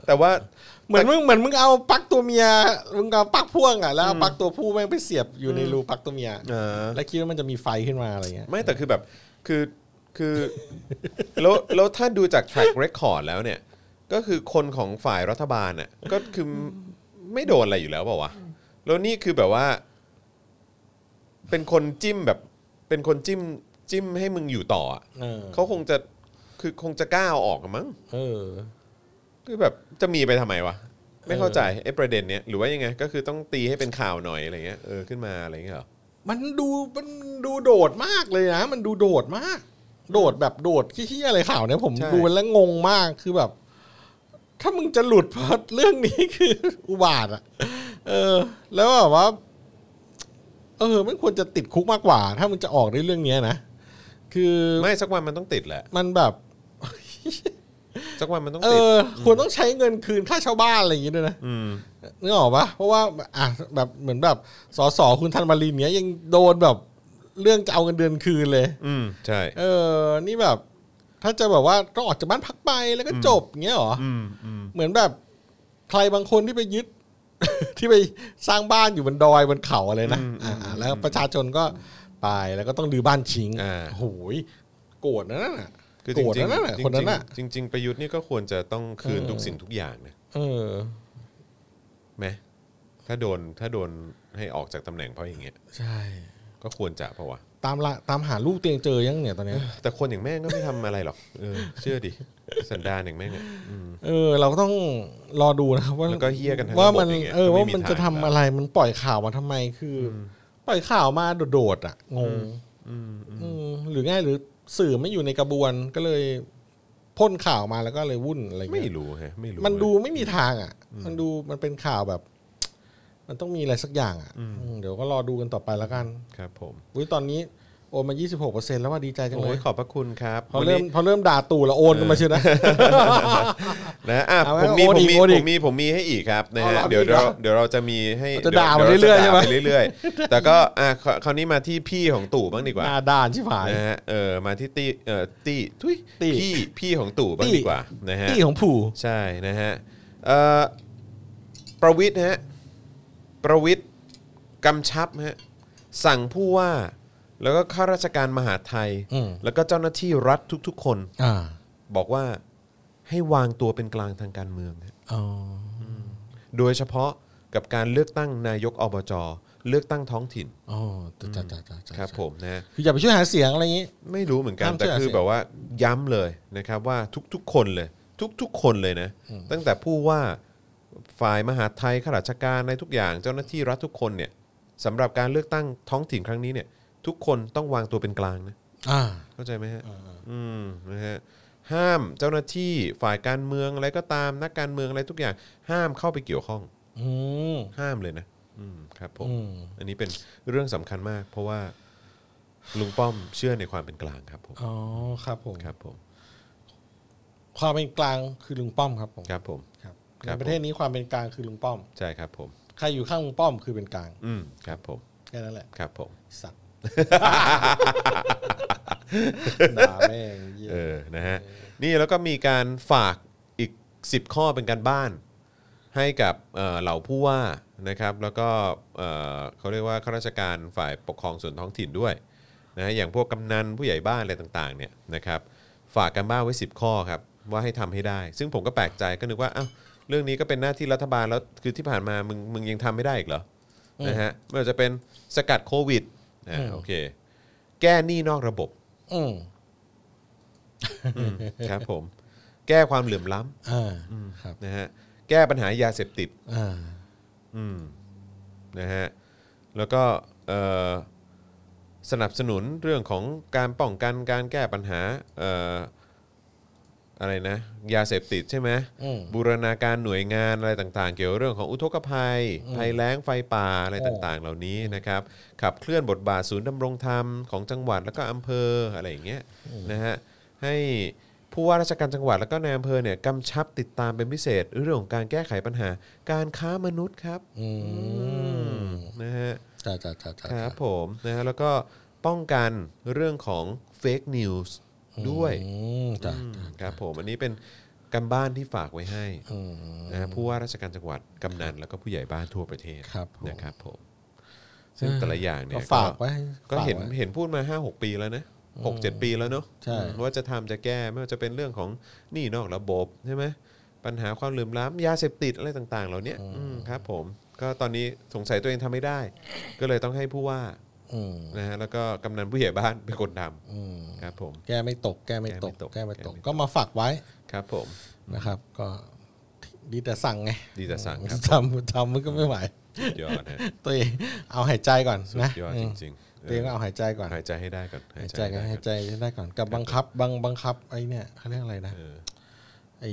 [SPEAKER 2] แต่ว่า
[SPEAKER 3] เหมือนมึงเหมือนมึงเอาปลักตัวเมียมึงเอาปลักพ่วงอ่ะแล้วเอาปลักตัวผู้แม่งไปเสียบอยู่ในรูปลักตัวเมีย
[SPEAKER 2] เออ
[SPEAKER 3] แล้วคิดว่ามันจะมีไฟขึ้นมาอะไรเงี้ย
[SPEAKER 2] ไม่แต่คือแบบคือคือ แล้วแล้วถ้าดูจาก track record แล้วเนี่ย ก็คือคนของฝ่ายรัฐบาลน่ะก็คือไม่โดนอะไรอยู่แล้วเปล่าวะแล้วนี่คือแบบว่า เป็นคนจิ้มแบบ เป็นคนจิ้มจิ้มให้มึงอยู่ต่ออะ
[SPEAKER 3] เออ
[SPEAKER 2] เขาคงจะคือคงจะกล้าเอาออกกันมั้ง
[SPEAKER 3] เออ
[SPEAKER 2] คือแบบจะมีไปทำไมวะไม่เข้าใจไอ้ประเด็นเนี้ยหรือว่ายังไง ก็คือต้องตีให้เป็นข่าวหน่อยอะไรเงี้ยเออขึ้นมาอะไรเงี้ยเหรอ
[SPEAKER 3] มันดูมันดูโดดมากเลยนะมันดูโดดมาก โดดแบบโดดขี้ๆอะไรข่าวเนี่ยผมดูแล้วงงมากคือแบบ ถ้ามึงจะหลุดเพราะเรื่องนี้คือ อุบาทอะเออ แล้วแบบว่า เออไม่ควรจะติดคุกมากกว่า ถ้ามึงจะออกในเรื่องเนี้ยนะคือ
[SPEAKER 2] ไม่สักวันมันต้องติดแหละ
[SPEAKER 3] มันแบบ
[SPEAKER 2] สักวันมันต้อง
[SPEAKER 3] เอ
[SPEAKER 2] ติด
[SPEAKER 3] อ ควรต้องใช้เงินคืนค่าเช่าบ้านอะไรอย่างงี้ด้วยนะ
[SPEAKER 2] อืม
[SPEAKER 3] นึกออกปะเพราะว่าอ่ะแบบเหมือนแบบสสคุณธันมารินเนี้ยยังโดนแบบ เรื่องจะเอาเงินเดือนคืนเลย
[SPEAKER 2] อืมใช่
[SPEAKER 3] เออ นี่แบบ ถ้าจะแบบว่าต้องออกจากบ้านพักไปแล้วก็จบอย่างเงี้ยเหรอ
[SPEAKER 2] อืมอืม
[SPEAKER 3] เหมือนแบบ ใครบางคนที่ไปยึด ที่ไปสร้างบ้านอยู่บนดอยบนเขาอะไรนะ
[SPEAKER 2] อืม
[SPEAKER 3] อ่าแล้วประชาชนก็ไปแล้วก็ต้องดื้อบ้านชิง
[SPEAKER 2] อ่า
[SPEAKER 3] โอ้ยโกรธนะนั่นน่ะ
[SPEAKER 2] คือจ
[SPEAKER 3] โกรธ
[SPEAKER 2] ริง
[SPEAKER 3] นะนั่นน่ะ
[SPEAKER 2] ๆจริงๆ
[SPEAKER 3] คนนั้นน่ะ
[SPEAKER 2] จริง ๆ ประยุทธ์นี่ก็ควรจะต้องคืนทุกสิ่งทุกอย่างนะ
[SPEAKER 3] เออ
[SPEAKER 2] ไหมถ้าโดนถ้าโดนให้ออกจากตำแหน่งเพราะอย่างเงี้ย
[SPEAKER 3] ใช่
[SPEAKER 2] ก็ควรจะเพราะวะ
[SPEAKER 3] ต ตามละตามหาลูกเตียงเจอยังเนี่ยตอนเนี้ย
[SPEAKER 2] แต่คนอย่างแม่งก็ไม่ทำอะไรหรอกเออเชื่อดิสันดานอย่างแม่งอะอืม
[SPEAKER 3] เออเราก็ต้องรอดูนะครับว่า
[SPEAKER 2] แล้วก็เหี้ยกันทั้ง
[SPEAKER 3] ว่า
[SPEAKER 2] ระบบ
[SPEAKER 3] มัน
[SPEAKER 2] อย่างเงี้ย
[SPEAKER 3] เออ
[SPEAKER 2] ไม่
[SPEAKER 3] ว่า
[SPEAKER 2] มี
[SPEAKER 3] มันจะ
[SPEAKER 2] ทาง
[SPEAKER 3] ทำอะไรมันปล่อยข่าวมาทำไมคือ ปล่อยข่าวมาโดดๆอ่ะงง
[SPEAKER 2] อืมอืม
[SPEAKER 3] อืมหรือง่ายหรือสื่อไม่อยู่ในกระบวนก็เลยพ่นข่าวมาแล้วก็เลยวุ่นอะไรเงี้ย
[SPEAKER 2] ไม่รู้ฮะไม่รู้
[SPEAKER 3] มันดู
[SPEAKER 2] ฮะ
[SPEAKER 3] ไม่มีทางอ่ะ มันดูมันเป็นข่าวแบบ มันต้องมีอะไรสักอย่างอ่ะอืมเดี๋ยวก็รอดูกันต่อไปแล้วกัน
[SPEAKER 2] ครับผม
[SPEAKER 3] อุ้ยตอนนี้โอนมา 26เปอร์เซ็นต์แล้วว่าดีใจจังเล
[SPEAKER 2] โอ้ย
[SPEAKER 3] ย
[SPEAKER 2] ขอบพระคุณครับ
[SPEAKER 3] พอ
[SPEAKER 2] วัน
[SPEAKER 3] เริ่
[SPEAKER 2] นี้
[SPEAKER 3] มพอเริ่มด่าตู่แล้วโอนกันมาเชื่อนะ
[SPEAKER 2] นะอ่ะ
[SPEAKER 3] เอาไว้
[SPEAKER 2] ผมมี
[SPEAKER 3] โอน
[SPEAKER 2] ผม
[SPEAKER 3] อีก
[SPEAKER 2] มีผมมี
[SPEAKER 3] โอนอีก
[SPEAKER 2] ผมมีให้อีกครับนะ
[SPEAKER 3] เอา
[SPEAKER 2] ฮะ
[SPEAKER 3] เหรอ
[SPEAKER 2] เดี๋ยว
[SPEAKER 3] มีอีก
[SPEAKER 2] เรา
[SPEAKER 3] เหรอ
[SPEAKER 2] เดี๋ยวเราจะมีให้
[SPEAKER 3] จะด่า
[SPEAKER 2] ดี๋ว
[SPEAKER 3] มาเรื่อยๆ
[SPEAKER 2] จะด่า
[SPEAKER 3] ใช่ไหม
[SPEAKER 2] ปเรื่อยๆ แต่ก็อ่ะครคราวนี้มาที่พี่ของตู่บ้างดีกว่า
[SPEAKER 3] ด่าด่านชิบหาย
[SPEAKER 2] นะฮะเออมาที่ตี้เออตี้ทุย
[SPEAKER 3] ตี้
[SPEAKER 2] พี่พี่ของตู่บ้าง
[SPEAKER 3] ตี้
[SPEAKER 2] ดีกว่านะฮะ
[SPEAKER 3] ที่ของผู่
[SPEAKER 2] ใช่นะฮะเอ่อประวิทย์ฮะประวิทย์กำชับฮะสั่งผู้ว่า แล้วก็ข้าราชการมหาดไทย
[SPEAKER 3] อืม
[SPEAKER 2] แล้วก็เจ้าหน้าที่รัฐทุก ๆ คน
[SPEAKER 3] อ่า
[SPEAKER 2] บอกว่าให้วางตัวเป็นกลางทางการเมืองฮะ
[SPEAKER 3] อ๋อ
[SPEAKER 2] โดยเฉพาะกับการเลือกตั้งนายกอบจ เลือกตั้งท้องถิ่น
[SPEAKER 3] อ๋อจ้าจ้าจ้าจ้า
[SPEAKER 2] ครับผมนะ
[SPEAKER 3] คืออย่าไปช่วยหาเสียงอะไรอย่างงี้
[SPEAKER 2] ไม่รู้เหมือนกัน
[SPEAKER 3] ห้ามเชื่
[SPEAKER 2] แต่
[SPEAKER 3] อ
[SPEAKER 2] คือ
[SPEAKER 3] สิ
[SPEAKER 2] แบบว่าย้ำเลยนะครับว่าทุกๆ คนเลย ทุกๆ คนเลยนะ ตั้งแต่ผู้ว่าฝ่ายมหาดไทยข้าราชการในทุกอย่าง เจ้าหน้าที่รัฐทุกคนเนี่ยสำหรับการเลือกตั้งท้องถิ่นครั้งนี้เนี่ยทุกคนต้องวางตัวเป็นกลางนะ
[SPEAKER 3] อ่า
[SPEAKER 2] เข้าใจไหมฮะ อืม นะฮะ ห้ามเจ้าหน้าที่ฝ่ายการเมืองอะไรก็ตามนักการเมืองอะไรทุกอย่าง ห้ามเข้าไปเกี่ยวข้อง
[SPEAKER 3] อืม
[SPEAKER 2] ห้ามเลยนะ อืม ครับผม
[SPEAKER 3] อืม
[SPEAKER 2] อันนี้เป็นเรื่องสำคัญมาก เพราะว่าลุงป้อมเชื่อในความเป็นกลางครับผม
[SPEAKER 3] อ๋อครับผม
[SPEAKER 2] ครับผม
[SPEAKER 3] ความเป็นกลางคือลุงป้อมครับผม
[SPEAKER 2] ครับผม
[SPEAKER 3] ครับ
[SPEAKER 2] ครับ
[SPEAKER 3] ในประเทศนี้ความเป็นกลางคือลุงป้อม
[SPEAKER 2] ใช่ครับผม
[SPEAKER 3] ใครอยู่ข้างลุงป้อมคือเป็นกลาง
[SPEAKER 2] อืม ครับผม
[SPEAKER 3] แค่นั้นแหละ
[SPEAKER 2] ครับผม
[SPEAKER 3] สัต ว์ ด่าแม่งเหี้ย
[SPEAKER 2] เออ นะฮะ นี่แล้วก็มีการฝากอีก 10 ข้อเป็นการบ้าน ให้กับเอ่อเหล่าผู้ว่านะครับ แล้วก็เอ่อเขาเรียกว่าข้าราชการฝ่ายปกครองส่วนท้องถิ่นด้วยนะฮะอย่างพวกกำนันผู้ใหญ่บ้านอะไรต่างๆเนี่ยนะครับฝากกันบ้านไว้ 10 ข้อครับว่าให้ทำให้ได้ ซึ่งผมก็แปลกใจก็นึกว่าอ้าวเรื่องนี้ก็เป็นหน้าที่รัฐบาลแล้วคือที่ผ่านมามึงมึงยังทำไม่ได้อีกเหรอนะฮะไม่ว่าจะเป็นสกัดโควิดอ่าโอเคแก้หนี้นอกระบบ
[SPEAKER 3] อืม
[SPEAKER 2] ครับผม แก้ความเหลื่อมล้
[SPEAKER 3] อ่าครับ
[SPEAKER 2] ำนะฮะแก้ปัญหายาเสพติด
[SPEAKER 3] อ่า
[SPEAKER 2] อืมนะฮะแล้วก็เอ่อสนับสนุนเรื่องของการป้องกันการแก้ปัญหาเอ่ออะไรนะยาเสพติดใช่ไหม
[SPEAKER 3] อืม
[SPEAKER 2] บูรณาการหน่วยงานอะไรต่างๆ เกี่ยวเรื่องของอุทกภัย ภัยแล้งไฟป่าอะไรต่างๆ เหล่านี้นะครับ ขับเคลื่อนบทบาทศูนย์ดำรงธรรมของจังหวัดแล้วก็อำเภออะไรอย่างเงี้ยนะฮะให้ ผู้ว่าราชการจังหวัดแล้วก็นายอำเภอเนี่ยกำชับติดตามเป็นพิเศษ เรื่องของการแก้ไขปัญหา การค้ามนุษย์ครับ
[SPEAKER 3] อืม
[SPEAKER 2] นะฮะ
[SPEAKER 3] จ้าจ้าจ้าจ้า
[SPEAKER 2] ครับผมนะฮะแล้วก็ป้องกันเรื่องของเฟกนิวส์ด้วย
[SPEAKER 3] อืมจ้า
[SPEAKER 2] อืมครับผมอันนี้เป็นกำบ้านที่ฝากไว้ให้
[SPEAKER 3] อืม
[SPEAKER 2] นะฮะผู้ว่าราชการจังหวัดกำนันแล้วก็ผู้ใหญ่บ้านทั่วประเทศ
[SPEAKER 3] ครับผม
[SPEAKER 2] นะครับผมซึ่งแต่ละอย่างเนี่ย
[SPEAKER 3] ก็ฝากไว้
[SPEAKER 2] ก็
[SPEAKER 3] ฝาก
[SPEAKER 2] เห็น
[SPEAKER 3] ไว้
[SPEAKER 2] เห็นพูดมา 5 6 ปีแล้วนะหกเจ็ดปีแล้วเนอะ
[SPEAKER 3] ใช่
[SPEAKER 2] ว่าจะทำจะแก้ไม่ว่าจะเป็นเรื่องของหนี้นอกระบบใช่ไหมปัญหาความเหลื่อมล้ำยาเสพติดอะไรต่างๆ เหล่าเนี้ยอืมครับผมก็ตอนนี้สงสัยตัวเองทำไม่ได้ ก็เลยต้องให้ผู้ว่า
[SPEAKER 3] อืม
[SPEAKER 2] นะฮะแล้วก็กำนันผู้ใหญ่บ้านเป็นคนท
[SPEAKER 3] อืม
[SPEAKER 2] ำครับผม
[SPEAKER 3] แก้ไม่ตก แก้ไม่ตก
[SPEAKER 2] แก้
[SPEAKER 3] แก้
[SPEAKER 2] ไม่ต
[SPEAKER 3] ไม่ต
[SPEAKER 2] ก
[SPEAKER 3] ก ก็มาฝากไว้
[SPEAKER 2] ครับผม
[SPEAKER 3] นะครับ ก็ดีแต่สั่งไง
[SPEAKER 2] ดีแต่สั่งครับ
[SPEAKER 3] ทำทำมันก็ ไม่ไหว
[SPEAKER 2] สุดยอดฮะ
[SPEAKER 3] ตัวเองเอาหายใจก่อน
[SPEAKER 2] สุด
[SPEAKER 3] นะ
[SPEAKER 2] ยอด
[SPEAKER 3] อื
[SPEAKER 2] จ
[SPEAKER 3] ม
[SPEAKER 2] ริงๆ
[SPEAKER 3] ตัวเองก็เอาหายใจก่อน
[SPEAKER 2] หายใจให้ได้ก่อน
[SPEAKER 3] หายใจกัน
[SPEAKER 2] ห้
[SPEAKER 3] หาย
[SPEAKER 2] ได้
[SPEAKER 3] ใจได้ก่อนกับบังคับบังบังคับไอ้เนี่ยเขาเรียกอะไรนะ
[SPEAKER 2] เออ
[SPEAKER 3] ไอ้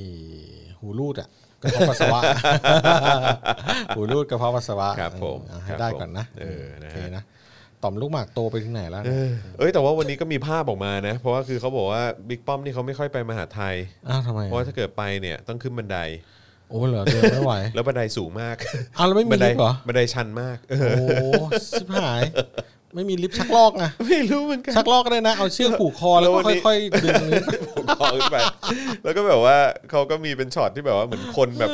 [SPEAKER 3] หูรูดอ่ะกระเพาะปัส สาวะ หูรูดกระเพาะปัสสาวะ
[SPEAKER 2] ครับผม
[SPEAKER 3] เออ
[SPEAKER 2] ค
[SPEAKER 3] ให้
[SPEAKER 2] รับ
[SPEAKER 3] ได้
[SPEAKER 2] ผม
[SPEAKER 3] ก่อนนะ
[SPEAKER 2] เออ
[SPEAKER 3] โอ
[SPEAKER 2] นะ
[SPEAKER 3] เค
[SPEAKER 2] ฮะ
[SPEAKER 3] นะต่อมลูกหมากโตไปถึงไหนแล้วนะ
[SPEAKER 2] เออเอ้ยแต่ว่าวันนี้ก็มีภาพออกมานะ เพราะว่าคือเขาบอกว่าบิ๊กป้อมนี่เขาไม่ค่อยไปมหาไทย
[SPEAKER 3] อ้าวทำไม
[SPEAKER 2] เพราะว่าถ้าเกิดไปเนี่ยต้องขึ้นบันได
[SPEAKER 3] โอ้เหรอเดินไม่ไหว
[SPEAKER 2] แล้วบันไดสูงมาก
[SPEAKER 3] อ้าวแล้วไม่มี
[SPEAKER 2] บันได
[SPEAKER 3] ลิฟต์เหรอ
[SPEAKER 2] บันไดชันมาก เออ
[SPEAKER 3] โอ้สิบหาย ไม่มีลิฟต์ชักลอกนะ
[SPEAKER 2] ไม่รู้เหมือนกัน
[SPEAKER 3] ชักลอกก็ได้นะเอาเชือกผูกคอแล้ว
[SPEAKER 2] แล้ววั
[SPEAKER 3] ก็
[SPEAKER 2] นนี้
[SPEAKER 3] ค่อยๆดึงลิฟต์
[SPEAKER 2] ผมคอขึ้นไป แล้วก็แบบว่าเขาก็มีเป็นช็อตที่แบบว่าเหมือนคนแบบ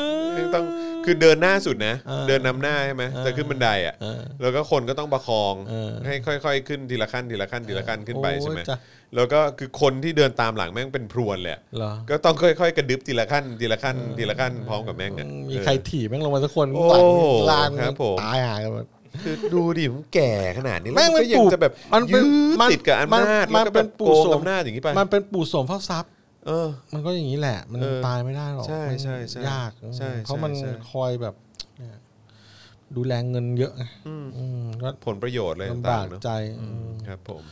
[SPEAKER 2] ต้องคือเดินหน้าสุดนะ
[SPEAKER 3] เออ
[SPEAKER 2] เดินนำหน้าใช่ไหมจะขึ้นบันไดอ่ะ
[SPEAKER 3] เออ
[SPEAKER 2] แล้วก็คนก็ต้องประคอง
[SPEAKER 3] เออ
[SPEAKER 2] ให้ค่อย ๆ ขึ้นทีละขั้นทีละขั้นทีละขั้นขึ้นไปใช่ไหม
[SPEAKER 3] โอ้ยจ้ะ
[SPEAKER 2] แล้วก็คือคนที่เดินตามหลังแม่งเป็นพรวนเลยอะ
[SPEAKER 3] เหรอ
[SPEAKER 2] ก็ต้องค่อย ๆ กระดึบทีละขั้นทีละขั้นทีละขั้นพร้อมกับแม่งอะ
[SPEAKER 3] มี
[SPEAKER 2] เออ
[SPEAKER 3] ใครถีบแม่งลงมาสักคน
[SPEAKER 2] โอ้
[SPEAKER 3] หลังลาก
[SPEAKER 2] ครับผม
[SPEAKER 3] ตายหากันหมด
[SPEAKER 2] คือดูดิผมแก่ขนาดนี้แล้ว
[SPEAKER 3] แม่ง
[SPEAKER 2] มันก็ยัง
[SPEAKER 3] เป็นปู่
[SPEAKER 2] จะแบบ
[SPEAKER 3] มันเป็น
[SPEAKER 2] ยื
[SPEAKER 3] มั
[SPEAKER 2] ด
[SPEAKER 3] น
[SPEAKER 2] ติดกับอำนาจ
[SPEAKER 3] มั
[SPEAKER 2] แล้ว
[SPEAKER 3] น
[SPEAKER 2] ก็
[SPEAKER 3] เป็
[SPEAKER 2] แบบ
[SPEAKER 3] นปู่
[SPEAKER 2] โกง
[SPEAKER 3] โสม
[SPEAKER 2] อำนาจอย่างนี้ไป
[SPEAKER 3] มันเป็นปู่โสมเฝ้าทรัพย์
[SPEAKER 2] เออ
[SPEAKER 3] มันก็อย่างนี้แหละ มัน
[SPEAKER 2] เออ
[SPEAKER 3] ตายไม่ได้หรอก
[SPEAKER 2] ใช่
[SPEAKER 3] มัน
[SPEAKER 2] ใช่ใช่
[SPEAKER 3] ยาก
[SPEAKER 2] ใช่ใช่
[SPEAKER 3] เพราะมัน
[SPEAKER 2] ใช่
[SPEAKER 3] คอยแบบเนี่ยดูแลเงินเยอะไง
[SPEAKER 2] อืม
[SPEAKER 3] อืมก็
[SPEAKER 2] ผลประโยชน์อะไร
[SPEAKER 3] ลำ
[SPEAKER 2] ต่า
[SPEAKER 3] บาก
[SPEAKER 2] งๆเนอะ
[SPEAKER 3] ใจ
[SPEAKER 2] อืม
[SPEAKER 3] อืม
[SPEAKER 2] ครับผม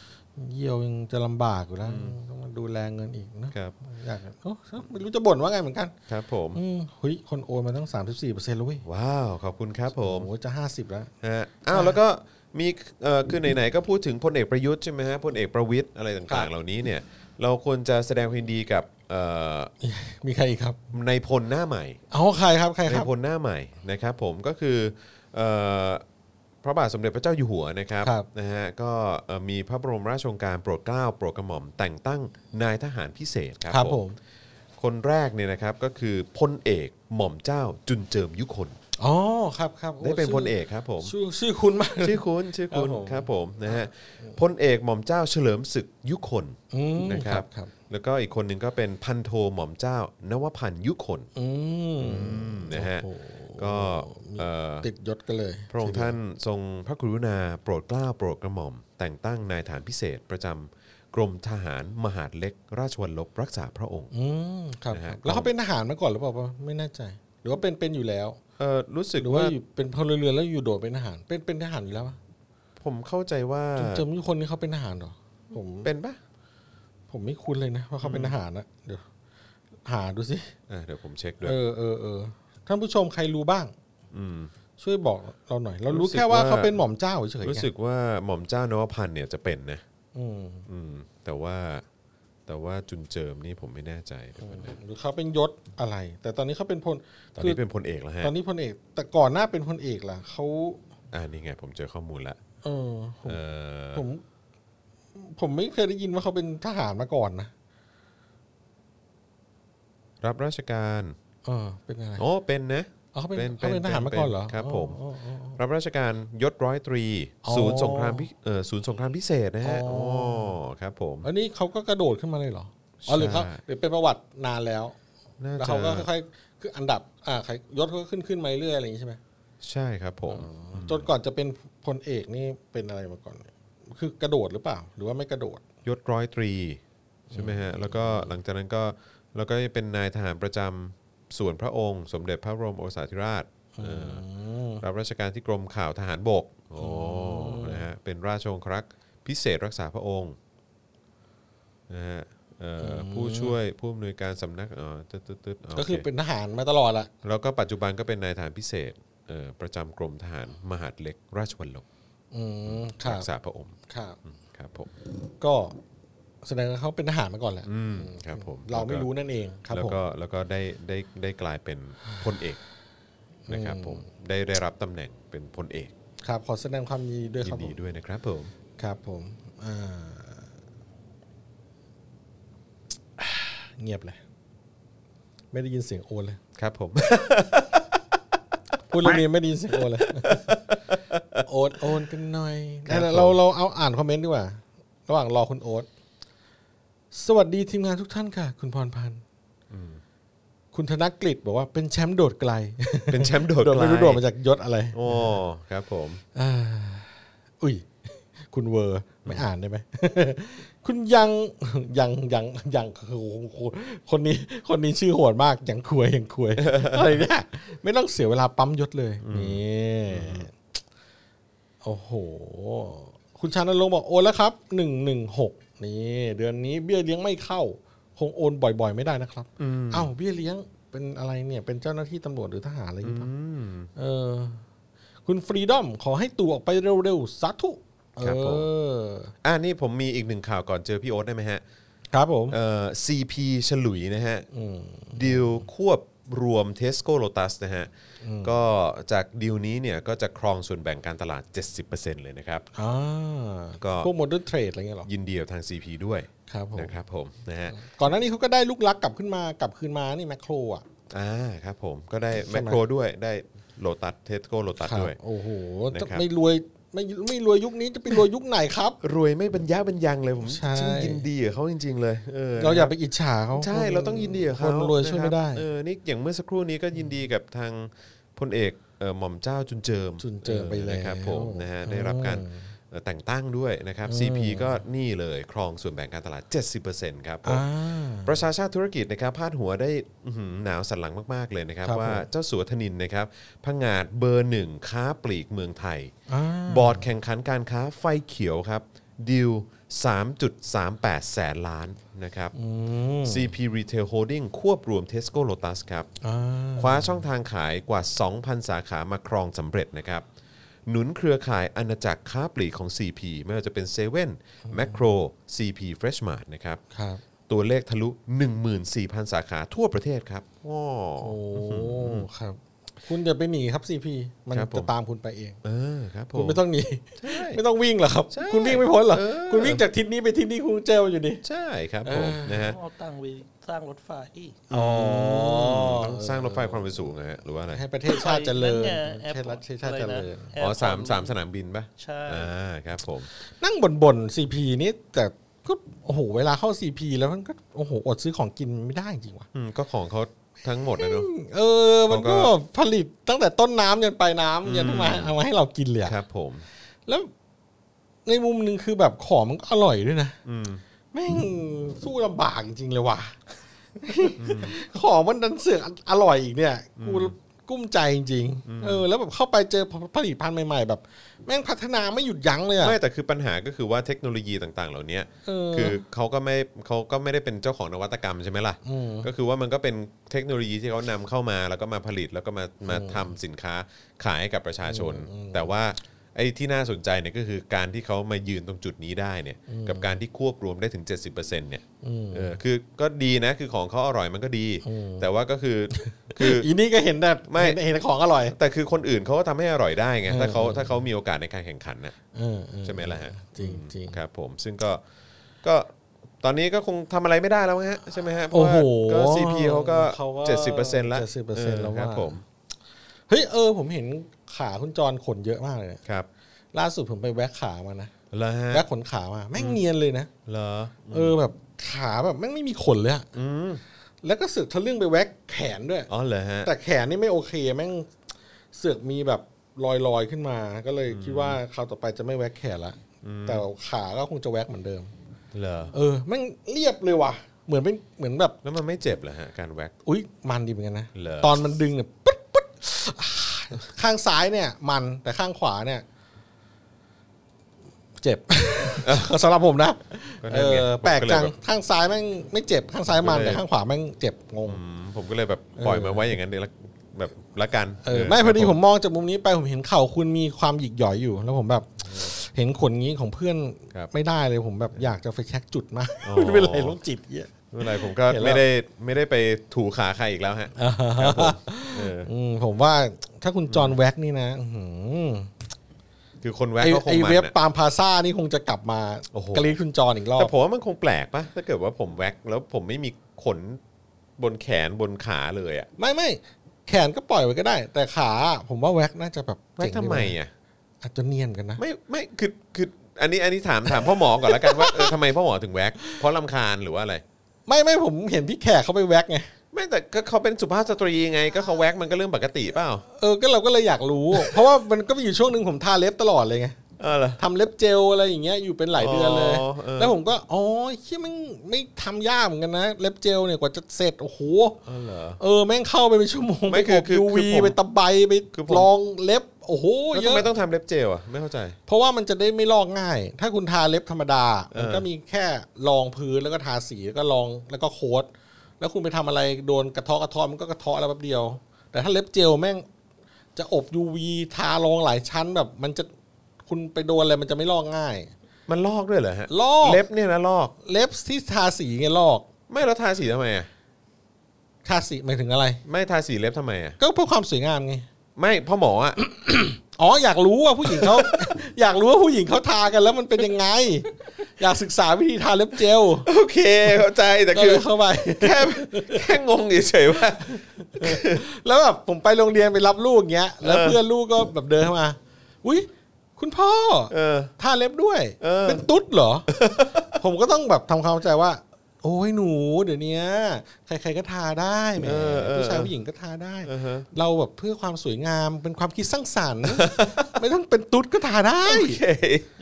[SPEAKER 3] เยี่ยวยังจะลำบากอยู่แล้วต้องมาดูแลเงินอีกนะครับ อยากโอ้ไม่รู้จะบ่นว่าไงเหมือนกัน
[SPEAKER 2] ครับผม
[SPEAKER 3] อืมเฮ้ยคนโอนมาตั้ง 34เปอร์เซ็นต์แล้วเว้ย
[SPEAKER 2] ว้าว ขอบคุณครับผ
[SPEAKER 3] โอ้
[SPEAKER 2] ม
[SPEAKER 3] โหจะ 50 แล้ว
[SPEAKER 2] ฮะอ้าวแล้วก็มีเอ่อคือไหนๆก็พูดถึงพลเอกประยุทธ์ใช่ไหมฮะพลเอกประวิทย์อะไร
[SPEAKER 3] ครั
[SPEAKER 2] ต่างๆ
[SPEAKER 3] บ
[SPEAKER 2] เหล่านี้เนี่ย เราควรจะแสดงความยินดีกับเอ่อ
[SPEAKER 3] มีใครอีกครับ
[SPEAKER 2] ในพลหน้าใหม่
[SPEAKER 3] เอาใครครับใคร
[SPEAKER 2] ใน
[SPEAKER 3] ครับ
[SPEAKER 2] พลหน้าใหม่นะครับ ผมก็คือเอ่อพระบาทสมเด็จพระเจ้าอยู่หัวนะครับ
[SPEAKER 3] ครับ
[SPEAKER 2] นะฮะก็เอ่อมีพระบรมราชโองการโปรดเกล้าโปรดกระหม่อม แต่งตั้งนายทหารพิเศษครับ
[SPEAKER 3] ครับ
[SPEAKER 2] ผ
[SPEAKER 3] ผม ม
[SPEAKER 2] คนแรกเนี่ยนะครับก็คือพลเอกหม่อมเจ้าจุนเจิมยุคน
[SPEAKER 3] อ๋อครับครับโ
[SPEAKER 2] ได้เป็น
[SPEAKER 3] ชื่
[SPEAKER 2] พลเอกครับผม
[SPEAKER 3] ชื่อชื่อคุณมากเลย
[SPEAKER 2] ชื่อคุณชื่อคุณ
[SPEAKER 3] ครับผม
[SPEAKER 2] ครับผมนะฮะพลเอกหม่อมเจ้าเฉลิมศึกยุคน
[SPEAKER 3] อืม
[SPEAKER 2] นะครับ
[SPEAKER 3] ครับ
[SPEAKER 2] แล้วก็อีกคนหนึ่งก็เป็นพันโทหม่อมเจ้านวพันธ์ยุคน
[SPEAKER 3] อืม
[SPEAKER 2] นะฮะ
[SPEAKER 3] โอ้โห
[SPEAKER 2] ก็เอ่อ
[SPEAKER 3] ติดยศกันเลย
[SPEAKER 2] พระองค์ท่านทรงพระกรุณาโปรดเกล้าโปรดกระหม่อม แต่งตั้งนายฐานพิเศษประจำกรมทหารมหาดเล็ก ราชวัลลบรักษาพระองค์
[SPEAKER 3] อืมครับ
[SPEAKER 2] นะ
[SPEAKER 3] ค
[SPEAKER 2] ฮะ
[SPEAKER 3] รับแล้วเขาเป็นทหารมาก่อนหรือเปล่าวะไม่แน่ใจ หรือว่าเป็นเป็นอยู่แล้ว
[SPEAKER 2] เอ่อรู้สึก
[SPEAKER 3] หรือว่า
[SPEAKER 2] ว่า
[SPEAKER 3] อยู่เป็นพลเรือนแล้วอยู่โดดเป็นทหาร เป็นเป็นทหารอยู่แล้วปะ
[SPEAKER 2] ผมเข้าใจว่า
[SPEAKER 3] จำยุคนนี้เขาเป็นทหารเหรอผม
[SPEAKER 2] เป็นปะ
[SPEAKER 3] ผมไม่คุ้นเลยนะว่าเขาเป็นทหารนะเดี๋ยวหาดูสิ
[SPEAKER 2] อ่ะเดี๋ยวผมเช็คด้วย
[SPEAKER 3] เออเออเออท่านผู้ชมใครรู้บ้าง
[SPEAKER 2] ม
[SPEAKER 3] ช่วยบอกเราหน่อย เรา
[SPEAKER 2] รู้
[SPEAKER 3] รู้
[SPEAKER 2] สึก
[SPEAKER 3] แค่ว่า
[SPEAKER 2] ว่า
[SPEAKER 3] เขาเป็นหม่อมเจ้าเฉยๆไง
[SPEAKER 2] รู้สึกว่าหม่อมเจ้านวพันธ์เนี่ยจะเป็นนะ
[SPEAKER 3] อืม
[SPEAKER 2] อืมแต่ว่าแต่ว่าจุนเจิมนี่ผมไม่แน่ใจเดี๋ยวก่อนนะ
[SPEAKER 3] หรือเขาเป็นยศอะไร แต่ตอนนี้เขาเป็นพล
[SPEAKER 2] ตอน
[SPEAKER 3] คื
[SPEAKER 2] นี้เป็นพลเอกแล้วฮะ
[SPEAKER 3] ตอนนี้พลเอก แต่ก่อนหน้าเป็นพลเอกล่ะเขา
[SPEAKER 2] อ่านี่ไงผมเจอข้อมูลละ
[SPEAKER 3] เออผม
[SPEAKER 2] เออ
[SPEAKER 3] ผม ผมไม่เคยได้ยินว่าเขาเป็นทหารมาก่อนนะ
[SPEAKER 2] รับราชการ
[SPEAKER 3] เออ เป็นอะไร
[SPEAKER 2] โอ้เป็นนะ
[SPEAKER 3] อ๋อเขาเป็น
[SPEAKER 2] เป็น
[SPEAKER 3] เขาเป็น
[SPEAKER 2] เป็น
[SPEAKER 3] ทหารมาก่อนเหรอ
[SPEAKER 2] ครับผม
[SPEAKER 3] อ๋ออ๋ออ๋อ
[SPEAKER 2] รับราชการยศร้อยตรี
[SPEAKER 3] อ๋อ
[SPEAKER 2] ศูนย์สงครามพิเออศูนย์สงครามพิเศษนะฮะ
[SPEAKER 3] อ๋
[SPEAKER 2] อ๋
[SPEAKER 3] อ
[SPEAKER 2] อ
[SPEAKER 3] อ๋
[SPEAKER 2] ครับผม
[SPEAKER 3] อันนี้เขาก็กระโดดขึ้นมาเลยเหรออ๋อหรือเขา
[SPEAKER 2] ใช่
[SPEAKER 3] หรือเป็นประวัตินานแล้ว
[SPEAKER 2] น่า
[SPEAKER 3] แล้ว
[SPEAKER 2] จะ
[SPEAKER 3] เขาก็ค่อยๆคืออันดับ อ่าใครยศเขาก็ขึ้นขึ้นมาเรื่อยๆอะไรอย่างนี้ใช่ไหม
[SPEAKER 2] ใช่ครับผม
[SPEAKER 3] จนก่อนจะเป็นพลเอกนี่เป็นอะไรมาก่อน คือกระโดดหรือเปล่า หรือว่าไม่กระโดด
[SPEAKER 2] ยศร้อยตรีใช่ไหมฮะแล้วก็หลังจากนั้นก็แล้วก็เป็นนายทหารประจำส่วนพระองค์ สมเด็จพระบรมโอรสาธิราชเออ
[SPEAKER 3] ม
[SPEAKER 2] รับราชการที่กรมข่าวทหารบกโอ้นะฮะเป็นราชองครักษ์พิเศษรักษาพระองค์นะฮะเอ่ออผู้ช่วยผู้อำนวยการสำนักอ๋อตึ๊ดตึ๊ดตึ๊ด
[SPEAKER 3] ก็คือ
[SPEAKER 2] โ
[SPEAKER 3] เป็นทหารมาตลอดแหละ
[SPEAKER 2] แล้วก็ปัจจุบันก็เป็นนายทหารพิเศษเอ่อประจำกรมทหารมหาดเล็ก ราชวัลลบ
[SPEAKER 3] อืมครั
[SPEAKER 2] รับ กษาพระองค์
[SPEAKER 3] ครับ
[SPEAKER 2] อืมครับผม
[SPEAKER 3] ก็แสดงว่าเขาเป็นทหารมาก่อนแหละ
[SPEAKER 2] อืมครับผม
[SPEAKER 3] เรา
[SPEAKER 2] แล้
[SPEAKER 3] ไม่
[SPEAKER 2] วก็
[SPEAKER 3] รู้นั่นเองครับ
[SPEAKER 2] แล้ว
[SPEAKER 3] ผม
[SPEAKER 2] ก็แล้วก็ได้ได้ได้กลายเป็น พลเอกนะครับผมได้ได้รับตำแหน่งเป็นพลเอก
[SPEAKER 3] ครับขอแสดงความยินดีด้วย
[SPEAKER 2] ยิ
[SPEAKER 3] ครับ
[SPEAKER 2] น
[SPEAKER 3] ผ
[SPEAKER 2] ดี
[SPEAKER 3] ม
[SPEAKER 2] ด้วยนะครับผม
[SPEAKER 3] ครับผมอ่าเงียบเลย ไม่ได้ยินเสียงโอนเลย
[SPEAKER 2] ครับ ผม
[SPEAKER 3] พูดเรื่องนี้ไม่ได้ยินเสียงโอนเลย โอนโอนกันหน่อย
[SPEAKER 2] ครับ
[SPEAKER 3] แล้ว
[SPEAKER 2] ผม
[SPEAKER 3] เราเราเอาอ่านคอมเมนต์ดีกว่า ระหว่างรอคุณโอ๊ตสวัสดีทีมงานทุกท่านค่ะ คุณพรพันธ์คุณธนกฤษบอกว่าเป็นแชมป์โดดไกล
[SPEAKER 2] เป็นแชมป์โดด
[SPEAKER 3] โดดไม่รู้
[SPEAKER 2] ล
[SPEAKER 3] โดดมาจากยศอะไร
[SPEAKER 2] โอ้ครับผม
[SPEAKER 3] อาอุ้ย คุณเวอร์ไม่อ่านได้ไหม คุณยัง ยังยังยัง โอ้โหคนนี้ คนนี้ชื่อโหดมากยังคุยยังคุย อะไรเนี่ยไม่ต้องเสียเวลาปั๊มยศเลยนี่โอ้โห คุณชานรงค์บอกโอนแล้วครับหนึ่งหนึ่งหกนี่เดือนนี้เบี้ยเลี้ยงไม่เข้า คงโอนบ่อย ๆ ไม่ได้นะครับเอ้าเบี้ยเลี้ยงเป็นอะไรเนี่ย เป็นเจ้าหน้าที่ตำรวจหรือทหารอะไรอย่างเงี้ย
[SPEAKER 2] อืม
[SPEAKER 3] เออคุณฟรีดอมขอให้ตัวออกไปเร็วๆสาธุ
[SPEAKER 2] ครับผม
[SPEAKER 3] เออ
[SPEAKER 2] อ่านี่ผมมีอีกหนึ่งข่าวก่อนเจอพี่โอ๊ตได้ไหมฮะ
[SPEAKER 3] ครับผม
[SPEAKER 2] เอ่อ CP ฉลุยนะฮะดีลควบรวมเทสโก้โลตัสนะฮะ ก็จากดีลนี้เนี่ยก็จะครองส่วนแบ่งการตลาด 70%เลยนะครับ
[SPEAKER 3] อ่า
[SPEAKER 2] ก็
[SPEAKER 3] พวกโมเดิร์นเทรดอะไรเงี้ยเหรอ
[SPEAKER 2] ยินดีกับทาง CP ด้วย
[SPEAKER 3] ครับผม
[SPEAKER 2] นะครับผมนะฮะ
[SPEAKER 3] ก่อนหน้านี้เขาก็ได้ลูกรักกลับขึ้นมากลับคืนมานี่แมคโครอ่ะ
[SPEAKER 2] อ่าครับผมก็ได้
[SPEAKER 3] ใช่ไหม
[SPEAKER 2] แมคโครด้วยได้โลตัสเทสโก้โลตัส
[SPEAKER 3] ครับ
[SPEAKER 2] ด้วย
[SPEAKER 3] โอ้โห
[SPEAKER 2] นะ
[SPEAKER 3] จะ
[SPEAKER 2] ครับ
[SPEAKER 3] ไม่รวยไม่ไม่รวยยุคนี้จะไปรวยยุคไหนครับ
[SPEAKER 2] รวยไม่บรรยะบรรยังเลยผม
[SPEAKER 3] ใช่
[SPEAKER 2] ฉันยินดีกับเขาจริง ๆ เลยเออ
[SPEAKER 3] เราอย่าไปอิจฉาเขา
[SPEAKER 2] ใช่เราต้องยินดีกับ
[SPEAKER 3] ค
[SPEAKER 2] เขา
[SPEAKER 3] นรวยช่วยไม่ได้
[SPEAKER 2] นะครับเออนี่อย่างเมื่อสักครู่นี้ก็ยินดีกับทางพลเอก เอ่อหม่อมเจ้าจุนเจิม
[SPEAKER 3] จุนเจิมไปแล้ว
[SPEAKER 2] นะครับผมนะฮะได้รับการเอ่อแต่งตั้งด้วยนะครับ CP ก็นี่เลยครองส่วนแบ่งการตลาด 70%ครับผม
[SPEAKER 3] อ่า
[SPEAKER 2] ประชาชาติธุรกิจนะครับพาดหัวได้อื้อหือหนาวสันหลังมาก ๆ เลยนะครับ
[SPEAKER 3] ครับ
[SPEAKER 2] ว่า
[SPEAKER 3] ผม
[SPEAKER 2] เจ้าสัวธนินนะครับพังอาจเบอร์หนึ่งค้าปลีกเมืองไทย
[SPEAKER 3] อ่า
[SPEAKER 2] บอร์ดแข่งขันการค้าไฟเขียวครับดิว 3.38 แสนล้านนะครับ CP Retail Holding ควบรวม Tesco Lotus ครับ
[SPEAKER 3] อ่า
[SPEAKER 2] คว้าช่องทางขายกว่า 2,000 สาขามาครองสำเร็จนะครับ หนุนเครือข่ายอาณาจักรค้าปลีกของ CP ไม่ว่าจะเป็น7 m ม c r o CP Freshmart นะครับ
[SPEAKER 3] ครับ
[SPEAKER 2] ตัวเลขทะลุ 14,000 สาขาทั่วประเทศครับโอ้
[SPEAKER 3] โอ้ครับ คุณอย่าไปหนีครับซีพีมัน
[SPEAKER 2] ครับผม
[SPEAKER 3] จะตามคุณไปเอง
[SPEAKER 2] เออครับผม
[SPEAKER 3] คุณไม่ ต้องหนีไม่ต้องวิ่งหรอกครับ
[SPEAKER 2] ใช่
[SPEAKER 3] คุณวิ่งไม่พ้นหรอก
[SPEAKER 2] เออ
[SPEAKER 3] คุณวิ่งจากทิศนี้ไปทิศนี้คุณเจอมันอยู่ดี
[SPEAKER 2] ใช่ครับผมนะฮะ
[SPEAKER 4] ต้องเอาตังค์ไปสร้างรถไฟ
[SPEAKER 3] อ๋อ
[SPEAKER 2] ต้องสร้างรถไฟความเร็วสูงนะฮะหรือว่าอะไร
[SPEAKER 3] ให้ประเทศชาติเจริญ
[SPEAKER 4] นั่น
[SPEAKER 3] ป
[SPEAKER 4] ไง
[SPEAKER 3] ระเทศรัฐ
[SPEAKER 4] airport
[SPEAKER 3] ชาติเจ
[SPEAKER 4] ะ
[SPEAKER 3] ริญ
[SPEAKER 4] ไนะ
[SPEAKER 2] อ๋อ
[SPEAKER 4] airport
[SPEAKER 2] สามสามสนามบินปะ
[SPEAKER 4] ใช่
[SPEAKER 2] อ่าครับผม
[SPEAKER 3] นั่งบนบนซีพีนี่แต่ก็โอ้โหเวลาเข้าซีพีแล้วมันก็โอ้โหอดซื้อของกินไม่ได้จริงว่ะ
[SPEAKER 2] อืมก็ของเขาทั้งหมดนะเนอะ
[SPEAKER 3] เออ มันก็
[SPEAKER 2] เขาก็
[SPEAKER 3] ผลิตตั้งแต่ต้นน้ำยันปลายน้ำยันมาเอามาให้เรากินเลยอะ
[SPEAKER 2] ครับผม
[SPEAKER 3] แล้วในมุมหนึ่งคือแบบของมันก็อร่อยด้วยนะ
[SPEAKER 2] อืม
[SPEAKER 3] แม่งสู้ลำบากจริงๆเลยว่ะ ของมันดันเสือกอร่อยอีกเนี่ย กูกุ้มใจจริงๆเออ แล้วแบบเข้าไปเจอผลิตภัณฑ์ใหม่ๆ แบบ แม่งพัฒนาไม่หยุดยั้งเลยอะ
[SPEAKER 2] ไม่แต่คือปัญหาก็คือว่าเทคโนโลยีต่างๆ เหล่านี้
[SPEAKER 3] เออ
[SPEAKER 2] คือเขาก็ไม่เขาก็ไม่ได้เป็นเจ้าของนวัตกรรมใช่ไหมล่ะ
[SPEAKER 3] ม
[SPEAKER 2] ก็คือว่ามันก็เป็นเทคโนโลยีที่เขานำเข้ามาแล้วก็มาผลิตแล้วก็มามาทำสินค้าขายให้กับประชาชน แต่ว่าไอ้ที่น่าสนใจเนี่ยก็คือการที่เขามายืนตรงจุดนี้ได้เนี่ยกับการที่ควบรวมได้ถึง 70%เนี่ย
[SPEAKER 3] อืม
[SPEAKER 2] เออคือก็ดีนะคือของเขาอร่อยมันก็ดี แต่ว่าก็คือคือ
[SPEAKER 3] อีนี่ก็เห็นแต่
[SPEAKER 2] ไม่
[SPEAKER 3] เห็นเห็นแต่ของอร่อย
[SPEAKER 2] แต่คือคนอื่นเขาก็ทำให้อร่อยได้ไงถ้าเขา
[SPEAKER 3] เออ
[SPEAKER 2] ถ้าเขามีโอกาสในการแข่งขันนะ
[SPEAKER 3] เออเออ
[SPEAKER 2] ใช่ไหมล่ะฮะ
[SPEAKER 3] จริงจริง
[SPEAKER 2] ครับผมซึ่งก็ก็ตอนนี้ก็คงทำอะไรไม่ได้แล้วฮะใช่ไหมฮะเพ
[SPEAKER 3] โอ้
[SPEAKER 2] ราะว่า
[SPEAKER 3] โห
[SPEAKER 2] ก็ซีพีเขาก็
[SPEAKER 3] เขาก็
[SPEAKER 2] เจ็ดสิบเปอร์เซ็นต์ละ
[SPEAKER 3] 70%แล้ว
[SPEAKER 2] เออครับ
[SPEAKER 3] ว่า
[SPEAKER 2] ผม
[SPEAKER 3] เฮ้ยเออผมเห็นขาคุณจรขนเยอะมากเลยเนี่ย
[SPEAKER 2] ครับ
[SPEAKER 3] ล่าสุดผมไปแวะขามานะ
[SPEAKER 2] แล้วฮะ
[SPEAKER 3] แวะขนขามาแม่งเนียนเลยนะ
[SPEAKER 2] เหรอ
[SPEAKER 3] เออแบบขาแบบแม่งไม่มีขนเลยอะ
[SPEAKER 2] อืม
[SPEAKER 3] แล้วก็เสือกทะลึ่งไปแวะแขนด้วย
[SPEAKER 2] อ๋อเหรอฮะ
[SPEAKER 3] แต่แขนนี่ไม่โอเคแม่งเสือกมีแบบลอยลอยๆขึ้นมา ก็เลยคิดว่าคราวต่อไปจะไม่แว็กแขนละแต่ขาก็คงจะแว็กเหมือนเดิม
[SPEAKER 2] เหรอ
[SPEAKER 3] เออแม่งเรียบเลยว่ะ เหมือนเป็นเหมือนแบบ
[SPEAKER 2] แล้วมันไม่เจ็บเหรอฮะการแว็ก
[SPEAKER 3] อุ้ยมันดีเหมือนกันนะ
[SPEAKER 2] เหรอ
[SPEAKER 3] ตอนมันดึงเนี่ยปึ๊ดปึ๊ด อ่าข้างซ้ายเนี่ย มันแต่ข้างขวาเนี่ย เจ็บ สำหรับผมนะ
[SPEAKER 2] ก็
[SPEAKER 3] เอ
[SPEAKER 2] นั่นไ
[SPEAKER 3] อแปลกจัง
[SPEAKER 2] ผมเลยบบ
[SPEAKER 3] ข้างซ้ายแม่งไม่เจ็บข้างซ้ายมันแต่ข้างขวาแม่งเจ็บงง
[SPEAKER 2] อืมผมก็เลยแบบปล่อยมาไว้อย่างนั้นเดี๋ยวละแบบละกัน
[SPEAKER 3] เออไม่พอดี
[SPEAKER 2] ครับ
[SPEAKER 3] ผมมองจากมุมนี้ไปผมเห็นเข่าคุณมีความหยิกหย่อยอยู่ แล้วผมแบบ เห็นขนงี้ของเพื่อน
[SPEAKER 2] ครับ
[SPEAKER 3] ไม่ได้เลยผมแบบอยากจะไปแช็กจุดมาก
[SPEAKER 2] อ๋อ
[SPEAKER 3] ไม่เป็นไรโรคจิตเหี้ยอะ
[SPEAKER 2] ไม่เป็นไรผมก็
[SPEAKER 3] เห็นแล้ว
[SPEAKER 2] ไม่ได้ไม่ได้ไปถูขาใครอีกแล้วฮะครับผมเออ
[SPEAKER 3] อืมผมว่าถ้าคุณจอห์นแว็กนี่นะอื้อหือ
[SPEAKER 2] คือคนแว็ก
[SPEAKER 3] ไอ้
[SPEAKER 2] ก็คง
[SPEAKER 3] ไอ้
[SPEAKER 2] มั
[SPEAKER 3] เว็บ
[SPEAKER 2] นอะ
[SPEAKER 3] ปาล์มพลาซ่านี่คงจะกลับมา
[SPEAKER 2] โอ้โห
[SPEAKER 3] กรีดคุณจอห์นอีกรอบ
[SPEAKER 2] แต่ผมว่ามันคงแปลกปะถ้าเกิดว่าผมแว็กแล้วผมไม่มีขนบนแขนบนขาเลยอ่ะ
[SPEAKER 3] ไม่ไม่แขนก็ปล่อยไว้ก็ได้ แต่ขาผมว่าแว็กน่าจะแบบ
[SPEAKER 2] แว็ก
[SPEAKER 3] เจ๋ง
[SPEAKER 2] ทำ
[SPEAKER 3] ดี
[SPEAKER 2] ไม
[SPEAKER 3] ว่ะ
[SPEAKER 2] อ่ะ
[SPEAKER 3] อาจจะเนียนกันนะ
[SPEAKER 2] ไม่ไม่คือคืออันนี้อันนี้ถามถามพ่อหมอก่อนละกันว่าเออทำไมพ่อหมอถึงแว็กเพราะลำคาญหรือว่าอะไร
[SPEAKER 3] ไม่ไม่ผมเห็นพี่แขกเขาไปแว็กไง
[SPEAKER 2] ไม่แต่ก็เขาเป็นสุภาพสตรีไงก็เขาแว็กมันก็เรื่องปกติเปล่า
[SPEAKER 3] เออก็เราก็เลยอยากรู้ เพราะว่ามันก็มีอยู่ช่วงหนึ่งผมทาเล็บตลอดเลยไง
[SPEAKER 2] เออเหรอ
[SPEAKER 3] ทำเล็บเจลอะไรอย่างเงี้ยอยู่เป็นหลายเดือนเลย
[SPEAKER 2] อ๋อเออ
[SPEAKER 3] แล้วผมก็อ๋อเชี่ยแมันไม่ทำยากเหมือนกันนะเล็บเจลเนี่ยกว่าจะเสร็จโอ้โห
[SPEAKER 2] เออเหรอ
[SPEAKER 3] เออแม่งเข้าไปเป็นชั่วโมง
[SPEAKER 2] ไม่
[SPEAKER 3] ไป
[SPEAKER 2] คือ
[SPEAKER 3] อบ
[SPEAKER 2] คือ
[SPEAKER 3] ยู
[SPEAKER 2] คื
[SPEAKER 3] วี
[SPEAKER 2] อผม
[SPEAKER 3] ไปตะไบไป
[SPEAKER 2] คือผม
[SPEAKER 3] ลองเล็บโอ้โห
[SPEAKER 2] แล้ว
[SPEAKER 3] เย
[SPEAKER 2] ทำ
[SPEAKER 3] อะ
[SPEAKER 2] ไมต้องทำเล็บเจลอ่ะไม่เข้าใจ
[SPEAKER 3] เพราะว่ามันจะได้ไม่ลอกง่าย ถ้าคุณทาเล็บธรรมดา มัน
[SPEAKER 2] เออ
[SPEAKER 3] ก็มีแค่รองพื้นแล้วก็ทาสีแล้วก็รองแล้วก็โค้ดแล้วคุณไปทำอะไรโดนกระเทาะกระเทาะมันก็กระเทาะแล้วแป๊บเดียว แต่ถ้าเล็บเจลแม่งจะอบ UV ทารองหลายชั้นแบบมันจะคุณไปโดนอะไรมันจะไม่ลอกง่าย
[SPEAKER 2] มันลอกด้วยเหรอฮะ
[SPEAKER 3] ลอก
[SPEAKER 2] เล็บเนี่ยนะลอก
[SPEAKER 3] เล็บที่ทาสีไงลอก
[SPEAKER 2] ไม่แล้วทาสีทำไมอ่ะ
[SPEAKER 3] ทาสีหมายถึงอะไร
[SPEAKER 2] ไม่ทาสีเล็บทำไมอ่ะ
[SPEAKER 3] ก็เพื่อความสวยงามไง
[SPEAKER 2] ไม่พ่อหมออ่ะ
[SPEAKER 3] อ๋ออยากรู้ว่าผู้หญิงเขา อยากรู้ว่าผู้หญิงเขาทากันแล้วมันเป็นยังไง อยากศึกษาวิธีทาเล็บเจล
[SPEAKER 2] โอเคเข้าใจแต่
[SPEAKER 3] ก็
[SPEAKER 2] คื
[SPEAKER 3] เล
[SPEAKER 2] อย
[SPEAKER 3] เข้าไป
[SPEAKER 2] แค่แค่งงเฉยๆว่า
[SPEAKER 3] แล้วแบบผมไปโรงเรียนไปรับลูกเงี้ย แล้ว
[SPEAKER 2] เออ
[SPEAKER 3] เพื่อนลูกก็แบบเดินเข้ามาอุ้ยคุณพ่อ
[SPEAKER 2] เออ
[SPEAKER 3] ทาเล็บด้วย
[SPEAKER 2] เออ
[SPEAKER 3] นตุ๊ดเหรอ ผมก็ต้องแบบทำความเข้าใจว่า โอ้ยหนูเดี๋ยวเนี้ยใครๆก็ทาได้แหม
[SPEAKER 2] เออเออ
[SPEAKER 3] ผู้ชายผู้หญิงก็ทาได้
[SPEAKER 2] อ่าฮะ
[SPEAKER 3] เราแบบเพื่อความสวยงามเป็นความคิดสร้างสรร ค์ ไม่ต้องเป็นตุ๊ดก็ทาได้
[SPEAKER 2] โอเค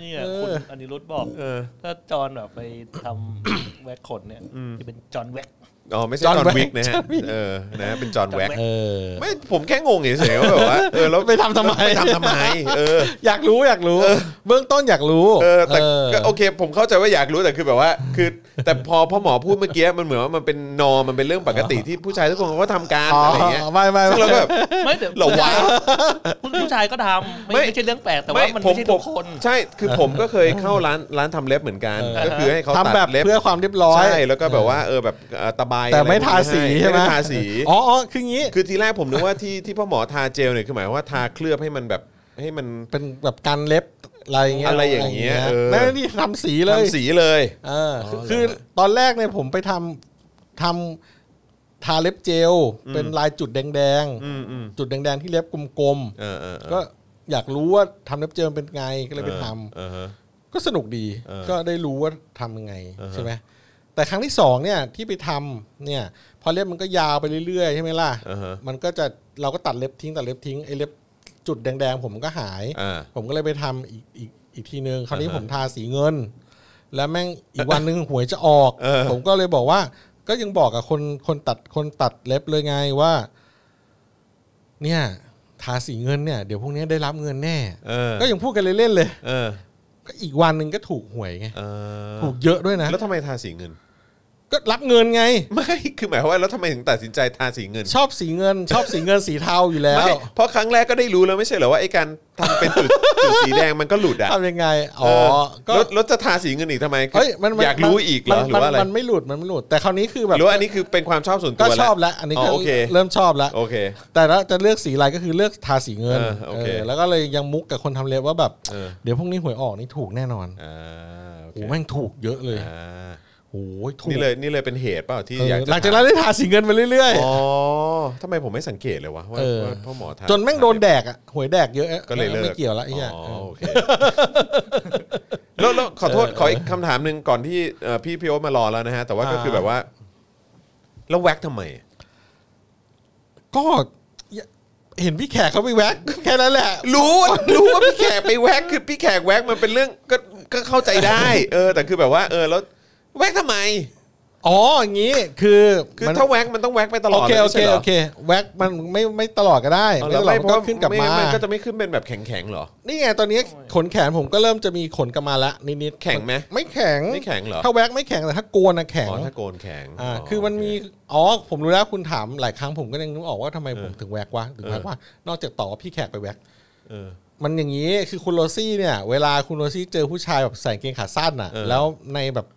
[SPEAKER 4] นี่อ่ะคุณ
[SPEAKER 3] เออ
[SPEAKER 4] อันนี้รถบอก
[SPEAKER 2] เออ
[SPEAKER 4] ถ้าจอนแบบไปทำ แว็กขนเนี่ยจะเป็นจอนแว็ก
[SPEAKER 2] อ๋อไม่ใช่จ
[SPEAKER 3] John
[SPEAKER 2] อห์น
[SPEAKER 3] Wick
[SPEAKER 2] วิกนะฮะ
[SPEAKER 3] John Wick
[SPEAKER 2] เออนะฮะเป็นจอห์น
[SPEAKER 4] John
[SPEAKER 2] แว็ก
[SPEAKER 4] Wick
[SPEAKER 3] เออ
[SPEAKER 2] ไม่ผมแค่งงเฉยๆว่าแบบว่าเออแล้ว
[SPEAKER 3] ไปทำทำไม
[SPEAKER 2] ไปทำทำไมเออ
[SPEAKER 3] อยากรู้อยากรู้ เบื้องต้นอยากรู้
[SPEAKER 2] เออแต่ก็
[SPEAKER 3] เอ
[SPEAKER 2] โอ
[SPEAKER 3] อ
[SPEAKER 2] เค ผมเข้าใจว่าอยากรู้แต่คือแบบว่า คือ แต่พอพ่อหมอพูดเมื่อกี้มันเหมือนว่ามันเป็นนอมมันเป็นเรื่องปกติที่ผู้ชายทุกคนเขาก็ทำการ
[SPEAKER 3] อ๋อ
[SPEAKER 2] อะไรอย่างเงี้ย
[SPEAKER 3] ไม่ไม่
[SPEAKER 2] ซึ่งเราก็แบบ
[SPEAKER 4] ไม่เดี๋ยว
[SPEAKER 2] เหรอวะ
[SPEAKER 4] ผู้ชายก็ทำ
[SPEAKER 2] ไม่
[SPEAKER 4] ไม่ไม่ใช่เรื่องแปลกแต่ว่ามันไม่ใช่ทุกคน
[SPEAKER 2] ใช่คือผมก็เคยเข้าร้านร้านทำเล็บเหมือนกัน
[SPEAKER 4] เออ
[SPEAKER 2] ก็คือให้เขาตั
[SPEAKER 3] ทำแบบ
[SPEAKER 2] ดเล็บ
[SPEAKER 3] เพื่อความเรียบร้อย
[SPEAKER 2] ใช่แล้วก็แบบว่าเออแบบเอ่อตะไบ
[SPEAKER 3] แต่ไม่
[SPEAKER 2] อะร
[SPEAKER 3] ทาสี
[SPEAKER 2] ให้
[SPEAKER 3] ใช่ไหม
[SPEAKER 2] ด้ทาสี
[SPEAKER 3] อ๋ออ๋อคืองี้
[SPEAKER 2] คือทีแรกผมนึกว่าที่ที่พ่อหมอทาเจลเนี่ยคือหมายความว่าทาเคลือบให้มันแบบให้มัน
[SPEAKER 3] เป็นแบบกันเล็บอะไรอย่างเงี้ย
[SPEAKER 2] อะไรอย่างเงี้ยเออ
[SPEAKER 3] นั่นนี่ทำสีเลย
[SPEAKER 2] ทำสีเลย
[SPEAKER 3] เออคือ
[SPEAKER 2] อ๋อเหรอ
[SPEAKER 3] คือตอนแรกเนี่ยผมไปทำทำทาเล็บเจล เป็นลายจุดแดง
[SPEAKER 2] อืมอืม
[SPEAKER 3] ๆ จุดแดงๆที่เล็บกลม
[SPEAKER 2] เออเออ
[SPEAKER 3] ๆ ก็อยากรู้ว่าทำเล็บเจลเป็นไงก็เลยไปทำ
[SPEAKER 2] เออเออ
[SPEAKER 3] ก็สนุกดี
[SPEAKER 2] เออ
[SPEAKER 3] ก็ได้รู้ว่าทำยังไง
[SPEAKER 2] เออฮะ
[SPEAKER 3] ใช่ไหมแต่ครั้งที่สองเนี่ยที่ไปทำเนี่ย พอเล็บมันก็ยาวไปเรื่อยๆใช่ไหมล่ะ
[SPEAKER 2] เออเออ
[SPEAKER 3] มันก็จะเราก็ตัดเล็บทิ้งตัดเล็บทิ้งไอ้เล็บจุดแดงๆ ผมมันก็หาย
[SPEAKER 2] อ่า
[SPEAKER 3] ผมก็เลยไปทำอีกอีกอีกทีนึงคราวนี้
[SPEAKER 2] อ่าฮะ
[SPEAKER 3] ผมทาสีเงิน แล้วแม่งอีกวันนึงหวยจะออก
[SPEAKER 2] เออ
[SPEAKER 3] ผมก็เลยบอกว่า ก็ยังบอกกับคนคนตัดคนตัดเล็บเลยไงว่า เนี่ย ทาสีเงินเนี่ยเดี๋ยวพวกเนี้ยได้รับเงินแน่
[SPEAKER 2] เออ
[SPEAKER 3] ก็ยังพูดกันเล่นๆเลย
[SPEAKER 2] เออ
[SPEAKER 3] ก็อีกวันหนึ่งก็ถูกหวยไง
[SPEAKER 2] เออ
[SPEAKER 3] ถูกเยอะด้วยนะ
[SPEAKER 2] แล้วทำไมทาสีเงิน
[SPEAKER 3] ก็รับเงินไง
[SPEAKER 2] ไม่คือหมายความว่าแล้วทำไมถึงตัดสินใจทาสีเงิน
[SPEAKER 3] ชอบสีเงิน ชอบสีเงินสีเทาอยู่แล้ว
[SPEAKER 2] ไม่เพราะครั้งแรกก็ได้รู้แล้วไม่ใช่เหรอว่าไอ้การทำเป็นจุด จุดสีแดงมันก็หลุดอ่ะ
[SPEAKER 3] ทำยังไง
[SPEAKER 2] เอ
[SPEAKER 3] อ๋อ
[SPEAKER 2] อ
[SPEAKER 3] ก็
[SPEAKER 2] แล้วแล้วจะทาสีเงินอีกทำไม
[SPEAKER 3] เฮ้ยมันน
[SPEAKER 2] อยากรู้อีกเหรอ
[SPEAKER 3] มัน
[SPEAKER 2] หรือว่าอะไร
[SPEAKER 3] มันไม่หลุดมันไม่หลุด แต่คราวนี้คือแบบ
[SPEAKER 2] หรือว่าอันนี้คือเป็นความชอบส่วนตั
[SPEAKER 3] ก็
[SPEAKER 2] วแห
[SPEAKER 3] ช
[SPEAKER 2] ละ
[SPEAKER 3] อบแล้ว อันนี้
[SPEAKER 2] อ๋อ
[SPEAKER 3] ก็
[SPEAKER 2] โอเค
[SPEAKER 3] เริ่มชอบแล้ว
[SPEAKER 2] โอเค
[SPEAKER 3] แต่ละจะเลือกสีอะไรก็คือเลือกทาสีเงิน
[SPEAKER 2] เออโอเค
[SPEAKER 3] เออแล้วก็เลยยังมุกกับคนทำเล็บว่าแบบ
[SPEAKER 2] เออ
[SPEAKER 3] เดี๋ยวพรุ่งนี้หวยออกนี่ถูกแน่นอน
[SPEAKER 2] อ่าโอ
[SPEAKER 3] โอ้
[SPEAKER 2] เค
[SPEAKER 3] โหแม่งถูกเยอะเลย
[SPEAKER 2] อ่า
[SPEAKER 3] โอ้ยถูก
[SPEAKER 2] นี่เลยนี่เลยเป็นเหตุเปล่าที่
[SPEAKER 3] เออ
[SPEAKER 2] อยาก
[SPEAKER 3] หลังจาก
[SPEAKER 2] ท
[SPEAKER 3] นั้นได้ทาสีเงินไปเรื่อย
[SPEAKER 2] อ๋อทำไมผมไม่สังเกตเลยวะว่า
[SPEAKER 3] เออ
[SPEAKER 2] ว่าพ่อหมอทา
[SPEAKER 3] ๆ จนแม่งโดนแดกอะหวยแดกเยอะ
[SPEAKER 2] ก็เลยเลิก
[SPEAKER 3] ไม่เกี่ยวละไอ้เหี้ย
[SPEAKER 2] อ๋อโอเคแล้วแล้วขอโทษ ขออีกคำถามหนึ่งก่อนที่เอ่อพี่พี่โอ๊ตมารอแล้วนะฮะ แต่ว่าก็คือแบบว่า แล้วแว็กทำไม
[SPEAKER 3] ก็เห็นพี่แขกเขาไปแว็ก แค่นั้นแหละ
[SPEAKER 2] รู้ว่ารู้ว่าพี่แขกไปแว็กคือพี่แขกแว็กมันเป็นเรื่องก็ก็เข้าใจได้ เออ แต่คือแบบว่า เออแล้วแว็กทำไม
[SPEAKER 3] อ๋ออย่างนี้คือ
[SPEAKER 2] คือ
[SPEAKER 3] มัน
[SPEAKER 2] ถ้าแว็กมันต้องแว็กไปตล
[SPEAKER 3] โอ
[SPEAKER 2] อด
[SPEAKER 3] เค
[SPEAKER 2] ลย
[SPEAKER 3] โอ
[SPEAKER 2] ไม่
[SPEAKER 3] เค
[SPEAKER 2] ใช่หร
[SPEAKER 3] โอเคแว็กมันไม่ไม่ตลอดก็ได้
[SPEAKER 2] เอา
[SPEAKER 3] ไม่
[SPEAKER 2] แล้ว
[SPEAKER 3] ตลอด
[SPEAKER 2] ไม่เพ
[SPEAKER 3] มันก็
[SPEAKER 2] ราะ
[SPEAKER 3] ขึ้นกลับ
[SPEAKER 2] ไ
[SPEAKER 3] มา
[SPEAKER 2] งั้นก็จะไม่ขึ้นเป็นแบบแข็งแข็งๆหรอ
[SPEAKER 3] นี่ไงตอนนี้ขนแขนผมก็เริ่มจะมีขนกลับมาละนิดๆ
[SPEAKER 2] แข็งไหม
[SPEAKER 3] ไม่แข็ง
[SPEAKER 2] ไม่แข็งเหรอ
[SPEAKER 3] ถ้าแว็กไม่แข็งแต่ถ้าโกนนะแข็ง
[SPEAKER 2] อ๋อถ้าโกนแข็ง
[SPEAKER 3] อ่าคือมันมีอ๋อผมรู้แล้วคุณถามหลายครั้งผมก็ยังนึกออกว่าทำไมผมถึงแว็กวะถึงแว็กว่านอกจากต่อว่าพี่แขกไปแว็ก
[SPEAKER 2] เออ
[SPEAKER 3] มันอย่างนี้คือคุณโรซี่เนี่ย เวลาคุณโรซี่เจอผู้ชายแบบใส่กางเกงขาสั้นอ่ะ
[SPEAKER 2] เออ
[SPEAKER 3] แล้วในแบบ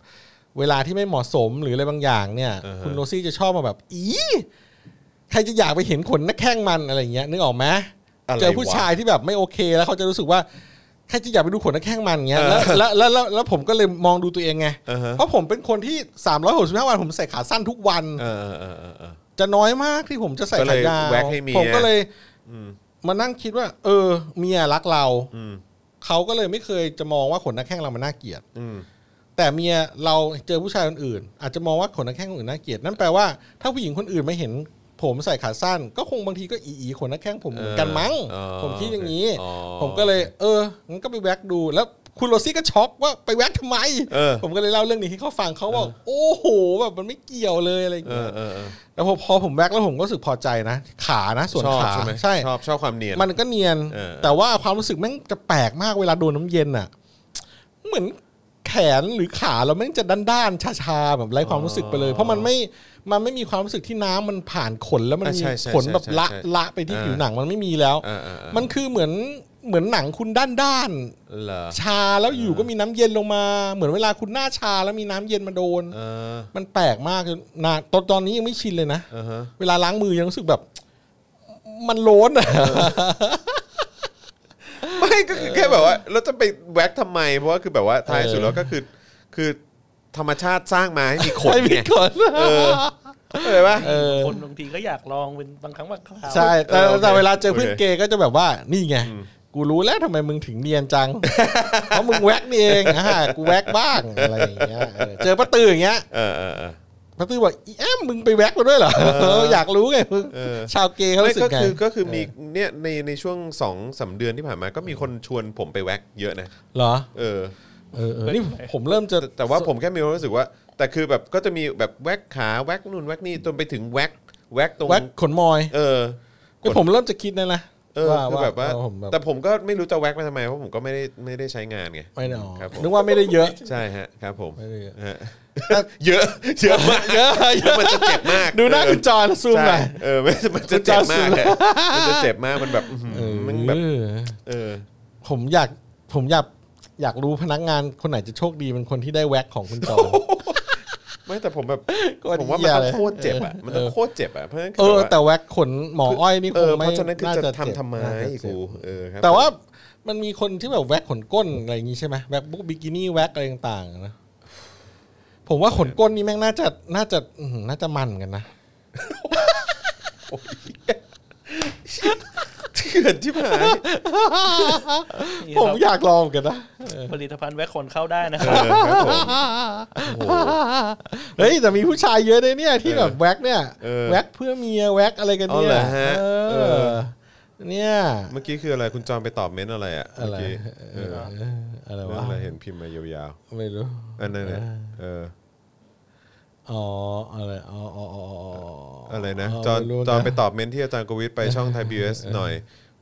[SPEAKER 3] เวลาที่ไม่เหมาะสมหรืออะไรบางอย่างเนี่ย
[SPEAKER 2] เออฮะ
[SPEAKER 3] คุณโรซี่จะชอบมาแบบอีใครจะอยากไปเห็นขนหน้าแข้งมันอะไรอย่างเงี้ยนึกออกไหม
[SPEAKER 2] ะไรวะ
[SPEAKER 3] เจอผู้ชายที่แบบไม่โอเค แล้วเขาจะรู้สึกว่าใครจะอยากไปดูขนหน้าแข้งมันอย่างเงี้ย
[SPEAKER 2] เอ
[SPEAKER 3] แล้ว
[SPEAKER 2] อ
[SPEAKER 3] แล้วแล้วแล้วแล้วผมก็เลยมองดูตัวเองไง
[SPEAKER 2] เออฮะ
[SPEAKER 3] เพราะผมเป็นคนที่365วันผมใส่ขาสั้นทุกวัน
[SPEAKER 2] เออเออเออเออ
[SPEAKER 3] จะน้อยมากที่ผมจะใส่
[SPEAKER 2] ก็เล
[SPEAKER 3] ขาย ยาว
[SPEAKER 2] แว็กให้เมีย
[SPEAKER 3] ผมก็เลย
[SPEAKER 2] อืม
[SPEAKER 3] มานั่งคิดว่า เออเมียรักเรา
[SPEAKER 2] อืม
[SPEAKER 3] เขาก็เลยไม่เคยจะมองว่าขนหน้าแข้งเรามันน่าเกลียด
[SPEAKER 2] อืม
[SPEAKER 3] แต่เมียเราเจอผู้ชายคนอื่น อาจจะมองว่าขนหน้าแข้งคนอื่นน่าเกลียดนั่นแปลว่าถ้าผู้หญิงคนอื่นมาเห็น ผมใส่ขาสั้น ก็คงบางทีก็อีอีขนหน้าแข้งผมเหมือนกันมั้ง
[SPEAKER 2] เออ
[SPEAKER 3] ผมคิดอย่างนี้
[SPEAKER 2] อ๋อ
[SPEAKER 3] ผมก็เลย เอองั้นก็ไปแว็กดูแล้วคุณโรซี่ก็ช็อกว่าไปแว็กทำไม
[SPEAKER 2] เออ
[SPEAKER 3] ผมก็เลยเล่าเรื่องนี้ให้เขาฟังเขาบอกโอ้โหแบบมันไม่เกี่ยวเลยอะไรอย่าง
[SPEAKER 2] เอ
[SPEAKER 3] เงี้
[SPEAKER 2] อย เออเออ
[SPEAKER 3] แล้วพอพอผมแว็กแล้วผมก็รู้สึกพอใจนะ ขานะส่วน
[SPEAKER 2] ชอบ
[SPEAKER 3] ขา
[SPEAKER 2] ใช่ไหม
[SPEAKER 3] ใช่
[SPEAKER 2] ชอบชอบความเนียน
[SPEAKER 3] มันก็เนียน
[SPEAKER 2] เออ
[SPEAKER 3] แต่ว่าความรู้สึกแม่งจะแปลกมากเวลาโดนน้ำเย็นอ่ะ เหมือนแขนหรือขาเราแม่งจะด้านๆชาๆแบบไร้ความรู้สึกไปเลย เพราะมันไม่มันไม่มีความรู้สึกที่น้ำมันผ่านขนแล้วมัน
[SPEAKER 2] อ่ะ
[SPEAKER 3] มี
[SPEAKER 2] ใช่ใช่
[SPEAKER 3] ขนแบบ
[SPEAKER 2] ใช่
[SPEAKER 3] ละ
[SPEAKER 2] ใช่
[SPEAKER 3] ละไปที่
[SPEAKER 2] อ่า
[SPEAKER 3] ผิวหนังมันไม่มีแล้ว
[SPEAKER 2] เออเออเออ
[SPEAKER 3] มันคือเหมือนเหมือนหนังคุณด้าน
[SPEAKER 2] เหรอ
[SPEAKER 3] ๆชาแล้วอยู่ก็มีน้ำเย็นลงมา เหมือนเวลาคุณหน้าชาแล้วมีน้ำเย็นมาโดน
[SPEAKER 2] เออ
[SPEAKER 3] มันแปลกมากจนนาตอนตอนนี้ยังไม่ชินเลยนะ
[SPEAKER 2] เออฮะ
[SPEAKER 3] เวลาล้างมือยังรู้สึกแบบ มันโล้นอะ
[SPEAKER 2] ไม่ก็คือแค่แบบว่าเราจะไปแว็กทำไม เพราะว่าคือแบบว่าท้ายสุดแล้วก็คือคือธรรมชาติสร้างมาให้มีขน
[SPEAKER 3] ไม่มี
[SPEAKER 2] เนี่ย
[SPEAKER 3] ขน
[SPEAKER 2] เออเข้าใจปะ
[SPEAKER 3] เออ
[SPEAKER 4] คนบางทีก็อยากลองเป็นบางครั้งบางคราว
[SPEAKER 3] ใช่แต่
[SPEAKER 2] เออโอเค
[SPEAKER 3] แต่เวลาเจอเพื่อน
[SPEAKER 2] โอเค
[SPEAKER 3] เกย์ก็จะแบบว่านี่ไง กูรู้แล้วทำไมมึงถึงเนียนจัง เพราะมึงแว็กนี่เองอ่ากูแว็กบ้างอะไรอย่างเงี้ยเออเจอป้าตืออย่างเงี้ย
[SPEAKER 2] เออเออเออ
[SPEAKER 3] ป้าตือบอกอีแอมมึงไปแว็กมาด้วยเหรอเอออยากรู้ไงมึง
[SPEAKER 2] เออ
[SPEAKER 3] ชาวเกย์เขา
[SPEAKER 2] ไม่
[SPEAKER 3] รู้สึก
[SPEAKER 2] ก็
[SPEAKER 3] ไง
[SPEAKER 2] คือก็คือมีเนี่ยในในช่วงสองสามเดือนที่ผ่านมาก็มีคนชวนผมไปแว็กเยอะนะ
[SPEAKER 3] เหรอ
[SPEAKER 2] เออ
[SPEAKER 3] เออเออนี่ผมเริ่มจะ
[SPEAKER 2] แต่แต่ว่าผมแค่มีความรู้สึกว่า แต่คือแบบก็จะมีแบบแว็กขาแว็กนู่นแว็กนี่จนไปถึงแว็กแว็กตรง
[SPEAKER 3] แว็กขนมอย
[SPEAKER 2] เออ
[SPEAKER 3] นี่ผมเริ่มจะคิดนะนะ
[SPEAKER 2] เออคือแบบว่า
[SPEAKER 3] ผมแบบ
[SPEAKER 2] แต่ผมก็ไม่รู้จะแว็กไปทำไมเพราะผมก็ไม่ได้ไม่ได้ใช้งานไง
[SPEAKER 3] ไม่ได้ออก
[SPEAKER 2] ครับผม
[SPEAKER 3] นึกว่าไม่ได้เยอะ
[SPEAKER 2] ใช่ฮะครับผม
[SPEAKER 3] ไม่ได้เยอะ
[SPEAKER 2] ฮะเยอะเยอะมาก
[SPEAKER 3] เยอะเย
[SPEAKER 2] แล้ว
[SPEAKER 3] อะ
[SPEAKER 2] มันจะเจ็บมาก
[SPEAKER 3] ดูหน้าคุณจอนซูมหน่อย
[SPEAKER 2] ใช่เออมันมันจะเจ็บมาก
[SPEAKER 3] คุณจอห์น
[SPEAKER 2] เลยมันจะเจ็บมากมันแบบอื้อหือมันแบบ
[SPEAKER 3] เออ
[SPEAKER 2] เออ
[SPEAKER 3] ผมอยากผมอยากอยากรู้พนักงานคนไหนจะโชคดีเป็นคนที่ได้แว็กของคุณจอน
[SPEAKER 2] ไม่แต่ผมแบบ
[SPEAKER 3] โคตร
[SPEAKER 2] ผมว่ามัน
[SPEAKER 3] เหี้ยเล
[SPEAKER 2] ต้อย งโคตรเจ็บอ่ะมันต้อง
[SPEAKER 3] เออ
[SPEAKER 2] โคตรเจ็บอ่ะเพราะฉะนั้นคื
[SPEAKER 3] เอ
[SPEAKER 2] บ
[SPEAKER 3] อ
[SPEAKER 2] บว่า
[SPEAKER 3] แต่แว็กขนหมออ้อยนี่ค
[SPEAKER 2] เองอเพ
[SPEAKER 3] ไม่
[SPEAKER 2] ราะฉะนั้นคือจะ
[SPEAKER 3] เบ
[SPEAKER 2] ทำทำไม
[SPEAKER 3] น่าจะเจ็บ
[SPEAKER 2] กูเออครับ
[SPEAKER 3] แต่ว่ามันมีคนที่แบบแว็กขนก้นอะไรอย่างงี้ใช่ไหมแว็กบุ๊กบิกินี่แว็กอะไรต่างๆนะผมว่าขนก้นนี่แม่งน่าจะน่าจะอื้อหือน่าจะมันเหมือนกันนะ
[SPEAKER 2] เถื่อนที่ผาย
[SPEAKER 4] นี่
[SPEAKER 3] ผมอ
[SPEAKER 4] ครับ
[SPEAKER 3] ยากลองเหมือนกันนะ
[SPEAKER 4] ผลิตภัณฑ์แว็กขนเข้าได้นะค
[SPEAKER 2] เอ
[SPEAKER 4] รับ
[SPEAKER 2] อครับผม โอ้โห
[SPEAKER 3] เฮ้ยแต่มีผู้ชายเยอะเลยเนี่ยที่แบบแว็กเนี่ย
[SPEAKER 2] เออ
[SPEAKER 3] แว็กเพื่อเมียแว็กอะไรกัน
[SPEAKER 2] เอา
[SPEAKER 3] เนี่
[SPEAKER 2] เหร
[SPEAKER 3] ย
[SPEAKER 2] อฮะ
[SPEAKER 3] เอ
[SPEAKER 2] เอ
[SPEAKER 3] อ
[SPEAKER 2] อ
[SPEAKER 3] เนี่ย
[SPEAKER 2] เมื่อกี้คืออะไรคุณจอมไปตอบเม้นต์อะไรอ่ะ
[SPEAKER 3] อะ
[SPEAKER 2] เมื่อ
[SPEAKER 3] ไร
[SPEAKER 2] กี้เอ
[SPEAKER 3] เอ
[SPEAKER 2] อ
[SPEAKER 3] ออะไร
[SPEAKER 2] เรื่อง
[SPEAKER 3] วะ
[SPEAKER 2] อะไรเห็นพิมพ์มายาว
[SPEAKER 3] ไม่รู้
[SPEAKER 2] ๆอันนั้นเนี่ยเออ
[SPEAKER 3] อ๋ออะไรอ๋ออ๋ออ๋ออ๋อ
[SPEAKER 2] อะไรนะจอน
[SPEAKER 3] ม่รู้
[SPEAKER 2] จอนไปตอบเมนที่อาจารย์โกวิทไปช่องไท ยพีเอสหน่อย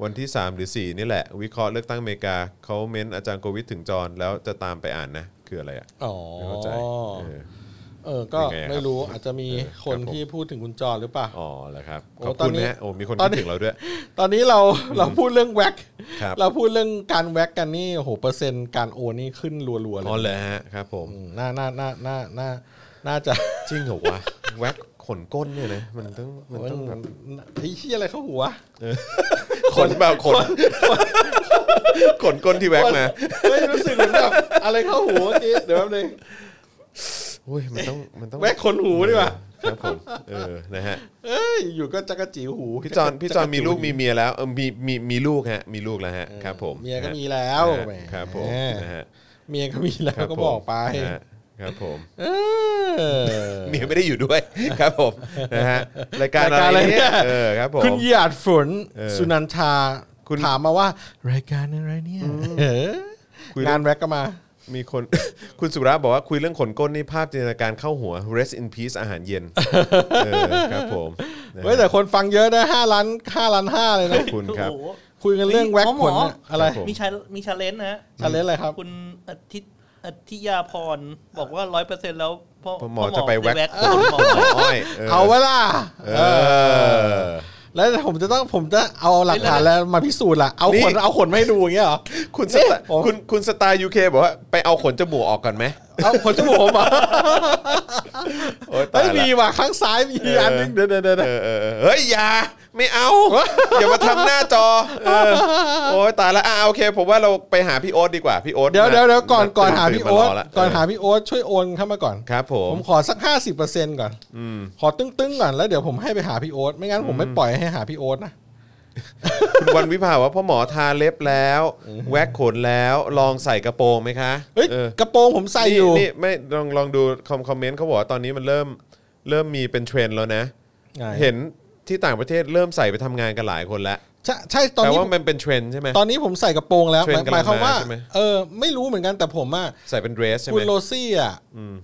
[SPEAKER 2] วันที่ 3 หรือ 4 นี่แหละ วิเคราะห์เลือกตั้งอเมริกาเขาเม้นอาจารย์โกวิทถึงจอนแล้วจะตามไปอ่านนะ คืออะไรอ่ะ
[SPEAKER 3] อ๋อ
[SPEAKER 2] ไม่เข้าใจเออ
[SPEAKER 3] เออก็
[SPEAKER 2] ยังไงครับ
[SPEAKER 3] ไม่รู้อาจจะมี
[SPEAKER 2] เออครับ
[SPEAKER 3] คน
[SPEAKER 2] ผม
[SPEAKER 3] ที่พูดถึงคุณจอนหรือเปล่า
[SPEAKER 2] อ๋อเหรอครับ
[SPEAKER 3] โอ้
[SPEAKER 2] ขอบ
[SPEAKER 3] ตอน
[SPEAKER 2] คุณ
[SPEAKER 3] นี้
[SPEAKER 2] นะโอ้มีคน
[SPEAKER 3] ต
[SPEAKER 2] คิ
[SPEAKER 3] อน
[SPEAKER 2] ด
[SPEAKER 3] นี้
[SPEAKER 2] ถึงเราด้วย
[SPEAKER 3] ตอนนี้เรา เราพูดเรื่องแว็ก
[SPEAKER 2] ครับ
[SPEAKER 3] เราพูดเรื่องการแว็กกันนี่โอ้โหเปอร์เซ็นต์การโอนนี่ขึ้นรัวๆเลย
[SPEAKER 2] อ๋อเหรอฮะครับผม
[SPEAKER 3] อืมน่าน่าน่าน่าน่าน่าจะ
[SPEAKER 2] จริงเหรอวะ แว็กขนก้นเนี่ยนะ มันต้องมันต้องแบบ
[SPEAKER 3] ไอ้เหี้ยอะไรเข้าหัว
[SPEAKER 2] ขนแบบขน ขนก้นที่แว็กมา
[SPEAKER 3] เฮ้ยรู้สึกเหมือนแบบอะไรเข้าหูเมื่อกี้เดี๋ยวแป๊บนึง
[SPEAKER 2] อุ้ยมันต้องมันต้อง
[SPEAKER 3] แวะขนหูดีกว่า
[SPEAKER 2] ครับผมเออนะฮะ
[SPEAKER 3] เอ้ยอยู่ก็จักระจิ๋วหู
[SPEAKER 2] พี่จอนพี่จอนมีลูกมีเมียแล้วเออมีมีมีลูกฮะมีลูกแล้วฮะครับผม
[SPEAKER 3] เมียก็มีแล้ว
[SPEAKER 2] นะฮะ
[SPEAKER 3] แหม
[SPEAKER 2] ครับผมนะฮะ
[SPEAKER 3] เมียก็มีแล้
[SPEAKER 2] ครั
[SPEAKER 3] ว
[SPEAKER 2] ผม
[SPEAKER 3] ก็บอกไป
[SPEAKER 2] นะฮะครับผม
[SPEAKER 3] เออ
[SPEAKER 2] เมียไม่ได้อยู่ด้วย ครับผมนะฮะรายการ
[SPEAKER 3] รายการ
[SPEAKER 2] อะไรเนี่
[SPEAKER 3] อะ
[SPEAKER 2] เอ
[SPEAKER 3] ไรเนี่ย ย
[SPEAKER 2] อครับผม
[SPEAKER 3] คุณหยาดฝน
[SPEAKER 2] เออ
[SPEAKER 3] สุนันทา
[SPEAKER 2] คุณ
[SPEAKER 3] ถามมาว่ารายการอะไรเนี่ยเออ
[SPEAKER 2] คุย
[SPEAKER 3] งา
[SPEAKER 2] เรื่อน ง
[SPEAKER 3] แว็กก็มา
[SPEAKER 2] มีคน คุณสุราบอกว่าคุยเรื่องขนก้นนี่ภาพจินตนาการเข้าหัว rest in peace อาหารเย็นเออครับผมนะฮะ
[SPEAKER 3] เฮ้ยแต่คนฟังเยอะนะห้าล้านห้าล้านห้าเลย
[SPEAKER 2] ข
[SPEAKER 3] นะ
[SPEAKER 2] อบคุณครับ
[SPEAKER 4] โอ้โห
[SPEAKER 3] คุยกันเรื่อง
[SPEAKER 4] เฮ้ย
[SPEAKER 3] แว็ก
[SPEAKER 4] ห
[SPEAKER 3] ข
[SPEAKER 4] มอหม
[SPEAKER 3] น
[SPEAKER 4] อ
[SPEAKER 3] น่ะอะไร
[SPEAKER 2] ครับผม
[SPEAKER 4] มีชามีชาเลนจ์นะฮะ
[SPEAKER 3] challenge อะไรครับ
[SPEAKER 4] คุณอธิอธิยาพรบอกว่าร้อยเปอร์เซ็นต์แล้วพ่อ
[SPEAKER 2] พ่อหมอจะไปแว็ก
[SPEAKER 4] ข นหมอ
[SPEAKER 2] หมออ้อย
[SPEAKER 3] เอาเวล่ะ
[SPEAKER 2] เอ
[SPEAKER 3] เออ
[SPEAKER 2] อ
[SPEAKER 3] แล้วผมจะต้องผมจะเอาหลักฐานแล้วมาพิสูจน์ล่ะ เอาขน
[SPEAKER 2] นี่
[SPEAKER 3] เอาขนไม่ดูอย่างเงี้ยเหรอ
[SPEAKER 2] คุณสไตล์
[SPEAKER 3] ผม
[SPEAKER 2] คุณคุณสไตล์ยูเคบอกว่าไปเอาขนจมูกออกก่อนไหม
[SPEAKER 3] เอาขนจมูกผมเหรอ
[SPEAKER 2] โอ๊ยตายละ
[SPEAKER 3] ไม่มีว่ะข้างซ้ายมีอันนึงเดี๋ยวเดี๋ยวเดี๋ยว
[SPEAKER 2] เออเออเออเฮ้ยอย่าไม่ เอา อย่ามาทำหน้าจอเออโอ้ยตายละอ่าโอเค ผมว่าเราไปหาพี่โอ๊ตดีกว่าพี่โอ๊ต
[SPEAKER 3] เดี๋ยวเดี๋ยวเดี๋ยวก่อนก่อนหา
[SPEAKER 2] ตื่
[SPEAKER 3] พี่โอ๊ต
[SPEAKER 2] มรละ
[SPEAKER 3] ก่อ
[SPEAKER 2] เห
[SPEAKER 3] นาพี่โอ๊ตช่วยโอนเข้ามาก่อน
[SPEAKER 2] ครับผม
[SPEAKER 3] ผมขอสัก 50%ก่อนขอตึ้งๆก่อนแล้วเดี๋ยวผมให้ไปหาพี่โอ๊ตไม่งั้นผมไม่ปล่อยให้หาพี่โอ๊ตนะ
[SPEAKER 2] คุณวันวิภาว่าพ่อหมอทาเล็บแล้ว แว็กขนแล้วลองใส่กระโปรงไหมคะ
[SPEAKER 3] เฮ้ย
[SPEAKER 2] ออก
[SPEAKER 3] ระโปรงผมใส่
[SPEAKER 2] นี่
[SPEAKER 3] อยู่
[SPEAKER 2] นี่ไม่ลองลองดูคอมคอมเมนต์เขาบอกว่าตอนนี้มันเริ่มเริ่มมีเป็นเทรนด์แล้วนะ
[SPEAKER 3] ไง
[SPEAKER 2] เห็นที่ต่างประเทศเริ่มใส่ไปทำงานกันหลายคนแล้ว
[SPEAKER 3] ใช่ใช่ตอน
[SPEAKER 2] แต่
[SPEAKER 3] นี้
[SPEAKER 2] ว่ามันเป็นเทรนด์ใช่ไหม
[SPEAKER 3] ตอนนี้ผมใส่กระโปรงแล้ว
[SPEAKER 2] เทรนด์
[SPEAKER 3] หมายความว่า
[SPEAKER 2] ใช่ไหม
[SPEAKER 3] เออไม่รู้เหมือนกันแต่ผมอ่ะ
[SPEAKER 2] ใส่เป็นเดรสใช่
[SPEAKER 3] คุ
[SPEAKER 2] ไหม
[SPEAKER 3] ณโรซี่อ่ะ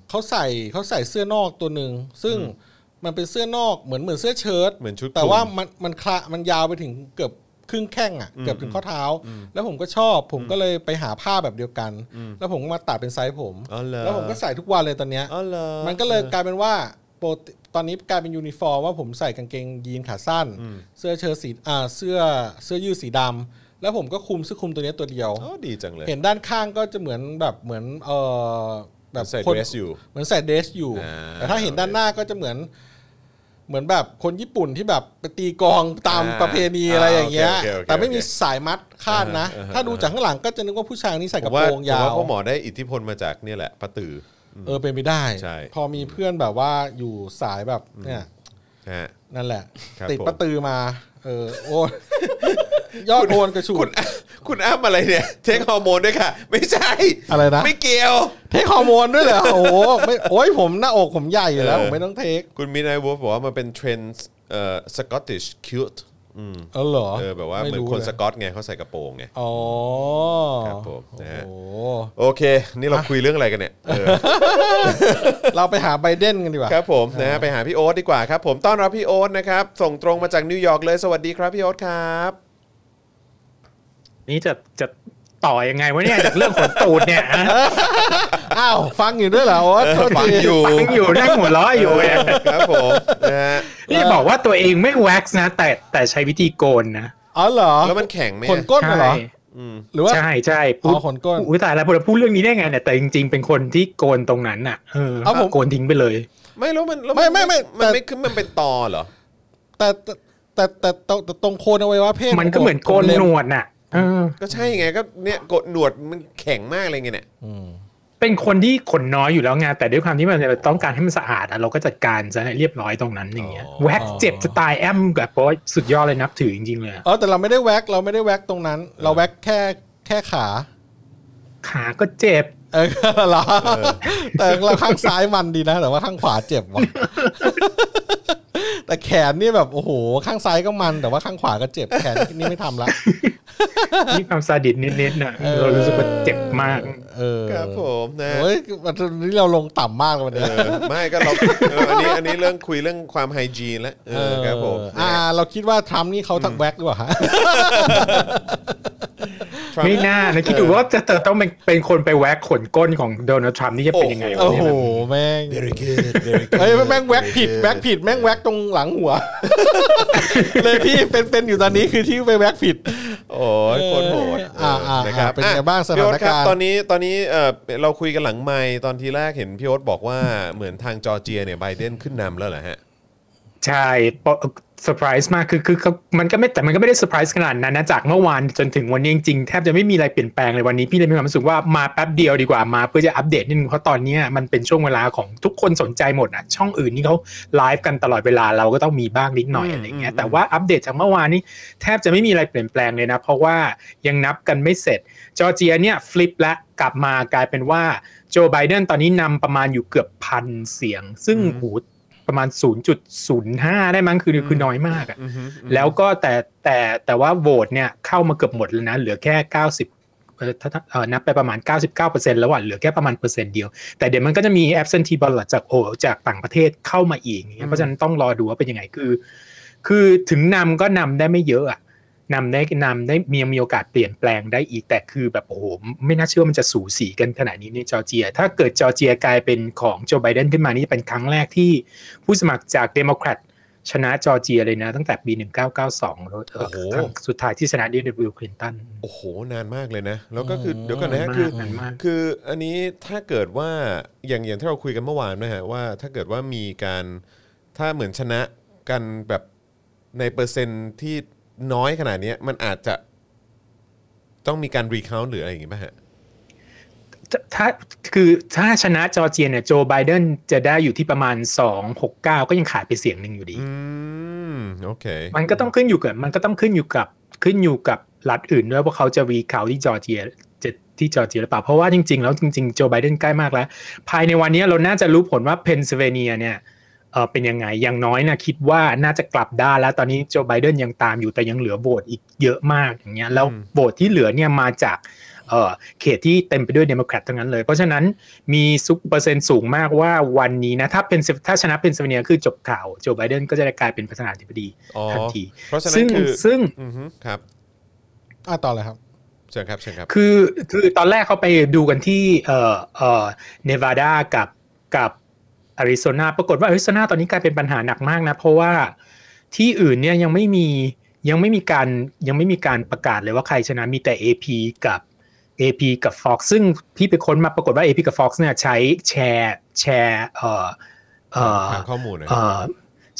[SPEAKER 3] เขาใส่เขาใส่เสื้อนอกตัวหนึ่งซึ่งมันเป็นเสื้อนอกเหมือนเหมือนเสื้อเชิ้ต
[SPEAKER 2] เหมือนชุดคลุม
[SPEAKER 3] แต่ว่ามันมันคละมันยาวไปถึงเกือบครึ่งแข้งอ่ะเกือบถึงข้อเท้า แล้วผมก็ชอบผมก็เลยไปหาผ้าแบบเดียวกัน แล้วผมก็มาตัดเป็นไซส์ผม
[SPEAKER 2] อ๋อเหรอ
[SPEAKER 3] แล้วผมก็ใส่ทุกวันเลยตอนเนี้ย
[SPEAKER 2] อ๋อเหรอ
[SPEAKER 3] มันก็เลยกลายเป็นว่าปกติตอนนี้กลายเป็นยูนิฟอร์มว่าผมใส่กางเกงยีนขาสั้น เสื้อเชิ้ตสีอ่าเสื้อเสื้อยืดสีดำแล้วผมก็คลุมเสื้อคลุมตัวเนี้ยตัวเดียว
[SPEAKER 2] อ๋อดีจังเลย
[SPEAKER 3] เห็นด้านข้างก็จะเหมือนแบบเหมือนเออแบบ
[SPEAKER 2] ใส่
[SPEAKER 3] คน
[SPEAKER 2] เดรสอยู่
[SPEAKER 3] เหมือนใส่เดรสอยู่
[SPEAKER 2] อ่า
[SPEAKER 3] แต่ถ้าเห็นด้านหน้าก็จะเหมือน เหมือนแบบคนญี่ปุ่นที่แบบไปตีกลองตามประเพณีอะไรอย่างเงี้ย
[SPEAKER 2] อ่าโอเคโอเคโอเค
[SPEAKER 3] แต่ไม่มีสายมัดคาดนะ
[SPEAKER 2] อ่าฮะ
[SPEAKER 3] ถ้าดูจากข้างหลังก็จะนึกว่าผู้ชายคนนี้ใส่
[SPEAKER 2] ผ
[SPEAKER 3] กระ
[SPEAKER 2] ม
[SPEAKER 3] โป
[SPEAKER 2] ว่า
[SPEAKER 3] รงยา
[SPEAKER 2] ผมว่าว พ่อหมอได้อิทธิพลมาจากเนี่ยแหละปาตือ
[SPEAKER 3] เออเป็นไปได้
[SPEAKER 2] ใช่
[SPEAKER 3] พอมีเพื่อนแบบว่าอยู่สายแบบเนี่ย
[SPEAKER 2] ฮะ
[SPEAKER 3] นั่นแหละ
[SPEAKER 2] ครับ
[SPEAKER 3] ติด
[SPEAKER 2] ผม
[SPEAKER 3] ประตือมา เออโอ้ ยอดโอนกระชู
[SPEAKER 2] คุณคุณอ้ำอะไรเนี่ยเทคฮอร์โมนด้วยค่ะ ไม่ใช่
[SPEAKER 3] อะไรนะ
[SPEAKER 2] ไม่เกี่ยว
[SPEAKER 3] เทคฮอร์โมนด้วยเหรอโอ้โหไม่โอ้ยผมหน้าอกผมใหญ่อยู่แล้ว
[SPEAKER 2] เออ
[SPEAKER 3] ผมไม่ต้องเทค
[SPEAKER 2] คุณมินายวูฟบอกว่ามันเป็นเทรนด์เอ่อสกอตติชคิวต์
[SPEAKER 3] เออเหรอ
[SPEAKER 2] เออแบบว่า
[SPEAKER 3] ไ
[SPEAKER 2] เหมือนคน
[SPEAKER 3] รู้ลย
[SPEAKER 2] สกอตไงเขาใส่กระโปรงไง
[SPEAKER 3] อ๋อ
[SPEAKER 2] ครับผมนะฮะ
[SPEAKER 3] โอ้โห
[SPEAKER 2] โอเค นี่เราคุยเรื่องอะไรกันเนี่ยเออ
[SPEAKER 3] เราไปหาไบเดนกันดีกว่า
[SPEAKER 2] ครับผมนะฮะไปหาพี่โอ๊ตดีกว่าครับผมต้อนรับพี่โอ๊ตนะครับ ส่งตรงมาจากนิวยอร์กเลยสวัสดีครับพี่โอ๊ตครับ
[SPEAKER 5] นี่จะจะต่อยังไงวะเนี่ยจากเรื่องขนตูดเนี่ยฮะ
[SPEAKER 3] อ้าวฟังอยู่ด้วยเหรอโอ๊ตโทษ
[SPEAKER 2] ฟั
[SPEAKER 3] ที
[SPEAKER 2] งอยู่
[SPEAKER 5] ฟังอยู่นั่งหัวเราะอยู่เนี่ย
[SPEAKER 2] ครับผมนะฮะ
[SPEAKER 5] นี่จะบอกว่าตัวเองไม่แว็กซ์นะ แต่แต่ใช้วิธีโกนนะ
[SPEAKER 3] อ๋อเหรอ
[SPEAKER 2] แล้วมันแข็งไหม
[SPEAKER 3] ขนก้นเหรอ
[SPEAKER 5] ใช่
[SPEAKER 2] อืม
[SPEAKER 3] หรือว่า
[SPEAKER 5] ใช่ใช่
[SPEAKER 3] อ๋อขนก้น
[SPEAKER 5] อุ้ยตายแล้วพอเราพูดเรื่องนี้ได้ไงเนี่ยแต่จริง ๆ เป็นคนที่โกนตรงนั้นอ่ะเออ
[SPEAKER 3] เอาผม
[SPEAKER 5] โกนทิ้งไปเลย
[SPEAKER 2] ไม่แล้วมันแล้ว
[SPEAKER 3] ไม่ไม่ไม่
[SPEAKER 2] มัน
[SPEAKER 3] แต่
[SPEAKER 2] ไม่คือมันเป็นตอเหรอ
[SPEAKER 3] แต่แต่แต่แต่แต่แต่ตรงโคนอวัยวะเพศ
[SPEAKER 5] มันก็เหมือนโกน
[SPEAKER 3] ผล็บ
[SPEAKER 5] หนวดน่ะเออ
[SPEAKER 2] ก็ใช่ไงก็เนี่ยกดหนวดมันแข็งมากเลยไงเนี่ย
[SPEAKER 3] อืม
[SPEAKER 5] เป็นคนที่ขนน้อยอยู่แล้วไงแต่ด้วยความที่มันต้องการให้มันสะอาดอะเราก็จัดการซะให้เรียบร้อยตรงนั้นอย่างเงี้ยแว็กซ์เจ็บจะตายแอมแบบโอ้ยสุดยอดเลยนับถือจริงๆเลยอะ
[SPEAKER 3] อ๋อแต่เราไม่ได้แว็กเราไม่ได้แว็กตรงนั้น เราแว็กแค่แค่ขา
[SPEAKER 5] ขาก็เจ็บ
[SPEAKER 3] เออเหรอแต่เราข้างซ้ายมันดีนะ แต่ว่าข้างขวาเจ็บว่ะแต่แขนนี่แบบโอ้โห ข้างซ้ายก็มัน แต่ว่าข้างขวาก็เจ็บแขนนี่ไม่ทำละ
[SPEAKER 5] มีความซาดิสนิดๆนะเรารู้สึกว่าเจ็บมาก
[SPEAKER 3] เออ
[SPEAKER 2] ครับผมนะ
[SPEAKER 3] โอ้ยวันนี้เราลงต่ำมากเลยวันนี้
[SPEAKER 2] เออไม่ก็เราเอออันนี้อันนี้เรื่องคุยเรื่องความไฮจีนแล้วเออครับผม
[SPEAKER 3] อ่า เราคิดว่าทรัมป์นี่เขาทักแว็กหรือเปล่าฮะ
[SPEAKER 2] ทรัม
[SPEAKER 5] ไม่
[SPEAKER 2] ป์
[SPEAKER 5] น่านะคิดดูว่าจะต้องเป็นเป็นคนไปแว็กขนก้นของโดนัลด์ทรัมป์นี่จะเป็นยังไงวะ
[SPEAKER 3] โอ้
[SPEAKER 5] เนี่
[SPEAKER 3] โห
[SPEAKER 5] ย
[SPEAKER 3] แม่ง
[SPEAKER 1] Very good very good
[SPEAKER 3] เอ้ยแม่งแว็กผิดแว็กผิดแม่งแว็กตรงหลังหัว เลยที่เป็นเป็นอยู่ตอนนี้คือที่ไปแว็กผิด
[SPEAKER 2] โอ้ยโคตรโหด
[SPEAKER 3] เอออ่ะอ่ะ
[SPEAKER 2] นะครับ
[SPEAKER 3] เป็นไง
[SPEAKER 2] อ่ะ
[SPEAKER 3] บ้างสถาน
[SPEAKER 2] พี่โอ๊ตคบ
[SPEAKER 3] การณ์
[SPEAKER 2] ตอนนี้ตอนนี้เออเราคุยกันหลังไมค์ตอนทีแรกเห็นพี่โอ๊ตบอกว่าเหมือนทางจอร์เจียเนี่ยไบเดนขึ้นนำแล้วเหรอฮะ
[SPEAKER 5] ใช่เซอร์ไพรส์มากคือคือคือมันก็ไม่แต่มันก็ไม่ได้เซอร์ไพรส์ขนาดนั้นนะจากเมื่อวานจนถึงวันนี้จริงๆแทบจะไม่มีอะไรเปลี่ยนแปลงเลยวันนี้พี่เลยมีความรู้สึกว่ามาแป๊บเดียวดีกว่ามา เพื่อจะอัปเดตนิดนึงเพราะตอนเนี้ยมันเป็นช่วงเวลาของทุกคนสนใจหมดอ่ะช่องอื่นนี่เขาไลฟ์กันตลอดเวลาเราก็ต้องมีบ้างนิดหน่อยอะไรเงี้ยแต่ว่าอัปเดตจากเมื่อวานนี้แทบจะไม่มีอะไรเปลี่ยนแปลงเลยนะ เพราะว่ายังนับกันไม่เสร็จ จอร์เจียเนี่ยฟลิปและกลับมากลายเป็นว่าโจไบเดนตอนนี้นำประมาณอยู่เกือบพันเสียง ซึ่งโหูประมาณ 0.05 ได้มั้งคือคือน้อยมากอะแล้วก็แต่แต่แต่ว่าโหวตเนี่ยเข้ามาเกือบหมดแล้วนะ เหลือแค่ 90เอ่อถ้าถ้าเอ่อนับไปประมาณ 99%แล้วอ่ะเหลือแค่ประมาณเปอร์เซ็นต์เดียว แต่เดี๋ยวมันก็จะมี absentee ballot จากโอจากต่างประเทศเข้ามาอีกอย่างเงี้ยเพราะฉะนั้นต้องรอดูว่าเป็นยังไงคือ คือถึงนำก็นำได้ไม่เยอะอะ นำได้นำได้มียังมีโอกาสเปลี่ยนแปลงได้อีกแต่คือแบบโอ้โหไม่น่าเชื่อว่ามันจะสูสีกันขนาดนี้ในจอร์เจีย ถ้าเกิดจอร์เจียกลายเป็นของโจไบเดนขึ้นมานี่จะเป็นครั้งแรกที่ผู้สมัครจากเดโมแครตชนะจอร์เจียเลยนะ ตั้งแต่ปี 1992แล้วเออ
[SPEAKER 2] โอ้โห
[SPEAKER 5] ครั้งสุดท้ายที่ชนะดิวบิลคลินตัน
[SPEAKER 2] โอ้โหนานมากเลยนะ แล้วก็คือ
[SPEAKER 3] อืม
[SPEAKER 2] เดี๋ยวก่อนนะฮะคือน
[SPEAKER 5] นานมากานมาก
[SPEAKER 2] คืออันนี้ถ้าเกิดว่าอย่างอย่างที่เราคุยกันเมื่อวานนะฮะว่าถ้าเกิดว่ามีการถ้าเหมือนชนะกันแบบในเปอร์เซ็นต์ที่น้อยขนาดเนี้ยมันอาจจะต้องมีการรีค u ว t หรืออะไรอย่างงี้ป่ะฮะ
[SPEAKER 5] ถ้าถ้าคือถ้าชนะจอร์เจียเนี่ยโจไบเดนจะได้อยู่ที่ประมาณ 269 ก็ยังขาดไปเสียงหนึ่งอยู่ดี
[SPEAKER 2] อืม โอเค
[SPEAKER 5] มันก็ต้องขึ้นอยู่กับมันก็ต้องขึ้นอยู่กับขึ้นอยู่กับรัฐอื่นด้วยว่าเขาจะวีเขาที่จอร์เจียจะที่จอร์เจียหรือเปล่าเพราะว่าจริง ๆ แล้วจริงๆโจไบเดนใกล้มากแล้ว ภายในวันนี้เราน่าจะรู้ผลว่าเพนซิลเวเนียเนี่ยเออเป็นยังไงอย่างน้อยนะคิดว่าน่าจะกลับด้านแล้วตอนนี้โจไบเดนยังตามอยู่แต่ยังเหลือโหวตอีกเยอะมากอย่างเงี้ยแล้ว
[SPEAKER 2] อืม
[SPEAKER 5] โหวตที่เหลือเนี่ยมาจากเออเขตที่เต็มไปด้วยเดโมแครตทั้งนั้นเลย เพราะฉะนั้นมีซุปเปอร์เซ็นต์สูงมากว่าวันนี้นะถ้าเป็นถ้าชนะเพนซิลเวเนียคือจบข่าวโจไบเดนก็จะได้กลายเป็นประธานาธิบดี
[SPEAKER 2] อ๋อ
[SPEAKER 5] ทันที
[SPEAKER 2] เพราะฉะนั้
[SPEAKER 5] ซึ่
[SPEAKER 2] น
[SPEAKER 5] ง
[SPEAKER 2] คือ
[SPEAKER 5] ซึ่ง
[SPEAKER 2] อือฮึครับ
[SPEAKER 3] อ่ะต่อเลยครับ
[SPEAKER 2] เชิญครับเชิญครับ
[SPEAKER 5] คือคือตอนแรกเขาไปดูกันที่เอ่อเอ่อเนวาดากับกับอาริโซนาปรากฏว่าอาริโซนาตอนนี้กลายเป็นปัญหาหนักมากนะ เพราะว่าที่อื่นเนี่ยยังไม่มียังไม่มีการยังไม่มีการประกาศเลยว่าใครชนะมีแต่ AP กับ AP กับ Fox ซึ่งพี่ไปค้นมาปรากฏว่า AP กับ Fox เนี่ยใช้แชร์แชร์เอ่อเอ่อ
[SPEAKER 2] หาข้อมูลหน่อย
[SPEAKER 5] เอ่อ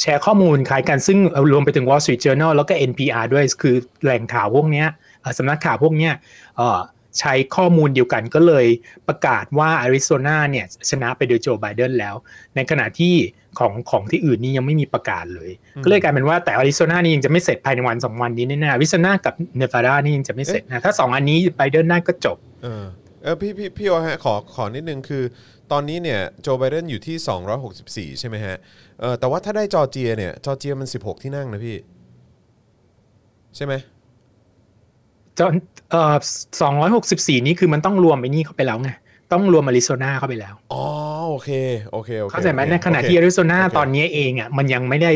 [SPEAKER 5] แชร์ข้อมูลคล้ายกันซึ่งเอ่อรวมไปถึง Wall Street Journal แล้วก็ NPR ด้วยคือแหล่งข่าวพวกเนี้ยเอ่อสำนักข่าวพวกเนี้ยเอ่อ ใช้ข้อมูลเดียวกันก็เลยประกาศว่าอาริโซนาเนี่ยชนะไปโดยโจไบเดนแล้ว ในขณะที่ของของที่อื่นนี่ยังไม่มีประกาศเลย ก็เลยกลายเป็นว่าแต่อาริโซนานี่ยังจะไม่เสร็จภายในวันสองวันนี้แน่ๆอาริโซนากับเนวาดานี่ยังจะไม่เสร็จนะถ้าสองอันนี้ไบเดนน่าก็จบ
[SPEAKER 2] เออเออพี่พี่พี่โอฮะขอขอนิดนึงคือ ตอนนี้เนี่ยโจไบเดนอยู่ที่ 264 ใช่ไหมฮะเออแต่ว่าถ้าได้จอร์เจียเนี่ยจอร์เจียมัน 16 ที่นั่งนะพี่ ใช่ไหม
[SPEAKER 5] จนเอ่อสองร้อยหกสิบสี่นี่คือมันต้องรวมไปนี่เข้าไปแล้วไง ต้องรวมอาริโซนาเข้าไปแล้ว
[SPEAKER 2] อ๋อโอเคโอเคโอเค
[SPEAKER 5] เข้าใจไหม
[SPEAKER 2] โอค
[SPEAKER 5] ในขณะ
[SPEAKER 2] โอเค
[SPEAKER 5] ที่อาริโซนา
[SPEAKER 2] โอเค
[SPEAKER 5] ตอนนี้เองอ่ะมันยังไม่ได้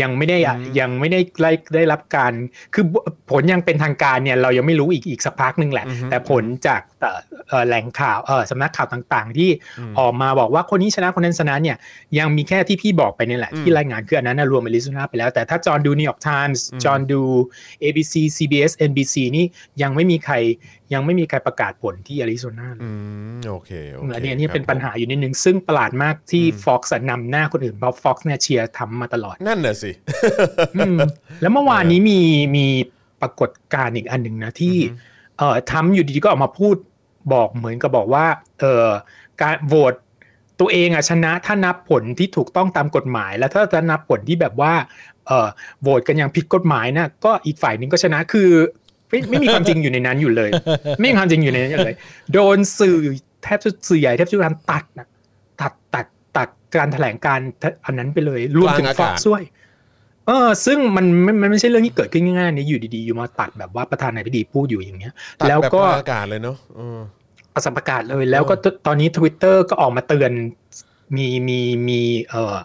[SPEAKER 5] ยังไม่ได้อ่ะยังไม่ได้ได้ได้รับการ คือผลยังเป็นทางการเนี่ยเรายังไม่รู้อีกอีกสักพักหนึ่งแหละ
[SPEAKER 2] อือฮึ
[SPEAKER 5] แต่ผลจากเอ่อเอ่อแหล่งข่าวเอ่อสำนักข่าวต่างๆ ที่
[SPEAKER 2] อืม
[SPEAKER 5] ออกมาบอกว่าคนนี้ชนะคนนั้นชนะเนี่ยยังมีแค่ที่พี่บอกไปนี่แหละ
[SPEAKER 2] อืม
[SPEAKER 5] ที่รายงานคืออันนั้นนะรวมอาริโซนาไปแล้วแต่ถ้าจอห์นดูนิวยอร์กไทมส์
[SPEAKER 2] อืม
[SPEAKER 5] จอห์นดู ABC CBS NBC นี่ยังไม่มีใครยังไม่มีใครประกาศผลที่อาริโซนาเลย
[SPEAKER 2] อืมโอเคโอเค
[SPEAKER 5] อันนี้อันนี้เป็น
[SPEAKER 2] ครับผม
[SPEAKER 5] ปัญหาอยู่นิดนึง ซึ่งประหลาดมากที่
[SPEAKER 2] อืม
[SPEAKER 5] Fox อะนำหน้าคนอื่น เพราะ Fox เนี่ยเชียร์ทำมาตลอด
[SPEAKER 2] นั่นน่ะสิ
[SPEAKER 5] อืมแล้วเมื่อวานนี้มีมีปรากฏการณ์อีกอันหนึ่งนะที่เอ่อทำอยู่ดีๆก็ออกมาพูดบอกเหมือนกับบอกว่าเอ่อการโหวตตัวเองอะชนะถ้านับผลที่ถูกต้องตามกฎหมาย แล้วถ้าจะนับผลที่แบบว่าเอ่อโหวตกันอย่างผิดกฎหมายนะก็อีกฝ่ายหนึ่งก็ชนะคือไม่ไม่มีความจริงอยู่ในนั้นอยู่เลย ไม่มีความจริงอยู่ในนั้นอยู่เลย โดนสื่อแทบจะสื่อใหญ่แทบจะทันตัดนะตัดตัดตัดการถแถลงการณ์อันนั้นไปเลยรวมถึง
[SPEAKER 2] กลางอา
[SPEAKER 5] ฟ
[SPEAKER 2] กาศ
[SPEAKER 5] อกซ์ด้วย เออซึ่งมันมันมันไม่ใช่เรื่องที่เกิดขึ้นง่ายๆนี่อยู่ดีๆ อยู่มาตัดแบบว่าประธานาธิบดีพูดอยู่อย่างเงี้ย
[SPEAKER 2] ตัด
[SPEAKER 5] แล้ว
[SPEAKER 2] บบ
[SPEAKER 5] ก็
[SPEAKER 2] ทางอากาศเลยเนาะเออ
[SPEAKER 5] ประสมประกาศเลย แล้วก็ตตอนนี้ Twitter ก็ออกมาเตือนมีมีมีเออ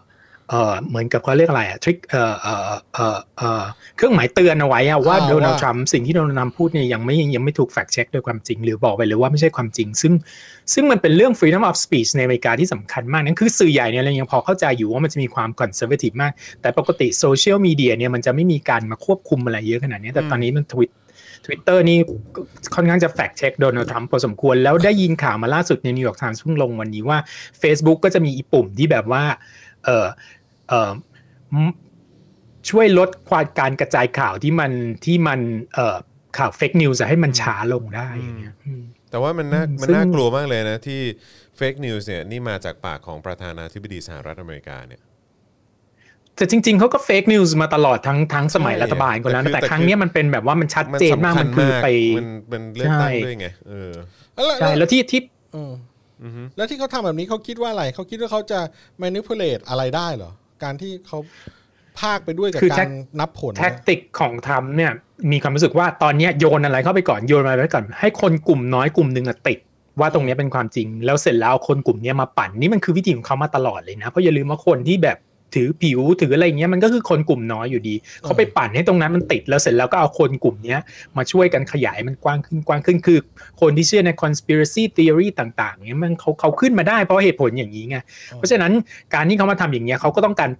[SPEAKER 5] เออเหมือนกับเขาเรียกอะไรอะทริกเออเออเออเออเครื่องหมายเตือนเอาไว้อะว่า
[SPEAKER 3] อ่า
[SPEAKER 5] โดนัลด์
[SPEAKER 3] ว่า
[SPEAKER 5] ทรัมป์สิ่งที่โดนัลด์ทรัมป์พูดเนี่ยยังไม่ยังไม่ถูกแฟกเช็คโดยความจริง หรือบอกไปเลยว่าไม่ใช่ความจริง ซึ่งซึ่งมันเป็นเรื่อง freedom of speech ในอเมริกาที่สำคัญมากนั่นคือสื่อใหญ่เนี่ยเรายังพอเข้าใจอยู่ว่ามันจะมีความ conservative มาก แต่ปกติโซเชียลมีเดียเนี่ยมันจะไม่มีการมาควบคุมอะไรเยอะขนาดนี้ แต่ตอนนี้มันทวิตทวิตเตอร์นี่ค่อนข้างจะแฟกเช็คโดนัลด์ทรัมป์พอสมควร แล้วได้ยินข่าวมาล่าสุดในนิวยอร์กไทมส์เพิ่งลงวันนี้ว่า Facebook ก็จะมีอีปุ่มที่แบบว่าเออเออมช่วยลดความการกระจายข่าวที่มันที่มันเออข่าวเฟกนิวส์ให้มันช้าลงได้อย่างเงี้ยอืม
[SPEAKER 2] แต่ว่ามันน่า
[SPEAKER 5] อืม
[SPEAKER 2] มัน
[SPEAKER 5] ซึ่ง
[SPEAKER 2] น่ากลัวมากเลยนะที่เฟกนิวส์เนี่ยนี่มาจากปากของประธานาธิบดีสหรัฐอเมริกาเนี่ย
[SPEAKER 5] แต่จริงๆเขาก็เฟกนิวส์มาตลอดทั้งทั้งสมัย
[SPEAKER 2] ใช่
[SPEAKER 5] รัฐบาลคนนั้น
[SPEAKER 2] แต่คือ
[SPEAKER 5] แต่ครั้
[SPEAKER 2] แต่
[SPEAKER 5] ง
[SPEAKER 2] คือ
[SPEAKER 5] เนี้ยมันเป็นแบบว่ามันชัดเจนมากมันคือไป
[SPEAKER 2] มันมันเลือกตั้ง
[SPEAKER 5] ใช่
[SPEAKER 2] ด้วยไงเออ
[SPEAKER 3] แล้ว
[SPEAKER 5] ใช่
[SPEAKER 3] แล้ว
[SPEAKER 5] แล้วที่ที่
[SPEAKER 3] อืม
[SPEAKER 2] อือฮึ
[SPEAKER 3] แล้วที่เขาทำแบบนี้เขาคิดว่าอะไรเขาคิดว่าเขาจะ manipulate อะไรได้เหรอ การที่เขาพากไปด้วยกับ
[SPEAKER 5] คือ
[SPEAKER 3] การ
[SPEAKER 5] tac-
[SPEAKER 3] นับผล
[SPEAKER 5] แท็
[SPEAKER 3] นะ
[SPEAKER 5] กติกของทรัมป์เนี่ยมีความรู้สึกว่าตอนเนี้ยโยนอะไรเข้าไปก่อนโยนอะไรไปก่อน ให้คนกลุ่มน้อยกลุ่มหนึ่งอะติดว่าตรงเนี้ยเป็นความจริง แล้วเสร็จแล้วเอาคนกลุ่มเนี้ยมาปั่นนี่มันคือวิธีของเขามาตลอดเลยนะเพราะอย่าลืมว่าคนที่แบบถือผิวถืออะไรอย่างเงี้ยมันก็คือคนกลุ่มน้อยอยู่ดีเขาไปปั่นให้ตรงนั้นมันติดแล้วเสร็จแล้วก็เอาคนกลุ่มเนี้ยมาช่วยกันขยายมันกว้างขึ้นกว้างขึ้นคือ คนที่เชื่อใน conspiracy theory ต่างๆเนี้ยมันเขาเขาขึ้นมาได้เพราะเหตุผลอย่างนี้ไง เพราะฉะนั้นการที่เขามาทำอย่างเงี้ยเขาก็ต้องการ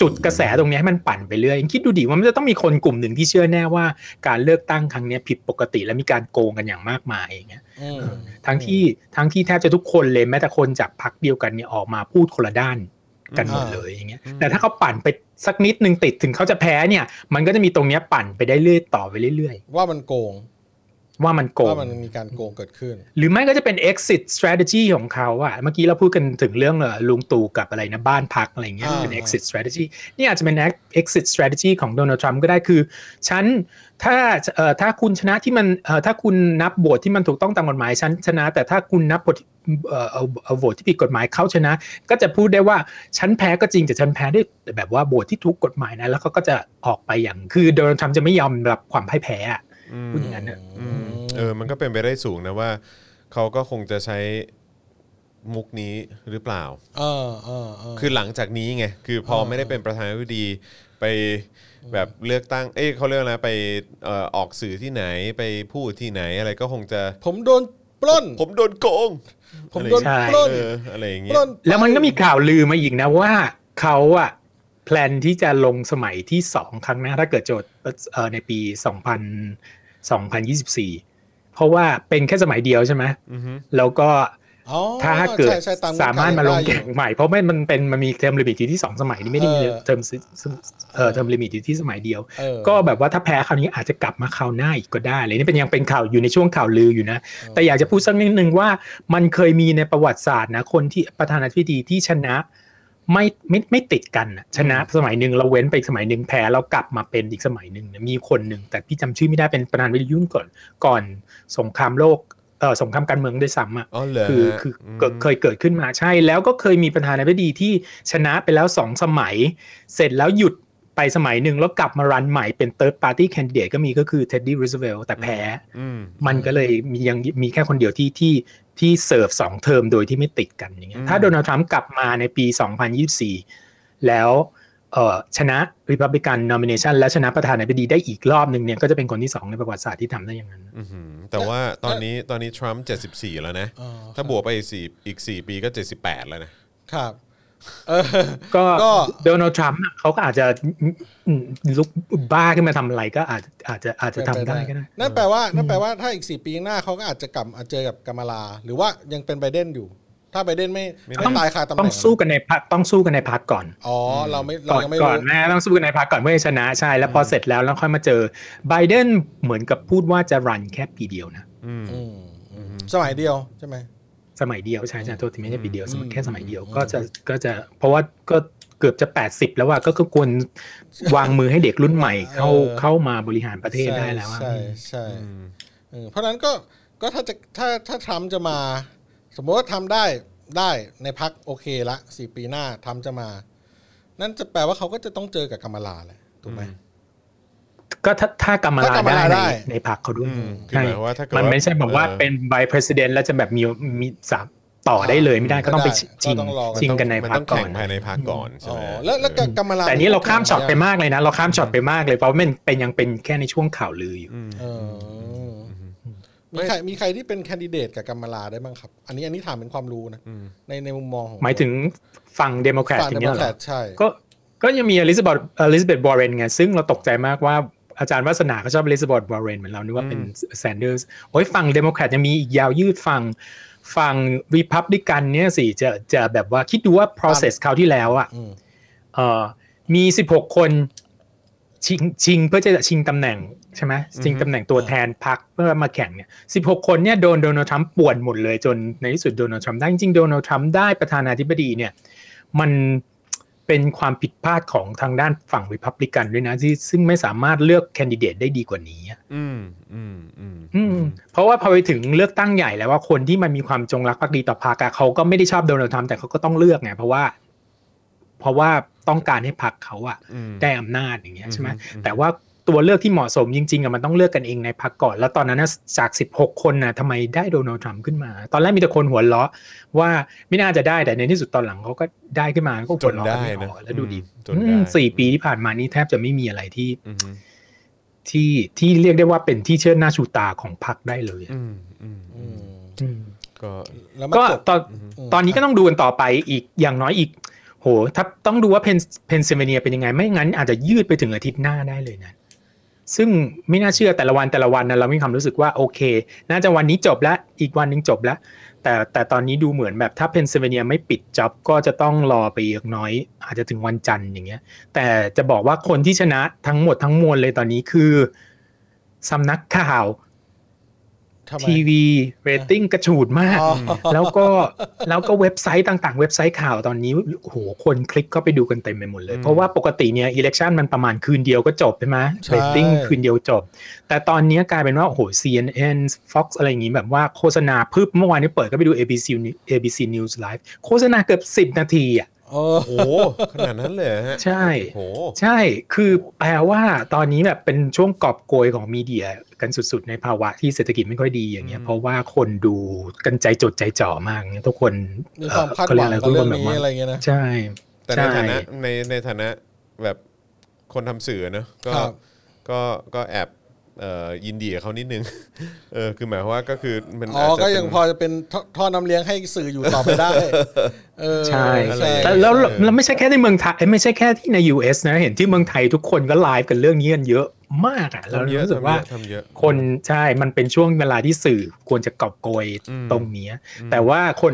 [SPEAKER 5] จุดกระแสตรงเนี้ยให้มันปั่นไปเรื่อยคิดดูดิว่ามันจะต้องมีคนกลุ่มหนึ่งที่เชื่อแน่ว่าการเลือกตั้งครั้งเนี้ยผิดปกติและมีการโกงกันอย่างมากมายอย่างเงี้ย
[SPEAKER 3] อืม
[SPEAKER 5] ทั้งที่ทั้งที่แทบจะทุกคนเลยแม้แต่คนจากพรรคเดียวกันเนี่ยออกมาพูดคนละด้านกันหมดเลยอย่างเงี้ย
[SPEAKER 2] อืม
[SPEAKER 5] แต่ถ้าเขาปั่นไปสักนิดนึงติดถึงเขาจะแพ้เนี่ย มันก็จะมีตรงเนี้ยปั่นไปได้เรื่อยต่อไปเรื่อย
[SPEAKER 3] ว่ามันโกง
[SPEAKER 5] ๆ ว่ามันโกง
[SPEAKER 3] ว่ามันมีการโกงเกิดขึ้น
[SPEAKER 5] หรือไม่ก็จะเป็น exit strategy ของเขาอะเมื่อกี้เราพูดกันถึงเรื่องเอ่อลุงตู่กับอะไรนะบ้านพักอะไรเงี้ย
[SPEAKER 3] อ่า
[SPEAKER 5] เป็น exit strategy นี่อาจจะเป็น exit strategy ของโดนัลด์ทรัมป์ก็ได้คือฉันถ้าเอ่อถ้าคุณชนะที่มันเอ่อถ้าคุณนับบทที่มันถูกต้องตามกฎหมายฉันชนะ แต่ถ้าคุณนับบทเอ่อเอาเอาโหวตที่ผิดกฎหมายเขาชนะ ก็จะพูดได้ว่าฉันแพ้ก็จริงแต่ฉันแพ้ด้วยแบบว่าโหวตที่ถูกกฎหมายนะแล้วเขาก็จะออกไปอย่างคือโดนัลด์ทรัมป์จะไม่ยอมรับความพ่ายแพ้อะ
[SPEAKER 2] อืม
[SPEAKER 5] พูดอย่างนั้นอะ
[SPEAKER 2] อืมเออ มันก็เป็นไปได้สูงนะว่า เขาก็คงจะใช้มุกนี้หรือเปล่า
[SPEAKER 3] เออเออเออ
[SPEAKER 2] คือหลังจากนี้ไง คือพอไม่ได้เป็นประธานาธิบดีไปแบบเลือกตั้ง เอ้ยเขาเรียกอะไรไปเอ่อออกสื่อที่ไหนไปพูดที่ไหนอะไรก็คงจะ
[SPEAKER 3] ผมโดนปล้น
[SPEAKER 2] ผมโดนโกง
[SPEAKER 3] ผมโดนปล้น
[SPEAKER 2] เอออะไรอย่างเงี้
[SPEAKER 3] ป
[SPEAKER 2] ย
[SPEAKER 3] ล้นไป
[SPEAKER 5] แล้วมันก็มีข่าวลือมาอีกนะว่าเขาอะแพลนที่จะลงสมัยที่สองครั้งหน้าถ้าเกิดโจทย์เอ่อในปี 2000 2024 เพราะว่าเป็นแค่สมัยเดียวใช่ไหม
[SPEAKER 2] อือฮึ
[SPEAKER 5] แล้วก็
[SPEAKER 3] อ๋อ
[SPEAKER 5] ถ้าเกิด
[SPEAKER 3] ใช่ใช่ตเงื่
[SPEAKER 5] สา
[SPEAKER 3] อนไข
[SPEAKER 5] มารถมาลง
[SPEAKER 3] ได้อยู่
[SPEAKER 5] แข่งใหม่ เพราะไม่มันเป็นมันมีเทอมลิมิตอยู่ที่สองสมัยนี่ไม่ได้มี
[SPEAKER 3] เออ
[SPEAKER 5] เทอมซิเอ่อเทอมลิมิตอยู่ที่สมัยเดียว
[SPEAKER 3] เออ
[SPEAKER 5] ก็แบบว่าถ้าแพ้คราวนี้อาจจะกลับมาคราวหน้าอีกก็ได้เลยนี่เป็นยังเป็นข่าวอยู่ในช่วงข่าวลืออยู่นะ แต่อยากจะพูดสักนิดนึงว่ามันเคยมีในประวัติศาสตร์นะคนที่ประธานาธิบดีที่ชนะไม่ไม่ไม่ติดกันน่ะชนะสมัยหนึ่งเราเว้นไปอีกสมัยหนึ่งแพ้แล้วกลับมาเป็นอีกสมัยหนึ่งเนี่ยมีคนหนึ่งแต่พี่จำชื่อไม่ได้เป็นประธานาธิบดียุ่งก่อนก่อนสงครามโลกเออสงครามการเมืองด้วยซ้ำอ่ะ
[SPEAKER 2] อ๋อเหรอ
[SPEAKER 5] คือคือเกิดเคยเกิดขึ้นมาใช่แล้วก็เคยมีประธานาธิบดีที่ชนะไปแล้วสองสมัย เสร็จแล้วหยุดไปสมัยหนึ่งแล้วกลับมารันใหม่เป็น third party candidate ก็มีก็คือเท็ดดี้รูสเวลต์แต่แพ้
[SPEAKER 2] อืม
[SPEAKER 5] มันก็เลยมียังมีแค่คนเดียวที่ที่ที่เสิร์ฟสองเทอมโดยที่ไม่ติดกันอย่างเงี้
[SPEAKER 2] อื
[SPEAKER 5] ย
[SPEAKER 2] ม
[SPEAKER 5] ถ้าโดนัลด์ทรัมป์กลับมาในปี 2024 แล้วเอ่อชนะ Republican nomination และชนะประธานาธิบดีได้อีกรอบหนึ่งเนี่ยก็จะเป็นคนที่สองในประวัติศาสตร์ที่ทำได้อย่างนั้น
[SPEAKER 2] อื้อหือแต่ว่าตอนนี้ตอนนี้ทรัมป์74 แล้วนะ
[SPEAKER 3] อ๋อครับ
[SPEAKER 2] ถ้าบวกไปอีกสี่อีก 4 ปีก็ 78 แล้วนะ
[SPEAKER 3] ครับเออ
[SPEAKER 5] ก็
[SPEAKER 3] ก็
[SPEAKER 5] โดนัลด์ทรัมป์อะเขาก็อาจจะอืมลุกบ้าขึ้นมาทำอะไรก็อาจอาจจะอาจจะทำได้ก็ได้
[SPEAKER 3] นั่นแปลว่านั่นแปลว่าถ้าอีกสี่ปีข้างหน้าเขาก็อาจจะกลับมาเจอกับกามาลา หรือว่ายังเป็นไบเดนอยู่ ถ้าไบเดนไม่
[SPEAKER 2] ไม่
[SPEAKER 3] ไม่ตายคาตำแหน่ง
[SPEAKER 5] ต้องสู้กันในพรรคต้องสู้กันในพรรคก่อน
[SPEAKER 3] อ๋อเราไม่เรา
[SPEAKER 5] ก่อน
[SPEAKER 3] ยังไม่
[SPEAKER 5] ก่อ
[SPEAKER 3] รู้
[SPEAKER 5] นนะต้องสู้กันในพรรคก่อนเพื่อให้ชนะใช่แล้วพอเสร็จแล้วแล้วค่อยมาเจอไบเดนเหมือนกับพูดว่าจะรันแค่ปีเดียวนะ
[SPEAKER 2] อืม
[SPEAKER 3] อืมสมัยเดียวใช่ไหม
[SPEAKER 5] สมัยเดียวใช่ใช่โทษทีไม่ใช่ปีเดียวสมัย
[SPEAKER 3] อืม
[SPEAKER 5] แค่สมัยเดียว
[SPEAKER 3] อืม
[SPEAKER 5] ก็จะก็จะเพราะว่าก็เกือบจะ 80 แล้วว่าก็ก็ควรวางมือให้เด็กรุ่นใหม่เข้าเข้ามาบริหารประเทศได้แล้วอะ
[SPEAKER 3] ใช่ใช่เออเพราะฉะนั้นก็ก็ถ้าจะถ้าถ้าทรัมป์จะมา สมมติว่าทำได้ได้ในพักโอเคละสี่ปีหน้าทรัมป์จะมา นั่นจะแปลว่าเขาก็จะต้องเจอกับกามาลาแหละถูกไหม
[SPEAKER 5] ก็ถ้าถ้ากรรมลา
[SPEAKER 3] ถ้ากรรมลา
[SPEAKER 5] ได้ใน
[SPEAKER 3] ได้
[SPEAKER 5] ในพรรคเขาด้วย
[SPEAKER 2] อืมคือ
[SPEAKER 5] ใช่
[SPEAKER 2] หมายความว่าถ้าเกิด
[SPEAKER 5] มัน
[SPEAKER 2] ว่า
[SPEAKER 5] ไม่ใช่แบบว่า
[SPEAKER 2] เออ
[SPEAKER 5] เป็น vice president แล้วจะแบบมีมีสามต่อได้เลยไม่ได้ก็ต้องไปชิง
[SPEAKER 3] ก็ต้องรอกัน
[SPEAKER 5] ชิงกันใน
[SPEAKER 2] มั
[SPEAKER 5] พรร
[SPEAKER 2] ต้
[SPEAKER 5] ค
[SPEAKER 2] อง
[SPEAKER 5] ก่
[SPEAKER 2] แข่
[SPEAKER 5] อง น
[SPEAKER 2] ภายในพักก่อนใช่
[SPEAKER 3] อ๋อ
[SPEAKER 2] ไหม
[SPEAKER 3] แล้วแล้วกับกามาลา
[SPEAKER 5] แต่นี่เราข้ามช็อตไปมากเลยนะ เราข้ามช็อตไปมากเลยเพราะมันเป็นยังเป็นแค่ในช่วงข่าวลืออยู่
[SPEAKER 3] เออมีใครมีใครที่เป็นแคนดิเดตกับกามาลาได้บ้างครับ อันนี้อันนี้ถามเป็นความรู้นะในในมุมมองของ
[SPEAKER 5] หมายถึงฝั่งเดโมแครต
[SPEAKER 3] ฝั่ง
[SPEAKER 5] อ
[SPEAKER 3] เด
[SPEAKER 5] ย่าง
[SPEAKER 3] โม
[SPEAKER 5] เงี้ย
[SPEAKER 3] แค
[SPEAKER 5] เหร
[SPEAKER 3] ร
[SPEAKER 5] อ
[SPEAKER 3] ตใช่
[SPEAKER 5] ก็ก็ยังมีอลิซาบอธอลิซาเบธบอร์เรนไง ซึ่งเราตกใจมากว่าอาจารย์วัฒนาเขาชอบอลิซาบอธบอร์เรนเหมือนเรานึกว่าเป็นแซนเดอร์สโอ้ยฝั่งเดโมแครตยังมีอีกยาวยืดฝั่งฝั่งรีพับลิกันเนี่ยสิจะจะแบบว่าคิดดูว่า process คราวที่แล้วอ่ะ
[SPEAKER 3] อืม
[SPEAKER 5] เอ่อมี 16 คนชิงชิงเพื่อจะชิงตำแหน่งใช่ไหมชิงตำแหน่งตัวแทนพรรคเพื่อมาแข่งเนี่ย 16 คนเนี่ยโดนโดนัลด์ทรัมป์ป่วนหมดเลยจนในที่สุดโดนัลด์ทรัมป์ได้จริงๆโดนัลด์ทรัมป์ได้ประธานาธิบดีเนี่ยมันเป็นความผิดพลาดของทางด้านฝั่งริพับลิกันด้วยนะที่ซึ่งไม่สามารถเลือกแคนดิเดตได้ดีกว่านี้อะ
[SPEAKER 2] อืมอืมอืม
[SPEAKER 5] อืมเพราะว่าพอไปถึงเลือกตั้งใหญ่แล้วว่าคนที่มันมีความจงรักภักดีต่อพรรคอะเขาก็ไม่ได้ชอบโดนัลด์ทรัมป์แต่เขาก็ต้องเลือกไงเพราะว่า เพราะว่าต้องการให้พรรคเขาอะ
[SPEAKER 2] อืม
[SPEAKER 5] ได้อำนาจอย่างเงี้ยใช่ไหม
[SPEAKER 2] อืมอืม
[SPEAKER 5] แต่ว่าตัวเลือกที่เหมาะสมจริงๆอะมันต้องเลือกกันเองในพรรคก่อน แล้วตอนนั้นนะจาก16 คนนะทำไมได้โดนัลด์ทรัมป์ขึ้นมา ตอนแรกมีแต่คนหัวเราะว่าไม่น่าจะได้แต่ในที่สุดตอนหลังเขาก็ได้ขึ้นมาก็
[SPEAKER 2] จ
[SPEAKER 5] หัวน เราะ
[SPEAKER 2] ได้
[SPEAKER 5] ม่
[SPEAKER 2] นะ
[SPEAKER 5] ออกแล้วดูดี
[SPEAKER 2] จนได้
[SPEAKER 5] อืมสี่ปีที่ผ่านมานี่แทบจะไม่มีอะไรที่
[SPEAKER 2] อืม
[SPEAKER 5] ที่ที่เรียกได้ว่าเป็นที่เชิดหน้าชูตาของพรรคได้เลยอะ
[SPEAKER 2] อืมอืมอื
[SPEAKER 3] อื
[SPEAKER 2] ม
[SPEAKER 3] ม
[SPEAKER 5] อืม
[SPEAKER 2] ก็
[SPEAKER 3] แล้วมัน
[SPEAKER 5] ก็
[SPEAKER 3] จบ
[SPEAKER 5] ตอน
[SPEAKER 3] อืม
[SPEAKER 5] ตอนนี้ก็ต้องดูกันต่อไปอีกอย่างน้อยอีก โห ถ้าต้องดูว่าเพนเพนซิลเวเนียเป็นยังไง ไม่งั้นอาจจะยืดไปถึงอาทิตย์หน้าได้เลยนะ ซึ่งไม่น่าเชื่อแต่ละวันแต่ละวันนะเรามีความรู้สึกว่าโอเค น่าจะวันนี้จบแล้วอีกวันหนึงจบแล้ว แต่แต่ตอนนี้ดูเหมือนแบบถ้าเพนซิลเวเนียไม่ปิดจ็อบก็จะต้องรอไปอีกน้อย อาจจะถึงวันจันทร์อย่างเงี้ย แต่จะบอกว่าคนที่ชนะทั้งหมดทั้งมวลเลยตอนนี้คือสำนักข่าว
[SPEAKER 3] ทำไม
[SPEAKER 5] ทีวีเรตติ้งกระฉูดมาก
[SPEAKER 3] อ๋อ
[SPEAKER 5] แล้วก็แล้วก็เว็บไซต์ต่างๆ เว็บไซต์ข่าวตอนนี้โอ้โหคนคลิกเข้าไปดูกันเต็มไปหมดเลย
[SPEAKER 2] อืม
[SPEAKER 5] เพราะว่าปกติเนี่ยอิเล็กชันมันประมาณคืนเดียวก็จบใช่ไหม
[SPEAKER 3] ใช่
[SPEAKER 5] เรตติ้งคืนเดียวจบ แต่ตอนนี้กลายเป็นว่า โอ้โห CNN Fox อะไรอย่างนี้แบบว่าโฆษณาพึบเมื่อวานนี้เปิดก็ไปดู ABC New- ABC News Live โฆษณาเกือบ 10 นาทีอ่ะ
[SPEAKER 3] เออ
[SPEAKER 2] โอ้โหขนาดนั้นเลยเหรอฮะ
[SPEAKER 5] ใช่
[SPEAKER 2] โอ้โห
[SPEAKER 5] ใช่ คือแปลว่าตอนนี้แบบเป็นช่วงกอบโกยของมีเดียกันสุดๆ ในภาวะที่เศรษฐกิจไม่ค่อยดีอย่างเงี้
[SPEAKER 2] อืม
[SPEAKER 5] ยเพราะว่าคนดูกันใจจดใจจ่อมากเนี่ยทุกคน
[SPEAKER 3] มีความคาดหวังกับเรื่องนี้อะไรเงี้ยนะ
[SPEAKER 5] ใช่
[SPEAKER 2] แต่ใน
[SPEAKER 5] ใช่
[SPEAKER 2] ฐานะในในฐานะแบบคนทำสื่อเนอะก็
[SPEAKER 3] ครับ
[SPEAKER 2] ก็ก็แอบเอ่อยินดีกับเขานิดนึง เออคือหมายความว่าก็คือมั
[SPEAKER 3] อ๋อ
[SPEAKER 2] นาจจะ
[SPEAKER 3] ก็
[SPEAKER 2] เป็น
[SPEAKER 3] ยังพอจะเป็นท่อท่อน้ำเลี้ยงให้สื่ออยู่ต่อไปได้ เออ
[SPEAKER 5] ใช่
[SPEAKER 2] ใช่
[SPEAKER 5] แล้วแล้วแล้วแล้วไม่ใช่แค่ในเมืองไทยเอ้ยไม่ใช่แค่ที่ใน US นะ เห็นที่เมืองไทยทุกคนก็ไลฟ์กันเรื่องนี้กันเยอะ มากอ่ะเรา
[SPEAKER 2] ทำเยอะ
[SPEAKER 5] รู้สึก
[SPEAKER 2] ทำ
[SPEAKER 5] ว่า
[SPEAKER 2] เยอะทำเยอะ
[SPEAKER 5] คนใช่มันเป็นช่วงเวลาที่สื่อควรจะกอบโกย
[SPEAKER 2] อืม
[SPEAKER 5] ตรงเนี้ย แต่ว่าคน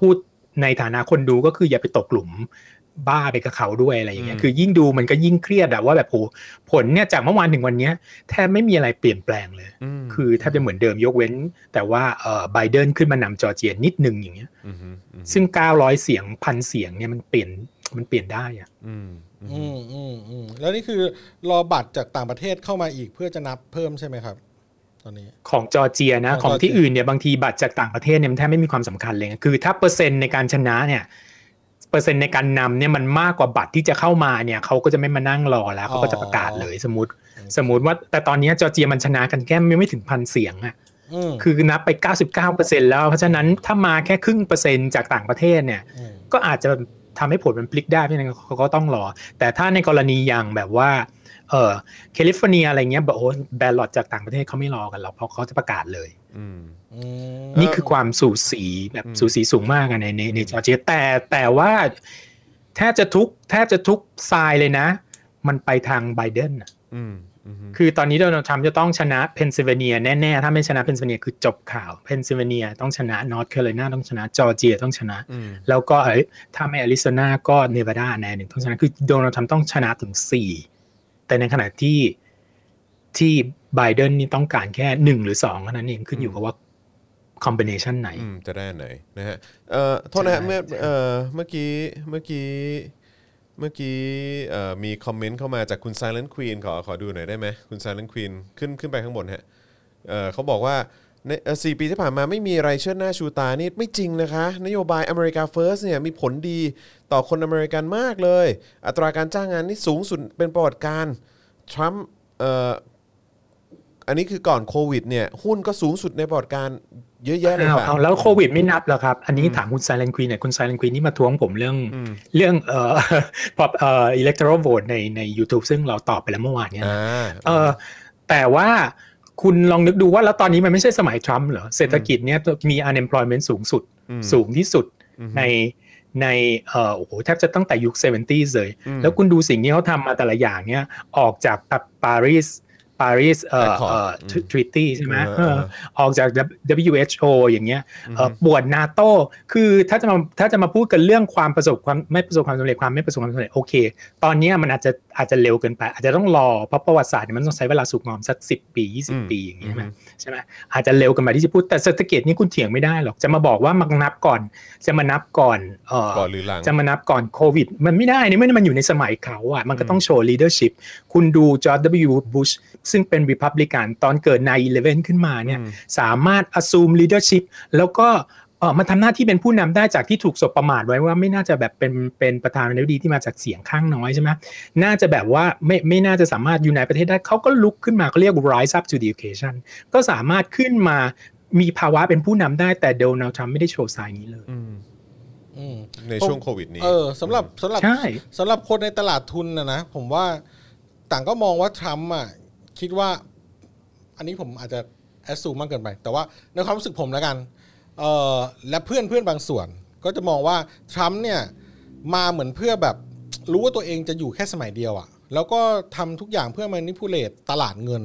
[SPEAKER 5] พูดในฐานะคนดูก็คืออย่าไปตกหลุมบ้าไปกับเขาด้วยอะไรอย่างเงี้ย
[SPEAKER 2] อืม
[SPEAKER 5] คือยิ่งดูมันก็ยิ่งเครียดอะว่าแบบโหผลเนี่ยจากเมื่อวานถึงวันเนี้ยแทบไม่มีอะไรเปลี่ยนแปลงเลย
[SPEAKER 2] ม
[SPEAKER 5] คือแทบจะเหมือนเดิมยกเว้น แต่ว่าเอ่อไบเดนขึ้นมานำจอร์เจียนิดนึงอย่างเงี้ย
[SPEAKER 2] อืมอืมอืม
[SPEAKER 5] ซึ่ง 900 เสียงพันเสียงเนี่ยมันเปลี่ยนมันเปลี่ยนได้อะ
[SPEAKER 2] อืมอืม
[SPEAKER 3] อืมอืมอืมแล้วนี่คือรอบัตรจากต่างประเทศเข้ามาอีกเพื่อจะนับเพิ่มใช่ไหมครับ ตอนนี้
[SPEAKER 5] ของจอร์เจียนะ
[SPEAKER 3] ของ
[SPEAKER 5] ของที่
[SPEAKER 3] จอร์เจีย
[SPEAKER 5] อื่นเนี่ยบางทีบัตรจากต่างประเทศเนี่ยมันแทบไม่มีความสำคัญเลยไงคือถ้าเปอร์เซ็นต์ในการชนะเนี่ยเปอร์เซ็นต์ในการนำเนี่ยมันมากกว่าบัตรที่จะเข้ามาเนี่ยเขาก็จะไม่มานั่งรอแล้วเขาก็จะประกาศเลยสมมติ สมมติว่าแต่ตอนเนี้ยจอร์เจียมันชนะกันแค่ไม่ถึงพันเสียงอะ
[SPEAKER 3] อืม
[SPEAKER 5] คือนับไป 99%แล้ว เพราะฉะนั้นถ้ามาแค่ครึ่งเปอร์เซ็นต์จากต่างประเทศเนี่ย
[SPEAKER 3] ม
[SPEAKER 5] ก็อาจจะทำให้ผลมันพลิกได้เพราะฉะนั้นเขาก็ต้องรอ แต่ถ้าในกรณีอย่างแบบว่า เออแคลิฟอร์เนียอะไรเงี้ยแบบโอ้แบลลอตจากต่างประเทศเขาไม่รอกันหรอกเพราะเขาจะประกาศเลย
[SPEAKER 2] อืม
[SPEAKER 3] อืม
[SPEAKER 5] นี่คือความสูสีแบบ
[SPEAKER 2] อืม
[SPEAKER 5] สูสีสูงมากอะในในในจอร์เจียแต่แต่ว่าแทบจะทุกแทบจะทุกทรายเลยนะ มันไปทางไบเดนอะ
[SPEAKER 2] อืมอืม
[SPEAKER 5] คือตอนนี้โดนัลด์ทรัมป์จะต้องชนะเพนซิลเวเนียแน่ๆ ถ้าไม่ชนะเพนซิลเวเนียคือจบข่าวเพนซิลเวเนียต้องชนะนอร์ทแคโรไลนาต้องชนะจอร์เจียต้องชนะ
[SPEAKER 2] อืม
[SPEAKER 5] แล้วก็เอ้ยถ้าไม่อาริโซนาก็เนวาดาแน่หนึ่งต้องชนะคือโดนัลด์ทรัมป์ต้องชนะถึงสี่แต่ในขณะที่ที่ไบเดนนี่ต้องการแค่หนึ่งหรือสองเท่านั้นเองขึ้นอยู่กับว่าคอมบิเนชันไหน
[SPEAKER 2] อืมจะได้อันไหนนะฮะเอ่อโทษนะฮะ
[SPEAKER 5] ใช่
[SPEAKER 2] เมื่อเอ่อเมื่อกี้เมื่อกี้เมื่อกี้เอ่อมีคอมเมนต์เข้ามาจากคุณ Silent Queen ขอขอดูหน่อยได้ไหมคุณ Silent Queen ขึ้นขึ้นไปข้างบนฮะเอ่อเขาบอกว่าในเอ่อสี่ปีที่ผ่านมาไม่มีอะไรเชิดหน้าชูตานี่ไม่จริงนะคะ นโยบายอเมริกาเฟิร์สเนี่ยมีผลดีต่อคนอเมริกันมากเลย อัตราการจ้างงานนี่สูงสุดเป็นประวัติการณ์ทรัมป์เอ่อ อันนี้คือก่อนโควิดเนี่ยหุ้นก็สูงสุดในประวัติการเยอะแยะเลย
[SPEAKER 5] เอา
[SPEAKER 2] ค่ะ
[SPEAKER 5] เอาแล้วโควิดไม่นับเหรอครับ อันนี้ถามคุณไซเลนควีนเนี่อยคุณไซเลนควีนนี่มาทวงผมเรื่อง
[SPEAKER 2] อืม
[SPEAKER 5] เรื่องเอ่ อ พอเอ่ออิเล็กทรอนิกส์ในใน YouTube ซึ่งเราตอบไปแล้วเมื่อวานเนี่ยนะ
[SPEAKER 2] อ่า
[SPEAKER 5] เออแต่ว่าคุณลองนึกดูว่าแล้วตอนนี้มันไม่ใช่สมัยทรัมป์เหรอเศรษฐกิจเนี่ยมี unemployment สูงสุด
[SPEAKER 2] อืม
[SPEAKER 5] สูงที่สุด
[SPEAKER 2] อืม
[SPEAKER 5] ในในเออโอ้โหแทบจะตั้งแต่ยุค 70s เลย
[SPEAKER 2] อืม
[SPEAKER 5] แล้วคุณดูสิ่งที่เขาทำมาแต่ละอย่างเนี่ยออกจากปาปารีสปารีสเอ่อ
[SPEAKER 2] Accord
[SPEAKER 5] เอ่อ
[SPEAKER 2] อืม
[SPEAKER 5] ทริตี้ใช่ไหม
[SPEAKER 2] เออ
[SPEAKER 5] เออออกจาก WHO อย่างเงี้ยเอ่อ
[SPEAKER 2] ม
[SPEAKER 5] ปวดนาโต้คือถ้าจะมาถ้าจะมาพูดกันเรื่องความประสบความไม่ประสบความสำเร็จความไม่ประสบความสำเร็จโอเค ตอนเนี้ยมันอาจจะอาจจะเร็วเกินไป อาจจะต้องรอเพราะประวัติศาสตร์เนี่ยมันต้องใช้เวลาสุกงอมสักสิปี
[SPEAKER 2] อืม
[SPEAKER 5] 20 ปีอย่างนี้ใช่ไหม
[SPEAKER 2] อืม
[SPEAKER 5] ใช่ไหมอาจจะเร็วเกันไปที่จะพูดแต่เศรษฐกิจนี่คุณเถียงไม่ได้หรอกจะมาบอกว่ามานับก่อน จะมานับก่อนเอ่อ
[SPEAKER 2] ก่อนหรือหลัง
[SPEAKER 5] จะมานับก่อนโควิด มันไม่ได้นี่ไม่ได้มันอยู่ในสมัยเขาอ่ะมันก็ต้องโชว์ leadership คุณดูจอร์ด W. Bush ซึ่งเป็น Republican ตอนเกิด9-11ขึ้นมาเนี่ย
[SPEAKER 2] อืม
[SPEAKER 5] สามารถ assume leadership แล้วก็เอ่อมาทำหน้าที่เป็นผู้นำได้จากที่ถูกสบประมาทไว้ว่าไม่น่าจะแบบเป็นเป็นประธานาธิบดีที่มาจากเสียงข้างน้อยใช่ไหมน่าจะแบบว่าไม่ไม่น่าจะสามารถอยู่ในประเทศได้เขาก็ลุกขึ้นมาเขาเรียก rise up to the occasion ก็สามารถขึ้นมามีภาวะเป็นผู้นำได้แต่โดนัลด์ทรัมป์ไม่ได้โชว์สายนี้เลย
[SPEAKER 2] อืม
[SPEAKER 3] อืม
[SPEAKER 2] ในช่วงโควิดนี้
[SPEAKER 3] เออสำหรับสำหรับ
[SPEAKER 5] ใช่
[SPEAKER 3] สำหรับคนในตลาดทุนนะนะผมว่าต่างก็มองว่าทรัมป์อ่ะคิดว่า อันนี้ผมอาจจะแอสซูมมากเกินไป แต่ว่าในความรู้สึกผมแล้วกันเออและเพื่อนเพื่อนบางส่วน ก็จะมองว่าทรัมป์เนี่ยมาเหมือนเพื่อแบบรู้ว่าตัวเองจะอยู่แค่สมัยเดียวอ่ะ แล้วก็ทำทุกอย่างเพื่อมานิพูเลตตลาดเงิน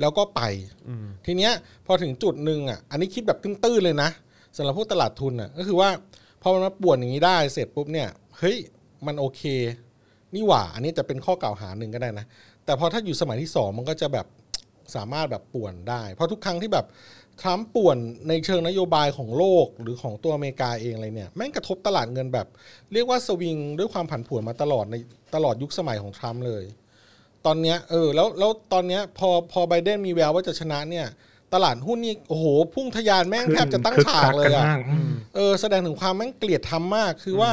[SPEAKER 3] แล้วก็ไป
[SPEAKER 2] อืม
[SPEAKER 3] ทีเนี้ยพอถึงจุดหนึ่งอ่ะอันนี้คิดแบบตื้นๆเลยนะสำหรับพวกตลาดทุนอ่ะก็คือว่าพอมันมาป่วนอย่างนี้ได้เสร็จปุ๊บเนี่ยเฮ้ยมันโอเค นี่หว่า อันนี้จะเป็นข้อกล่าวหาหนึ่งก็ได้นะ แต่พอถ้าอยู่สมัยที่สองมันก็จะแบบสามารถแบบป่วนได้ เพราะทุกครั้งที่แบบทรัมป์ป่วนในเชิงนโยบายของโลกหรือของตัวอเมริกาเองอะไรเนี่ยแม่งกระทบตลาดเงินแบบ เรียกว่าสวิงด้วยความผันผวนมาตลอดในตลอดยุคสมัยของทรัมป์เลย ตอนเนี้ยเออแล้วแล้วตอนเนี้ยพอพอไบเดนมีแววว่าจะชนะเนี่ย ตลาดหุ้นนี่โอ้โห พุ่งทะยานแม่งแทบจะตั้งฉากเลยอะ เออแสดงถึงความแม่งเกลียดทำมาก คือว่า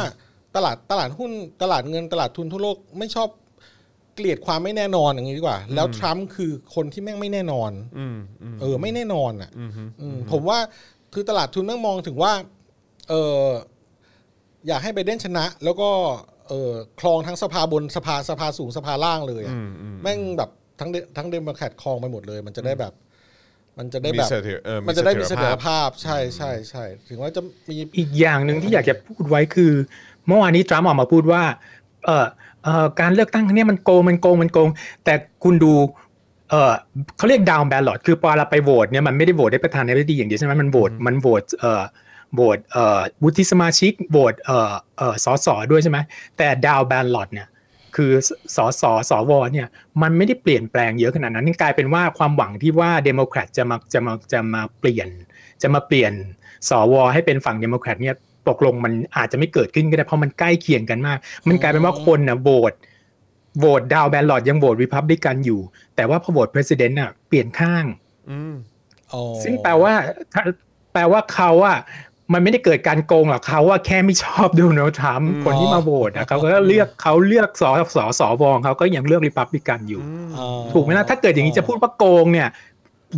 [SPEAKER 3] ตลาดตลาดหุ้นตลาดเงินตลาดทุนทั่วโลกไม่ชอบเกลียดความไม่แน่นอนอย่างนี้ดีกว่า แล้วทรัมป์คือคนที่แม่งไม่แน่นอน
[SPEAKER 2] อืมอืม
[SPEAKER 3] เออไม่แน่นอนอ่ะ
[SPEAKER 2] อืมอืม
[SPEAKER 3] อืมผมว่าคือตลาดทุนแม่งมองถึงว่าเอออยากให้ไบเดนชนะ แล้วก็เออคลองทั้งสภาบนสภาสภาสูงสภาล่างเลยอะ
[SPEAKER 2] อืมอืม
[SPEAKER 3] แม่งแบบทั้งเดทั้งเดโมแครตคลองไปหมดเลย มันจะได้แบบ มันจะได้
[SPEAKER 2] มี
[SPEAKER 3] แบบ
[SPEAKER 2] เสถียรเออ
[SPEAKER 3] มันจะได้มี
[SPEAKER 2] เส
[SPEAKER 3] เส
[SPEAKER 2] ถีย
[SPEAKER 3] ถีย
[SPEAKER 2] ร
[SPEAKER 3] ร
[SPEAKER 2] ภาพ
[SPEAKER 3] ภาพใช่ใช่ใช่ถึงว่าจะมี
[SPEAKER 5] อีกอย่างหนึ่งที่อยากจะพูดไว้คือ เมื่อวานนี้ทรัมป์ออกมาพูดว่าเออเออการเลือกตั้งครั้งเนี้ยมันโกงมันโกงมันโกง แต่คุณดู เออเขาเรียก down ballot คือพอเราไปโหวตเนี่ยมันไม่ได้โหวตได้ประธานาธิบดีอย่างเดียวใช่ไหมมันโหวตมันโหวตเออโหวตเออวุฒิสมาชิกโหวตเออเออสสด้วยใช่ไหมแต่ down ballot เนี่ยคือสสสวเนี่ยมันไม่ได้เปลี่ยนแปลงเยอะขนาดนั้นนี่กลายเป็นว่าความหวังที่ว่าเดโมแครตจะมาจะมาจะมาเปลี่ยน จะมาเปลี่ยนสวให้เป็นฝั่งเดโมแครตเนี่ยตกลงมันอาจจะไม่เกิดขึ้นก็ได้เพราะมันใกล้เคียงกันมาก มันกลายเป็นว่าคนนะโหวต โหวตดาวแบนหลอดยังโหวตริพับลิกันอยู่ แต่ว่าพอโหวตประธาน่ะเปลี่ยนข้าง
[SPEAKER 2] อืม
[SPEAKER 3] อ๋อ
[SPEAKER 5] ซึ่งแปลว่าถ้าแปลว่าเขาอะมันไม่ได้เกิดการโกงหรอกเขาว่าแค่ไม่ชอบโดูนัลด์ทรัมป์
[SPEAKER 2] อืม
[SPEAKER 5] คนที่มาโหวตนะเขาก็เลือกเขาเลือกสอสอสอวองเขาก็ยังเลือกริพับลิกันอยู่
[SPEAKER 2] อืม
[SPEAKER 3] อ๋อ
[SPEAKER 5] ถูกไหมล่ะถ้าเกิดอย่างนี้จะพูดว่าโกงเนี่ย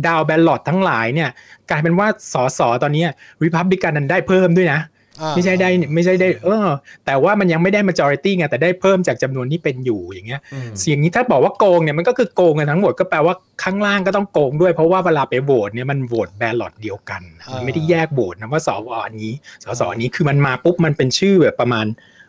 [SPEAKER 5] ดาวแบนหลอดทั้งหลายเนี่ย กลายเป็นว่าสอสอตอนเนี้ริพับลิกันนั้นได้เพิ่มด้วยนะ
[SPEAKER 3] อ่า
[SPEAKER 5] ไม่ใช่ได้ไม่ใช่ได้เออ แต่ว่ามันยังไม่ได้ majority ไงแต่ได้เพิ่มจากจำนวนที่เป็นอยู่อย่างเงี้ย
[SPEAKER 2] อืม
[SPEAKER 5] เสียงนี้ถ้าบอกว่าโกงเนี่ยมันก็คือโกงกันทั้งหมดก็แปลว่าข้างล่างก็ต้องโกงด้วยเพราะว่าเวลาไปโหวตเนี่ยมันโหวตแบลลอตเดียวกันนะมันไม่ได้แยกโหวตนะว่าสวอันนี้สสอันนี้คือมันมาปุ๊บมันเป็นชื่อแบบประมาณ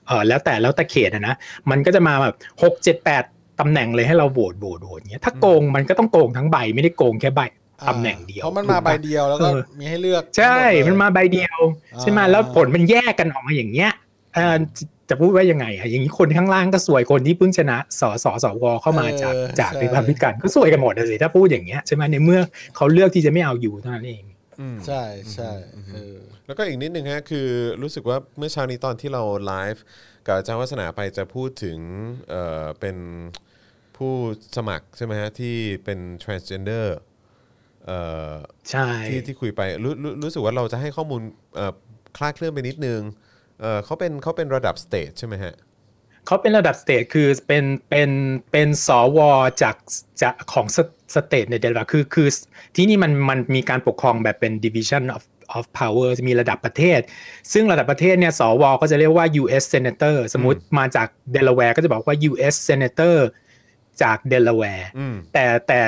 [SPEAKER 5] เออแล้วแต่แล้วแต่เขตอะนะมันก็จะมาแบบหกเจ็ดแปดตำแหน่งเลยให้เราโหวตโหวตโหวตอย่างเงี้ยถ้าโกงมันก็ต้องโกงทั้งใบไม่ได้โกงแค่ใบตำแหน่งเดียว
[SPEAKER 3] เพราะมันมา
[SPEAKER 5] ถูก
[SPEAKER 3] ใบ
[SPEAKER 5] ปะ
[SPEAKER 3] เดียวแล้วก็
[SPEAKER 5] เออ
[SPEAKER 3] มีให้เลือก
[SPEAKER 5] ใช่
[SPEAKER 3] ทั้งหดเลย
[SPEAKER 5] มันมาใบเดียวใช่ไหม
[SPEAKER 3] อ่า
[SPEAKER 5] แล้วผลมันแยกกันออกมาอย่างเงี้ยเอ่อจะจะพูดว่ายังไงอะอย่างนี้คนข้างล่างก็สวยคนที่เพิ่งชนะสสสวเข้ามาจาก
[SPEAKER 3] เออ
[SPEAKER 5] จาก
[SPEAKER 3] ใช่
[SPEAKER 5] ริพับลิกันก็สวยกันหมดอะสิถ้าพูดอย่างเงี้ยใช่ไหมในเมื่อเขาเลือกที่จะไม่เอาอยู่เท่านั้นเอง
[SPEAKER 2] อืม
[SPEAKER 3] ใช่ใช่เออ
[SPEAKER 2] แล้วก็อีกนิดนึงฮะคือรู้สึกว่าเมื่อเช้านี้ตอนที่เราไลฟ์กับอาจารย์วัฒนาไปจะพูดถึงเอ่อเป็นผู้สมัครใช่ไหมฮะที่เป็น transgender เอ่อ
[SPEAKER 5] ใช่
[SPEAKER 2] ที่ที่คุยไปรู้รู้รู้สึกว่าเราจะให้ข้อมูลเอ่อคลาดเคลื่อนไปนิดนึงเอ่อเขาเป็นเขาเป็นระดับ state ใช่ไหมฮะ
[SPEAKER 5] เขาเป็นระดับสเตทคือเป็นเป็นเป็นสวจากจากของสเตทในเดนมาร์กคือคือที่นี่มันมันมีการปกครองแบบเป็น division of of power มีระดับประเทศ ซึ่งระดับประเทศเนี่ยสวก็จะเรียกว่า U.S. Senator สมมติมาจากเดลาแวร์ก็จะบอกว่า U.S. Senator จากเดลาแวร์
[SPEAKER 2] อืม
[SPEAKER 5] แต่แต่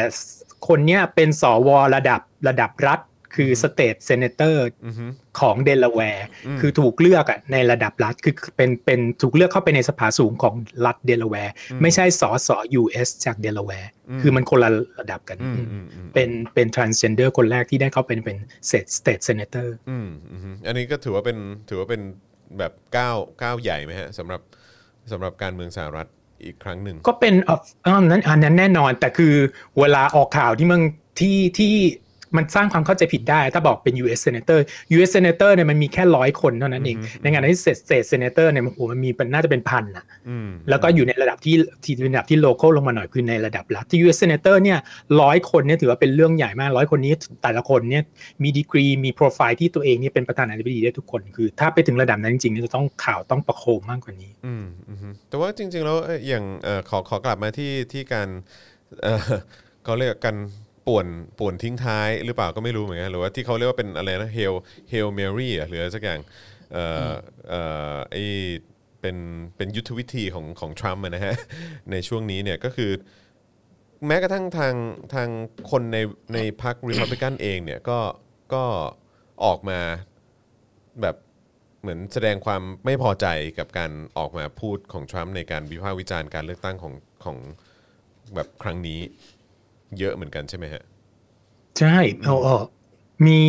[SPEAKER 5] คนเนี้ยเป็นสวระดับระดับรัฐ คือสเตทเซเนเตอร์
[SPEAKER 2] อือฮึ
[SPEAKER 5] ของเดลาแวร์
[SPEAKER 2] อืม
[SPEAKER 5] คือถูกเลือกอะในระดับรัฐคือเป็นเป็นถูกเลือกเข้าไปในสภาสูงของรัฐเดลาแวร์ไม่ใช่สอสอ US จากเดลาแวร์คือมันคนละระดับกัน
[SPEAKER 2] อืม
[SPEAKER 5] อืม
[SPEAKER 2] อืมอืม
[SPEAKER 5] เป็นเป็น transgender คนแรกที่ได้เข้าเป็นเป็น state state senator
[SPEAKER 2] อืมอืมอันนี้ก็ถือว่าเป็นถือว่าเป็นแบบก้าวก้าวใหญ่ไหมฮะสำหรับสำหรับการเมืองสหรัฐอีกครั้งหนึ่ง
[SPEAKER 5] ก็เป็นเอ่ออันนั้นอันนั้นแน่นอนแต่คือเวลาออกข่าวที่มึงที่ที่มันสร้างความเข้าใจผิดได้ ถ้าบอกเป็น U.S. Senator U.S. Senator เนี่ยมันมีแค่ร้อยคนเท่านั้นเอง ในงานที่เศษเศษ Senator เนี่ยมันโอ้โหมันมีเป็นน่าจะเป็นพันอะ
[SPEAKER 2] อืม
[SPEAKER 5] แล้วก็อยู่ในระดับที่ที่ระดับที่โลคอลลงมาหน่อยคือในระดับรัฐที่ U.S. Senator เนี่ยร้อยคนเนี่ยถือว่าเป็นเรื่องใหญ่มากร้อยคนนี้แต่ละคนเนี่ยมีดีกรีมีโปรไฟล์ที่ตัวเองเนี่ยเป็นประธานาธิบดีได้ทุกคนคือ ถ้าไปถึงระดับนั้นจริงๆเนี่ยจะต้องข่าวต้องประโคมมากกว่านี้
[SPEAKER 2] อืมอืมฮึแต่ว่าจริง ๆ แล้วเอ่ออย่างเอ่อขอขอกลับมาที่ที่การเอ่ อเขาเรียกกันป่วนป่วนทิ้งท้ายหรือเปล่าก็ไม่รู้เหมือนกันหรือว่าที่เขาเรียกว่าเป็นอะไรนะเฮลเฮลเมรี่หรืออะไรสักอย่างเอ่อเอ่อไอเป็นเป็นยุทธวิธีของของทรัมป์อะนะฮะ ในช่วงนี้เนี่ยก็คือ แม้กระทั่งทางทางคนในในพรรครีพับลิกันเองเนี่ยก็ก็ออกมา แบบเหมือนแสดงความไม่พอใจกับการออกมาพูดของทรัมป์ในการวิพากษ์วิจารณ์การเลือกตั้งของของแบบครั้งนี้ เยอะเหมือนกันใช่ไหมฮะ
[SPEAKER 5] ใช่เอาเออมี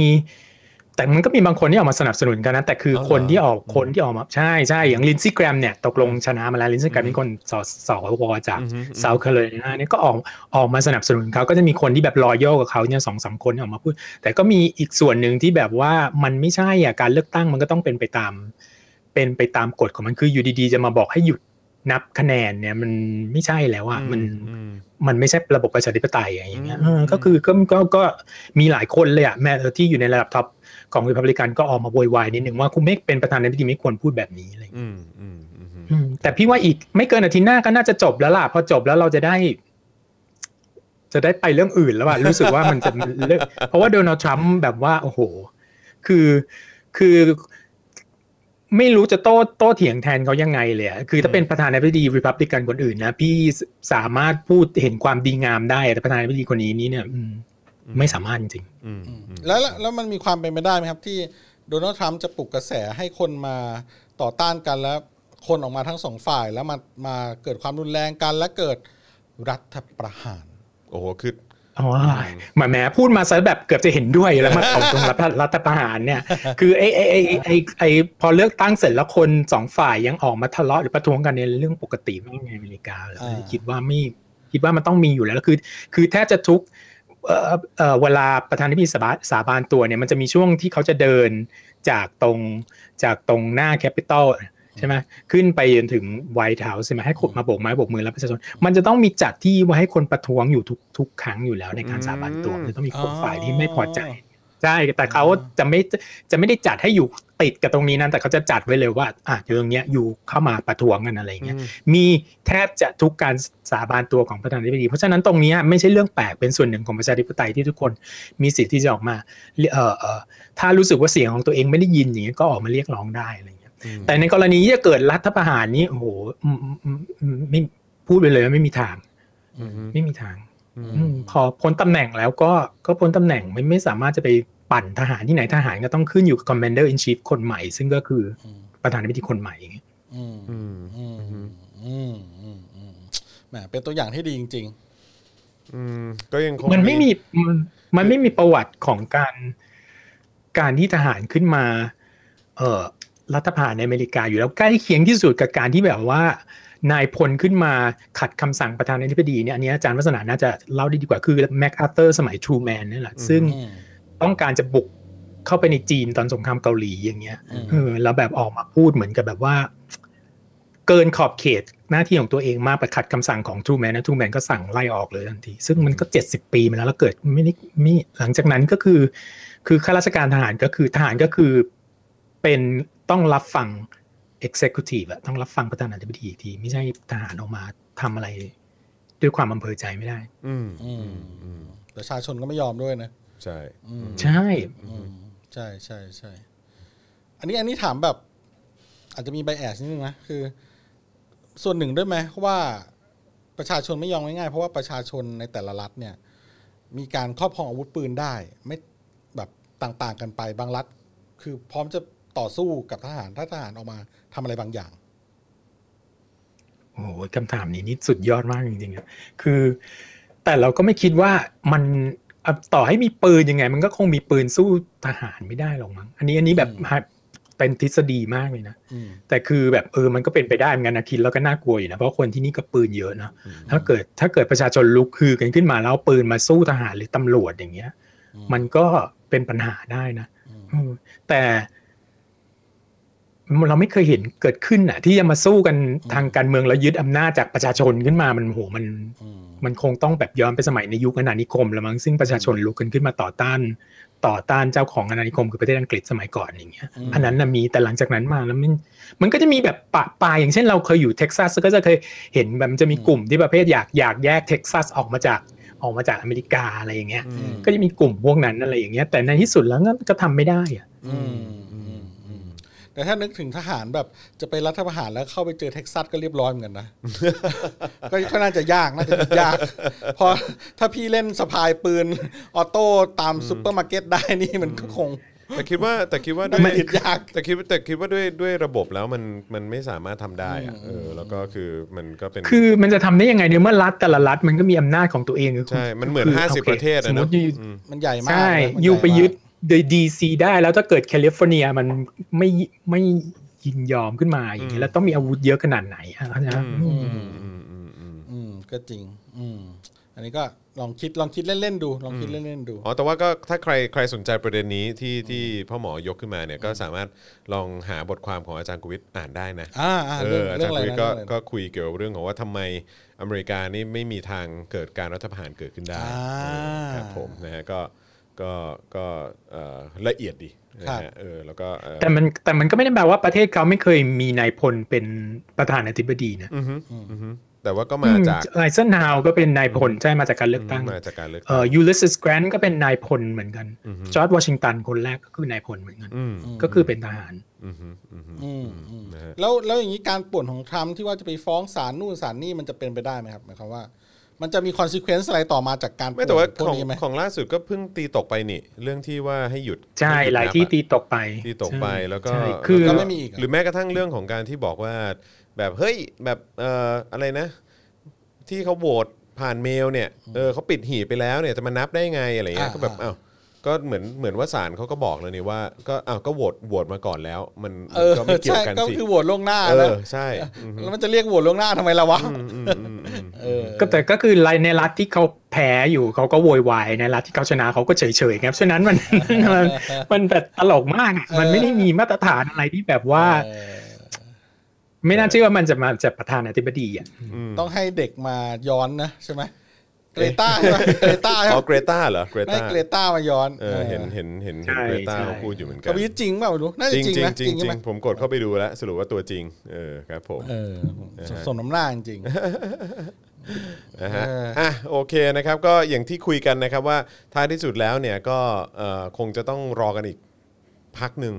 [SPEAKER 5] แต่มันก็มีบางคนที่ออกมาสนับสนุนกันนะ แต่คือ
[SPEAKER 2] เอาเหรอ
[SPEAKER 5] คนที่ออกคนที่ออกมาใช่ใช่อย่างลินซี่แกรมเนี่ย ตกลงชนะมาแล้วลินซี่แกรมเป็นคนสสวจากเซาท์แคโรไลนาเนี่ยก็ออกออกมาสนับสนุนเขาก็จะมีคนที่แบบรอยัลกับเขาเนี่ยสองสามคนที่ออกมาพูด แต่ก็มีอีกส่วนหนึ่งที่แบบว่ามันไม่ใช่อ่ะการเลือกตั้งมันก็ต้องเป็นไปตาม เป็นไปตามกฎของมันคืออยู่ดีๆ จะมาบอกให้หยุดนับคะแนนเนี่ยมันไม่ใช่แล้วอ่ะมัน
[SPEAKER 2] อืม
[SPEAKER 5] มันไม่ใช่ระบบประชาธิปไตยอย่างเงี้ย
[SPEAKER 2] อืม
[SPEAKER 5] เออก็คือก็ก็ก็มีหลายคนเลยอะแม้ที่อยู่ในระดับท็อปของริพับลิกันก็ออกมาโวยวายนิดหนึ่งว่าคุณเมกเป็นประธานาธิบดีไม่ควรพูดแบบนี้อะไรอย่างเงี้ย
[SPEAKER 2] อืมอืมอืม
[SPEAKER 5] อืมแต่พี่ว่าอีกไม่เกินอาทิตย์หน้าก็น่าจะจบแล้วล่ะพอจบแล้วเราจะได้ จะได้ไปเรื่องอื่นแล้วอะรู้สึกว่ามันจะมันเลิกเพราะว่าโดนัลด์ทรัมป์แบบว่า โอ้โห คือคือ ไม่รู้จะโต้โต้เถียงแทนเขายังไงเลยอะคือถ้าเป็นประธานาธิบดีริพับลิกันคนอื่นนะพี่สามารถพูดเห็นความดีงามได้แต่ประธานาธิบดีคนนี้นี่เนี่ยอืมไม่สามารถจริง
[SPEAKER 2] อืมอืม
[SPEAKER 3] แล้วแล้วแล้วมันมีความเป็นไปได้ไหมครับที่โดนัลด์ทรัมป์จะปลุกกระแสให้คนมาต่อต้านกันแล้วคนออกมาทั้งสองฝ่ายแล้วมามาเกิดความรุนแรงกันและเกิดรัฐประหาร
[SPEAKER 2] โอ้โหคือ
[SPEAKER 5] อ๋อหมาแหมพูดมาซะแบบเกือบจะเห็นด้วยแล้วมาเอาตรงรัฐรัฐประหารเนี่ย คือไอ้ไอ้ไอ้ไอ้ไอ้พอเลือกตั้งเสร็จแล้วคนสองฝ่ายยังออกมาทะเลาะหรือประท้วงกันในยเรื่องปกติไม่ในอเมริกาเหรอ
[SPEAKER 3] อ่า
[SPEAKER 5] คิดว่าไม่คิดว่ามันต้องมีอยู่แล้วแล้วคือ คือแทบจะทุกเอ่อเอ่อเวลาประธานที่มีสาบานสาบานตัวเนี่ยมันจะมีช่วงที่เขาจะเดินจากตรงจากตรงหน้าแคปิตอลใช่ไหมขึ้นไปจนถึงไวท์เฮาส์ใช่ไหมให้คนมาโบกไม้โบกมือรับประชาชน มันจะต้องมีจัดที่ไว้ให้คนประท้วงอยู่ทุกทุกครั้งอยู่แล้วในการสาบานตัว
[SPEAKER 2] อืม
[SPEAKER 5] จะต้องมีคน
[SPEAKER 3] อ๋อ
[SPEAKER 5] ฝ่ายที่ไม่พอใจใช่แต่เขาจะไม่จะไม่ได้จัดให้อยู่ติดกับตรงนี้นั้นแต่เขาจะจัดไว้เลยว่าอ่ะเดี๋ยวตรงเนี้ยอยู่เข้ามาประท้วงกันอะไรอย่างเงี้ย มีแทบจะทุกการสาบานตัวของประธานาธิบดี เพราะฉะนั้นตรงเนี้ยไม่ใช่เรื่องแปลกเป็นส่วนหนึ่งของประชาธิปไตยที่ทุกคนมีสิทธิ์ที่จะออกมาเอ่อเอ่อถ้ารู้สึกว่าเสียงของตัวเองไม่ได้ยินอย่างเงี้ยก็ออกมาเรียกร้องได้อะไรอย่างเงี้ยแต่ในกรณีที่จะเกิดรัฐประหารนี้โอ้โหอืมอืมอืมอืมไม่พูดไปเลยว่าไม่มีทาง ไม่มีทาง อืมพอพ้นตำแหน่งแล้วก็ก็พ้นตำแหน่งไม่ไม่สามารถจะไปปั่นทหารที่ไหนทหารก็ต้องขึ้นอยู่กับ commander in chief คนใหม่ ซึ่งก็คือประธานาธิบดีคนใหม่อย่างเงี้ย
[SPEAKER 3] อืมอืมอืมอืมอืมแหมเป็นตัวอย่างที่ดีจริง
[SPEAKER 2] ก็ยังคง
[SPEAKER 5] มันไม่มีมันมันไม่มีประวัติของการการที่ทหารขึ้นมา เออรัฐประหารในอเมริกาอยู่แล้วใกล้เคียงที่สุดกับการที่แบบว่า นายพลขึ้นมาขัดคำสั่งประธานาธิบดีเนี่ยอันนี้อาจารย์วัฒนาน่าจะเล่าได้ดีกว่าคือแม็กอาเธอร์สมัยทรูแมนนี่แหละซึ่ง
[SPEAKER 3] ๆ อืม
[SPEAKER 5] ต้องการจะบุกเข้าไปในจีนตอนสงครามเกาหลีอย่างเงี้ย
[SPEAKER 3] อืม
[SPEAKER 5] เออแล้วแบบออกมาพูดเหมือนกับแบบว่า เกินขอบเขตหน้าที่ของตัวเองมากไปขัดคำสั่งของทูแมนนะทูแมนก็สั่งไล่ออกเลยทันที ซึ่งมันก็ 70 ปีมาแล้วแล้วเกิดไม่ได้มีหลังจากนั้นก็คือ คือข้าราชการทหารก็คือทหารก็คือเป็นต้องรับฟัง executive อะต้องรับฟังประธานาธิบดีอีกทีไม่ใช่ทหารออกมาทำอะไร ด้วยความอำเภอใจไม่ได้
[SPEAKER 2] อืม
[SPEAKER 3] อืมอืมประชาชนก็ไม่ยอมด้วยนะ
[SPEAKER 2] ใช่
[SPEAKER 3] อืม
[SPEAKER 5] ใช่
[SPEAKER 3] อืมใช่ใช่ใช่อันนี้อันนี้ถามแบบ อาจจะมีไบแอสนิดนึงนะคือ ส่วนหนึ่งด้วยไหมว่าประชาชนไม่ยอมง่ายๆเพราะว่าประชาชนในแต่ละรัฐเนี่ย มีการครอบครองอาวุธปืนได้ ไม่แบบต่างๆกันไปบางรัฐ คือพร้อมจะต่อสู้กับทหารถ้าทหารออกมาทำอะไรบางอย่าง
[SPEAKER 5] โอ้โหคำถามนี้นี่สุดยอดมากจริงๆอะคือ แต่เราก็ไม่คิดว่ามันอ่ะต่อให้มีปืนยังไง มันก็คงมีปืนสู้ทหารไม่ได้หรอกมั้ง อันนี้อันนี้แบบเป็นทฤษฎีมากเลยนะ
[SPEAKER 3] อืม
[SPEAKER 5] แต่คือแบบเออ มันก็เป็นไปได้เหมือนกันนะคิดแล้วก็น่ากลัวอยู่นะ เพราะคนที่นี่ก็ปืนเยอะนะ ถ้าเกิดถ้าเกิดประชาชนลุกคือกันขึ้นมาแล้วเอาปืนมาสู้ทหารหรือตำรวจอย่างเงี้ย
[SPEAKER 3] อืม
[SPEAKER 5] มันก็เป็นปัญหาได้นะ
[SPEAKER 3] อืม
[SPEAKER 5] อืมแต่เราไม่เคยเห็นเกิดขึ้นอ่ะ ที่จะมาสู้กัน
[SPEAKER 3] อืม
[SPEAKER 5] ทางการเมืองแล้วยึดอำนาจจากประชาชนขึ้นมามันโหมัน
[SPEAKER 3] อืม
[SPEAKER 5] มันคงต้องแบบย้อนไปสมัยในยุคอาณานิคมละมั้งซึ่งประชาชนลุกกันขึ้นมาต่อต้าน ต่อต้านเจ้าของอาณานิคมคือประเทศอังกฤษสมัยก่อนอย่างเงี้ยอันนั้นนะมีแต่หลังจากนั้นมาแล้วมันมันก็จะมีแบบปะปายอย่างเช่นเราเคยอยู่เท็กซัสก็จะเคยเห็นแบบมันจะมีกลุ่มที่ประเภทอยากอยากแยกเท็กซัสออกมาจากออกมาจากอเมริกาอะไรอย่างเงี้ย
[SPEAKER 3] อืม
[SPEAKER 5] ก็จะมีกลุ่มพวกนั้นอะไรอย่างเงี้ยแต่ในที่สุดแล้วก็ก็ทำไม่ได้อะ
[SPEAKER 3] อืมอืมอืมแต่ถ้านึกถึงทหารแบบจะไปรัฐประหารแล้วเข้าไปเจอเท็กซัสก็เรียบร้อยเหมือนกันนะ ก็ก็น่าจะยากน่าจะยาก เพอถ้าพี่เล่นสะพายปืน ออโต้ตามซูเปอร์มาร์เก็ตได้นี่มันก็คง
[SPEAKER 2] แต่คิดว่าแต่คิดว่าด้วย
[SPEAKER 3] ไม่ยึดยาก
[SPEAKER 2] แต่คิดว่าแต่คิดว่าด้วยด้วยระบบแล้วมันมันไม่สามารถทำได้อะเออแล้วก็คือมันก็เป็น
[SPEAKER 5] คือมันจะทำได้ยังไงเนี่ยเมื่อรัฐแต่ละรัฐมันก็มีอำนาจของตัวเองคือ
[SPEAKER 2] ใช่มันเหมือน
[SPEAKER 5] คื
[SPEAKER 2] ห้าสิบ
[SPEAKER 5] โค
[SPEAKER 2] ประเทศอะนะ
[SPEAKER 5] สมมติอยู่
[SPEAKER 2] อืม
[SPEAKER 3] มันใหญ่มาก
[SPEAKER 5] ใช่
[SPEAKER 3] นะมันใหญ่มาก
[SPEAKER 5] อยู่ไปยึดโดยดีซีได้แล้วถ้าเกิดแคลิฟอร์เนียมันไม่ไม่ยินยอมขึ้นมาอย่าง
[SPEAKER 2] อื
[SPEAKER 5] เงี้
[SPEAKER 2] ม
[SPEAKER 5] ยแล้วต้องมีอาวุธเยอะขนาดไหนอะนะ
[SPEAKER 2] อืมอืมอืมอืมอืม
[SPEAKER 3] อืมก็จริง อืมอันนี้ก็ลองคิดลองคิดเล่นๆดูลองคิดเล่นๆดู
[SPEAKER 2] อ๋อแต่ว่าก็ถ้าใครใครสนใจประเด็นนี้ที่ที่พ่อหมอยกขึ้นมาเนี่ยก็สามารถลองหาบทความของอาจารย์กุวิทย์อ่านได้นะ
[SPEAKER 3] อ่าอ่า
[SPEAKER 2] เอ
[SPEAKER 3] เรื่อง
[SPEAKER 2] ออา
[SPEAKER 3] เรื่
[SPEAKER 2] จารงย์กุวิท
[SPEAKER 3] ออะไรนะ
[SPEAKER 2] ย์ก็
[SPEAKER 3] เรื่องอะไรนะ
[SPEAKER 2] ก็คุยเกี่ยวกับเรื่องของว่าทำไมอเมริกานี่ไม่มีทางเกิดการรัฐประหารเกิดขึ้นได้
[SPEAKER 3] อ่า
[SPEAKER 2] ครับผมนะฮะก็ก็ก็เอ่อละเอียดดีนะ
[SPEAKER 3] ครั
[SPEAKER 2] ฮะ
[SPEAKER 3] บ
[SPEAKER 2] เออแล้วก็เอ่อ
[SPEAKER 5] แต่มันแต่มันก็ไม่ได้แปลว่าประเทศเขาไม่เคยมีนายพลเป็นประธานาธิบดีนะ
[SPEAKER 2] อือฮึอือฮึแต่ว่าก็มาจาก
[SPEAKER 5] ไอเซนฮาวก็เป็นนายพลใช่มาจากการเลือกตั้ง
[SPEAKER 2] มาจากการเลือก
[SPEAKER 5] เอ่อยูลิสสแกรนก็เป็นนายพลเหมือนกัน จอร์ดวอชิงตันคนแรกก็คือนายพลเหมือนกัน
[SPEAKER 2] อืม
[SPEAKER 5] ก็คือเป็นทหาร
[SPEAKER 2] อือฮึอือฮึ
[SPEAKER 3] อืมอืม
[SPEAKER 2] นะฮะ
[SPEAKER 3] แล้วแล้วอย่างนี้การป่วนของทรัมป์ที่ว่าจะไปฟ้องศาลนู่นศาลนี่มันจะเป็นไปได้ไหมครับหมายความว่า มันจะมีคอนซ e เควนซ์อะไรต่อมาจากการ
[SPEAKER 2] ไม่แต่ว่า
[SPEAKER 3] ป่นพวก
[SPEAKER 2] ของ
[SPEAKER 3] นี้ไหม
[SPEAKER 2] ของล่าสุดก็เพิ่งตีตกไปนี่ เรื่องที่ว่าให้หยุด
[SPEAKER 5] ใช่
[SPEAKER 2] ใยุด
[SPEAKER 5] หลาย
[SPEAKER 2] นับ
[SPEAKER 5] ที่
[SPEAKER 2] อะ
[SPEAKER 5] ตีตกไป
[SPEAKER 2] ตีตกไป
[SPEAKER 5] ใช่
[SPEAKER 2] แล้วก็
[SPEAKER 5] ใช่คือ
[SPEAKER 3] แล้วก็ไม่มีอีกอะ
[SPEAKER 2] หรือแม้กระทั่งเรื่องของการที่บอกว่า แบบเฮ้ยแบบเอ่ออะไรนะ ที่เขาโหวต ผ่านเมลเนี่ยเออเขาปิดหีบไปแล้วเนี่ยจะมานับได้ไงอะไรเงี้ย
[SPEAKER 3] อ่า
[SPEAKER 2] ก็แบบอ้าวก็เหมือนเหมือนว่าศาลเขาก็บอกแล้วนี่ว่าก็อ้าวก็โหวตโหวตมาก่อนแล้ว มัน
[SPEAKER 3] เออ
[SPEAKER 2] ก็ไม่เกี่ย
[SPEAKER 3] ใช่
[SPEAKER 2] วกัน
[SPEAKER 3] ก็
[SPEAKER 2] สิ
[SPEAKER 3] คือโหวตล่วงหน้า
[SPEAKER 2] เอ
[SPEAKER 3] แล้ว
[SPEAKER 2] อใช่ม
[SPEAKER 3] แล้วมันจะเรียกโหวตล่วงหน้าทำไมล่ะวะ
[SPEAKER 2] อืมอืมอืม
[SPEAKER 3] เออ
[SPEAKER 5] ก็แต่ก็คือรายในรัฐที่เขาแพ้อยู่เขาก็โวยวายในรัฐที่เขาชนะเขาก็เฉยๆครับฉะนั้นมัน มันมันแบบตลกมากอะมันไม่ได้มีมาตรฐานอะไรที่แบบว่า
[SPEAKER 3] เออ
[SPEAKER 5] ไม่น่าเชื่อว่ามันจะมาจากประธานาธิบดีอ่ะ
[SPEAKER 3] ต้องให้เด็กมาย้อนนะใช่ไหมเกรตาใช่ไหมเกรตาใช่
[SPEAKER 2] อ๋
[SPEAKER 3] ไห
[SPEAKER 2] อ
[SPEAKER 3] ม
[SPEAKER 2] เกรตาเหรอเกร
[SPEAKER 3] ไม่
[SPEAKER 2] ตา
[SPEAKER 3] เกรตามาย้อน
[SPEAKER 2] เออเห็นเห็นเห็นเห็นเกรตาเขาพูดอยู่เหมือนกั
[SPEAKER 3] กับ
[SPEAKER 2] น
[SPEAKER 3] วิจริงเปล่าไม่รู้น่าจะ
[SPEAKER 2] จริง
[SPEAKER 3] จริง
[SPEAKER 2] จริงจ
[SPEAKER 3] นะ
[SPEAKER 2] ริงจริงผมกดเข้าไปดูแล้วสรุปว่าตัวจริงเออครับผม
[SPEAKER 3] เออสมน้ำหน้าจริง
[SPEAKER 2] นะฮะ
[SPEAKER 3] เอออ่
[SPEAKER 2] อ่ะโอเคนะครับก็อย่างที่คุยกันนะครับว่าท้ายที่สุดแล้วเนี่ยก็เอ่อคงจะต้องรอกันอีกพักหนึ่ง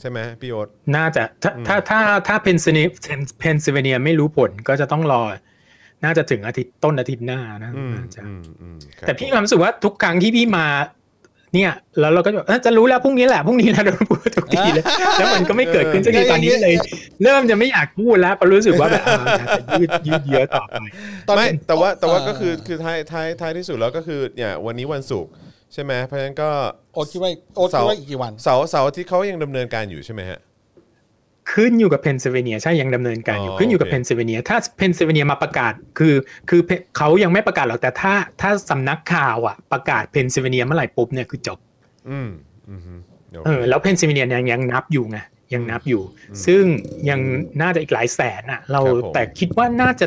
[SPEAKER 2] ใช่ไหมพี่โอ๊ต
[SPEAKER 5] น่าจะถ้าถ้าถ้าถ้าเพนซิลเพนซิลเวเนียไม่รู้ผลก็จะต้องรอ น่าจะถึงอาทิตย์ต้นอาทิตย์หน้านะ
[SPEAKER 2] อืม
[SPEAKER 5] น่าจะ
[SPEAKER 2] อืมอืมครับ
[SPEAKER 5] แต่พี่มีความรู้สึกว่าทุกครั้งที่พี่มา เนี่ย แล้วเราก็จะแบบเอ้ยจะรู้แล้วพรุ่งนี้แหละพรุ่งนี้แหละโด นพูดทุกทีเลยแล้วมันก็ไม่เกิดขึ้นสักที
[SPEAKER 3] เออ
[SPEAKER 5] ตอนนี้เลย เริ่มจะไม่อยากพูดแล้วเพราะรู้สึกว่าแบบอ่าจะยืดยืดเยื้อต่อไป
[SPEAKER 3] ตอน
[SPEAKER 2] ไม่
[SPEAKER 3] นี้
[SPEAKER 2] แต่ว่าแต่ว่า
[SPEAKER 3] เอ่อ
[SPEAKER 2] ก็คือคือท้ายท้ายท้ายที่สุดแล้วก็คือเนี่ยวันนี้วันศุกร์ใช่ไหมเพราะฉะนั้นก็
[SPEAKER 3] โอ๊ตคิดว่าโอ๊ตคิดว่าอีกกี่วัน
[SPEAKER 2] เสาร์เสาร์ที่เขายังดำเนินการอยู่ใช่ไหมฮะ
[SPEAKER 5] ขึ้นอยู่กับเพนซิลเวเนียใช่ยังดำเนินการอยู่
[SPEAKER 2] อ๋อ
[SPEAKER 5] ขึ้นอยู่กับ
[SPEAKER 2] โอเค
[SPEAKER 5] เพนซิลเวเนียถ้าเพนซิลเวเนียมาประกาศคือคือเขายังไม่ประกาศหรอกแต่ถ้าถ้าสำนักข่าวอ่ะประกาศเพนซิลเวเนียเมื่อไหร่ปุ๊บเนี่ยคือจบ
[SPEAKER 2] อืมอืมฮึโอ
[SPEAKER 5] เอ
[SPEAKER 2] เค
[SPEAKER 5] อแล้วเพนซิลเวเนียยังยังนับอยู่ไงยังนับอยู่ ซึ่งยังน่าจะอีกหลายแสนอ่ะ เราแต่คิดว่าน่าจะ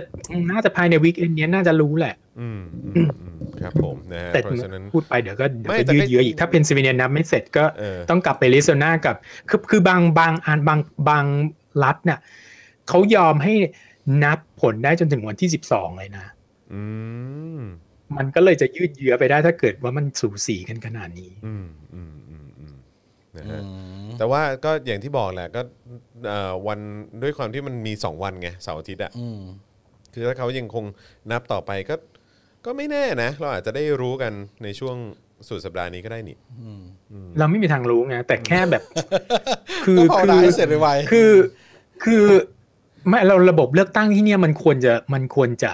[SPEAKER 5] น่าจะภายในวีคเอนนี้ยน่าจะรู้แหละ
[SPEAKER 2] อืมอืมอืมครับผมนะฮะ
[SPEAKER 5] แต่
[SPEAKER 2] เพราะฉะนั้น
[SPEAKER 5] พูดไปเดี๋ยวก็เดี๋ยว
[SPEAKER 2] ไม่แต่
[SPEAKER 5] ก็ยื
[SPEAKER 2] ก็
[SPEAKER 5] ดเยื้ออีกถ้าเพนซิลเวเนียนับไม่เสร็จก็
[SPEAKER 2] เออ
[SPEAKER 5] ต้องกลับไปลิโซนากับคือคือบางบางอันบางบางรัฐเนี่ยเขายอมให้นับผลได้จนถึงวันที่ 12 เลยนะ
[SPEAKER 2] อืม
[SPEAKER 5] มันก็เลยจะยืดเยื้อไปได้ถ้าเกิดว่ามันสูสีกันขนาดนี้
[SPEAKER 2] อืมอืมอืมอืมนะฮะ แต่ว่าก็อย่างที่บอกแหละก็เอ่อวันด้วยความที่มันมี 2 วันไงเสาร์อาทิตย์อ่ะ
[SPEAKER 3] อืม
[SPEAKER 2] คือถ้าเขายังคงนับต่อไปก็ ก็ไม่แน่นะ เราอาจจะได้รู้กันในช่วงสุดสัปดาห์นี้ก็ได้นี่
[SPEAKER 5] เราไม่มีทางรู้ไงแต่แค่ แบบ คือ
[SPEAKER 3] ต้องภาว
[SPEAKER 5] คื
[SPEAKER 3] นา
[SPEAKER 5] อ
[SPEAKER 3] ให้เสร็จไวๆ
[SPEAKER 5] คือคือไม่เราระบบเลือกตั้งที่เนี่ยมันควรจะมันควรจะ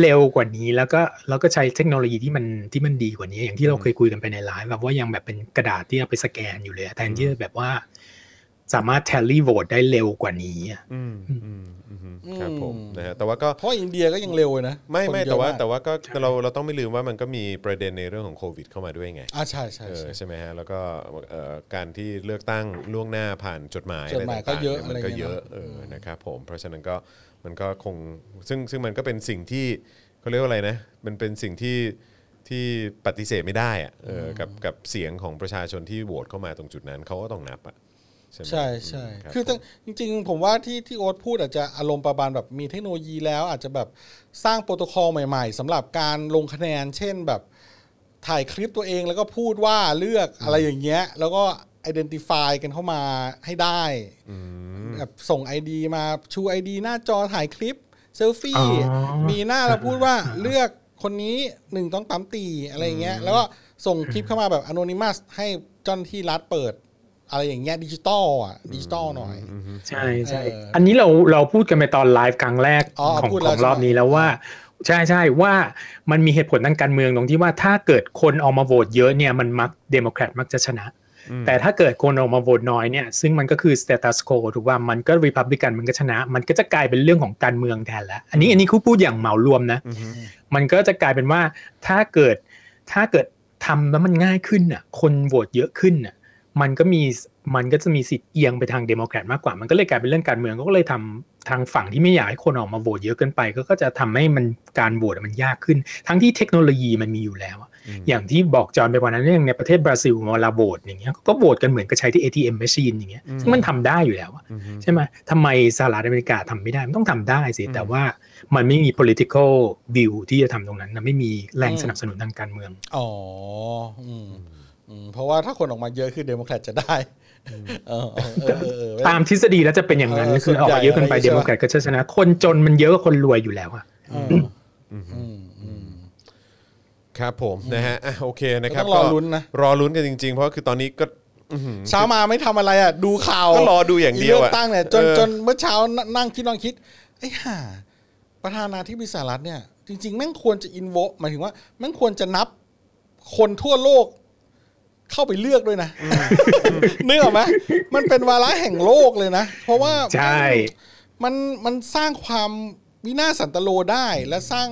[SPEAKER 5] เร็วกว่านี้ แล้วก็แล้วก็ใช้เทคโนโลยีที่มันที่มันดีกว่านี้ อย่างที่เราเคยคุยกันไปในไลฟ์แบบว่ายังแบบเป็นกระดาษที่เอาไปสแกนอยู่เลยอะแทนที่จะแบบว่า สามารถ tally vote ได้เร็วกว่านี้อะ
[SPEAKER 2] อืมอืมอืมครับผม
[SPEAKER 3] อืม
[SPEAKER 2] นะฮะแต่ว่าก็
[SPEAKER 3] เพราะอินเดียก็ยังเร็วเลยนะ
[SPEAKER 2] ไม่ไม่
[SPEAKER 3] คนเย
[SPEAKER 2] แต่
[SPEAKER 3] อะ
[SPEAKER 2] ว่าม
[SPEAKER 3] ก
[SPEAKER 2] แต่ว่าก็เราเราต้องไม่ลืมว่ามันก็มีประเด็นในเรื่องของโควิดเข้ามาด้วยไง
[SPEAKER 3] อ่าใช่ใช่
[SPEAKER 2] เออ
[SPEAKER 3] ใช่
[SPEAKER 2] ใช่ไหมฮะแล้วก็เอ่อการที่เลือกตั้งล่วงหน้าผ่านจดหมาย
[SPEAKER 3] จดหมาย
[SPEAKER 2] ะไรต่งๆ
[SPEAKER 3] ก็เยอะ
[SPEAKER 2] นี่มันก็
[SPEAKER 3] อะไรเงี้ย
[SPEAKER 2] เยอะเออนะครับผมเพราะฉะนั้นก็มันก็คงซึ่งซึ่งมันก็เป็นสิ่งที่เขาเรียกว่าอะไรนะมันเป็นสิ่งที่ที่ปฏิเสธไม่ได้อะเออกับกับเสียงของประชาชนที่โหวตเข้ามาตรงจุดนั้นเขาก็ต้องนับอ่ะใช่ไหม
[SPEAKER 3] ใช่ใช่
[SPEAKER 2] รับ
[SPEAKER 3] คือ
[SPEAKER 2] ผม
[SPEAKER 3] จริงๆ ผมว่าที่ที่โอ๊ตพูดอาจจะอารมณ์ประมาณแบบมีเทคโนโลยีแล้ว อาจจะแบบสร้างโปรโตคอลใหม่ๆสำหรับการลงคะแนน เช่นแบบถ่ายคลิปตัวเองแล้วก็พูดว่าเลือกอะไรอย่างเงี้ย แล้วก็ไอดีนติฟายกันเข้ามาให้ได้แบบส่ง ID มาชู ID หน้าจอถ่ายคลิปเซลฟี่
[SPEAKER 5] อ๋อ
[SPEAKER 3] มีหน้าเราพูดว่าเลือกคนนี้หนึ่งต้องตามตีอะไรอย่างเงี้ย แล้วก็ส่งคลิปเข้ามาแบบอ n o นิมัสให้เจ้าหน้าที่รัฐเปิด อะไรอย่างเงี้ยดิจิตอลอ่ะดิจิตอลหน่อย
[SPEAKER 5] ใช่ใช่
[SPEAKER 3] เอออั
[SPEAKER 5] อันนี้เราเราพูดกันไปตอนไลฟ์ครั้งแรก
[SPEAKER 3] อ๋อ
[SPEAKER 5] ของ
[SPEAKER 3] พูดแล้ว
[SPEAKER 5] ของรอบ
[SPEAKER 3] ใช่ไหม
[SPEAKER 5] นี้แล้วว่า ใช่ใช่ว่ามันมีเหตุผลทางการเมืองตรงที่ว่าถ้าเกิดคนออกมาโหวตเยอะเนี่ยมันมักเดโมแครตมักจะชนะ แต่ถ้าเกิดคนออกมาโหวตน้อยเนี่ยซึ่งมันก็คือสเตตัสโ o ถูกว่ามันก็รีพับลิกันมันก็ชนะ มันก็จะกลายเป็นเรื่องของการเมืองแทนแล้ว อันนี้อันนี้คูพูดอย่างเหมารวมนะ มันก็จะกลายเป็นว่าถ้าเกิดถ้าเกิดทำแล้วมันง่ายขึ้นน่ะคนโหวตเยอะขึ้นน่ะมันก็มีมันก็จะมีสิทธิ์เอียงไปทางเดโมแครตมากกว่า มันก็เลยกลายเป็นเรื่องการเมืองก็เลยทำทางฝั่งที่ไม่อยากให้คนออกมาโหวตเยอะเกินไปก็ก็จะทำให้มันการโหวตมันยากขึ้น ทั้งที่เทคโนโลยีมันมีอยู่แล้วอะอย่างที่บอกจอห์นไปวันนั้นอย่างในประเทศบราซิลเวลาโหวตอย่างเงี้ยก็โหวตกันเหมือนกับใช้ที่ ATM machine อย่างเงี้ยซึ่งมันทำได้อยู่แล้วอะใช่ไหมทำไมสหรัฐอเมริกาทำไม่ได้มันต้องทำได้สิแต่ว่า มันไม่มี political view ที่จะทำตรงนั้นนะไม่มีแรงสนับสนุนทางการเมือง
[SPEAKER 3] อ๋ออืมอืมเพราะว่าถ้าคนออกมาเยอะขึ้นเดโมแครตจะได้เออเออเออเออเออ
[SPEAKER 5] ตามทฤษฎีแล้วจะเป็นอย่างนั้น
[SPEAKER 3] เออ
[SPEAKER 5] คือออกมาเยอะเกินไป
[SPEAKER 3] ส่วนใหญ่
[SPEAKER 5] เดโมแครตก็จะชนะ คนจนมันเยอะกว่าคนรวยอยู่แล้วอะ
[SPEAKER 3] เอออืมอืม
[SPEAKER 2] ครับผมนะฮะอ่ะโอเคนะครับ
[SPEAKER 3] ก็ต้องรอลุ้นนะ
[SPEAKER 2] รอลุ้นกันจริง ๆ เพราะคือตอนนี้ก็อื้อหือ
[SPEAKER 3] เช้ามาไม่ทำอะไรอ่ะ ดูข่าว
[SPEAKER 2] ก็รอดูอย่างเดียวอะ
[SPEAKER 3] ลืกตั้งเนี่ยจน
[SPEAKER 2] เออ
[SPEAKER 3] จนเมื่อเช้านั่งคิดนอนคิดไอ้ห่า ประธานาธิบดีสหรัฐเนี่ย จริง ๆ แม่งควรจะอินโวหมายถึงว่าแม่งควรจะนับคนทั่วโลก เข้าไปเลือกด้วยนะ นึกออกไหมมันเป็นวาระแห่งโลกเลยนะ เพราะว่า
[SPEAKER 5] ใช่
[SPEAKER 3] มันมันสร้างความวินาศสันตโลได้และสร้าง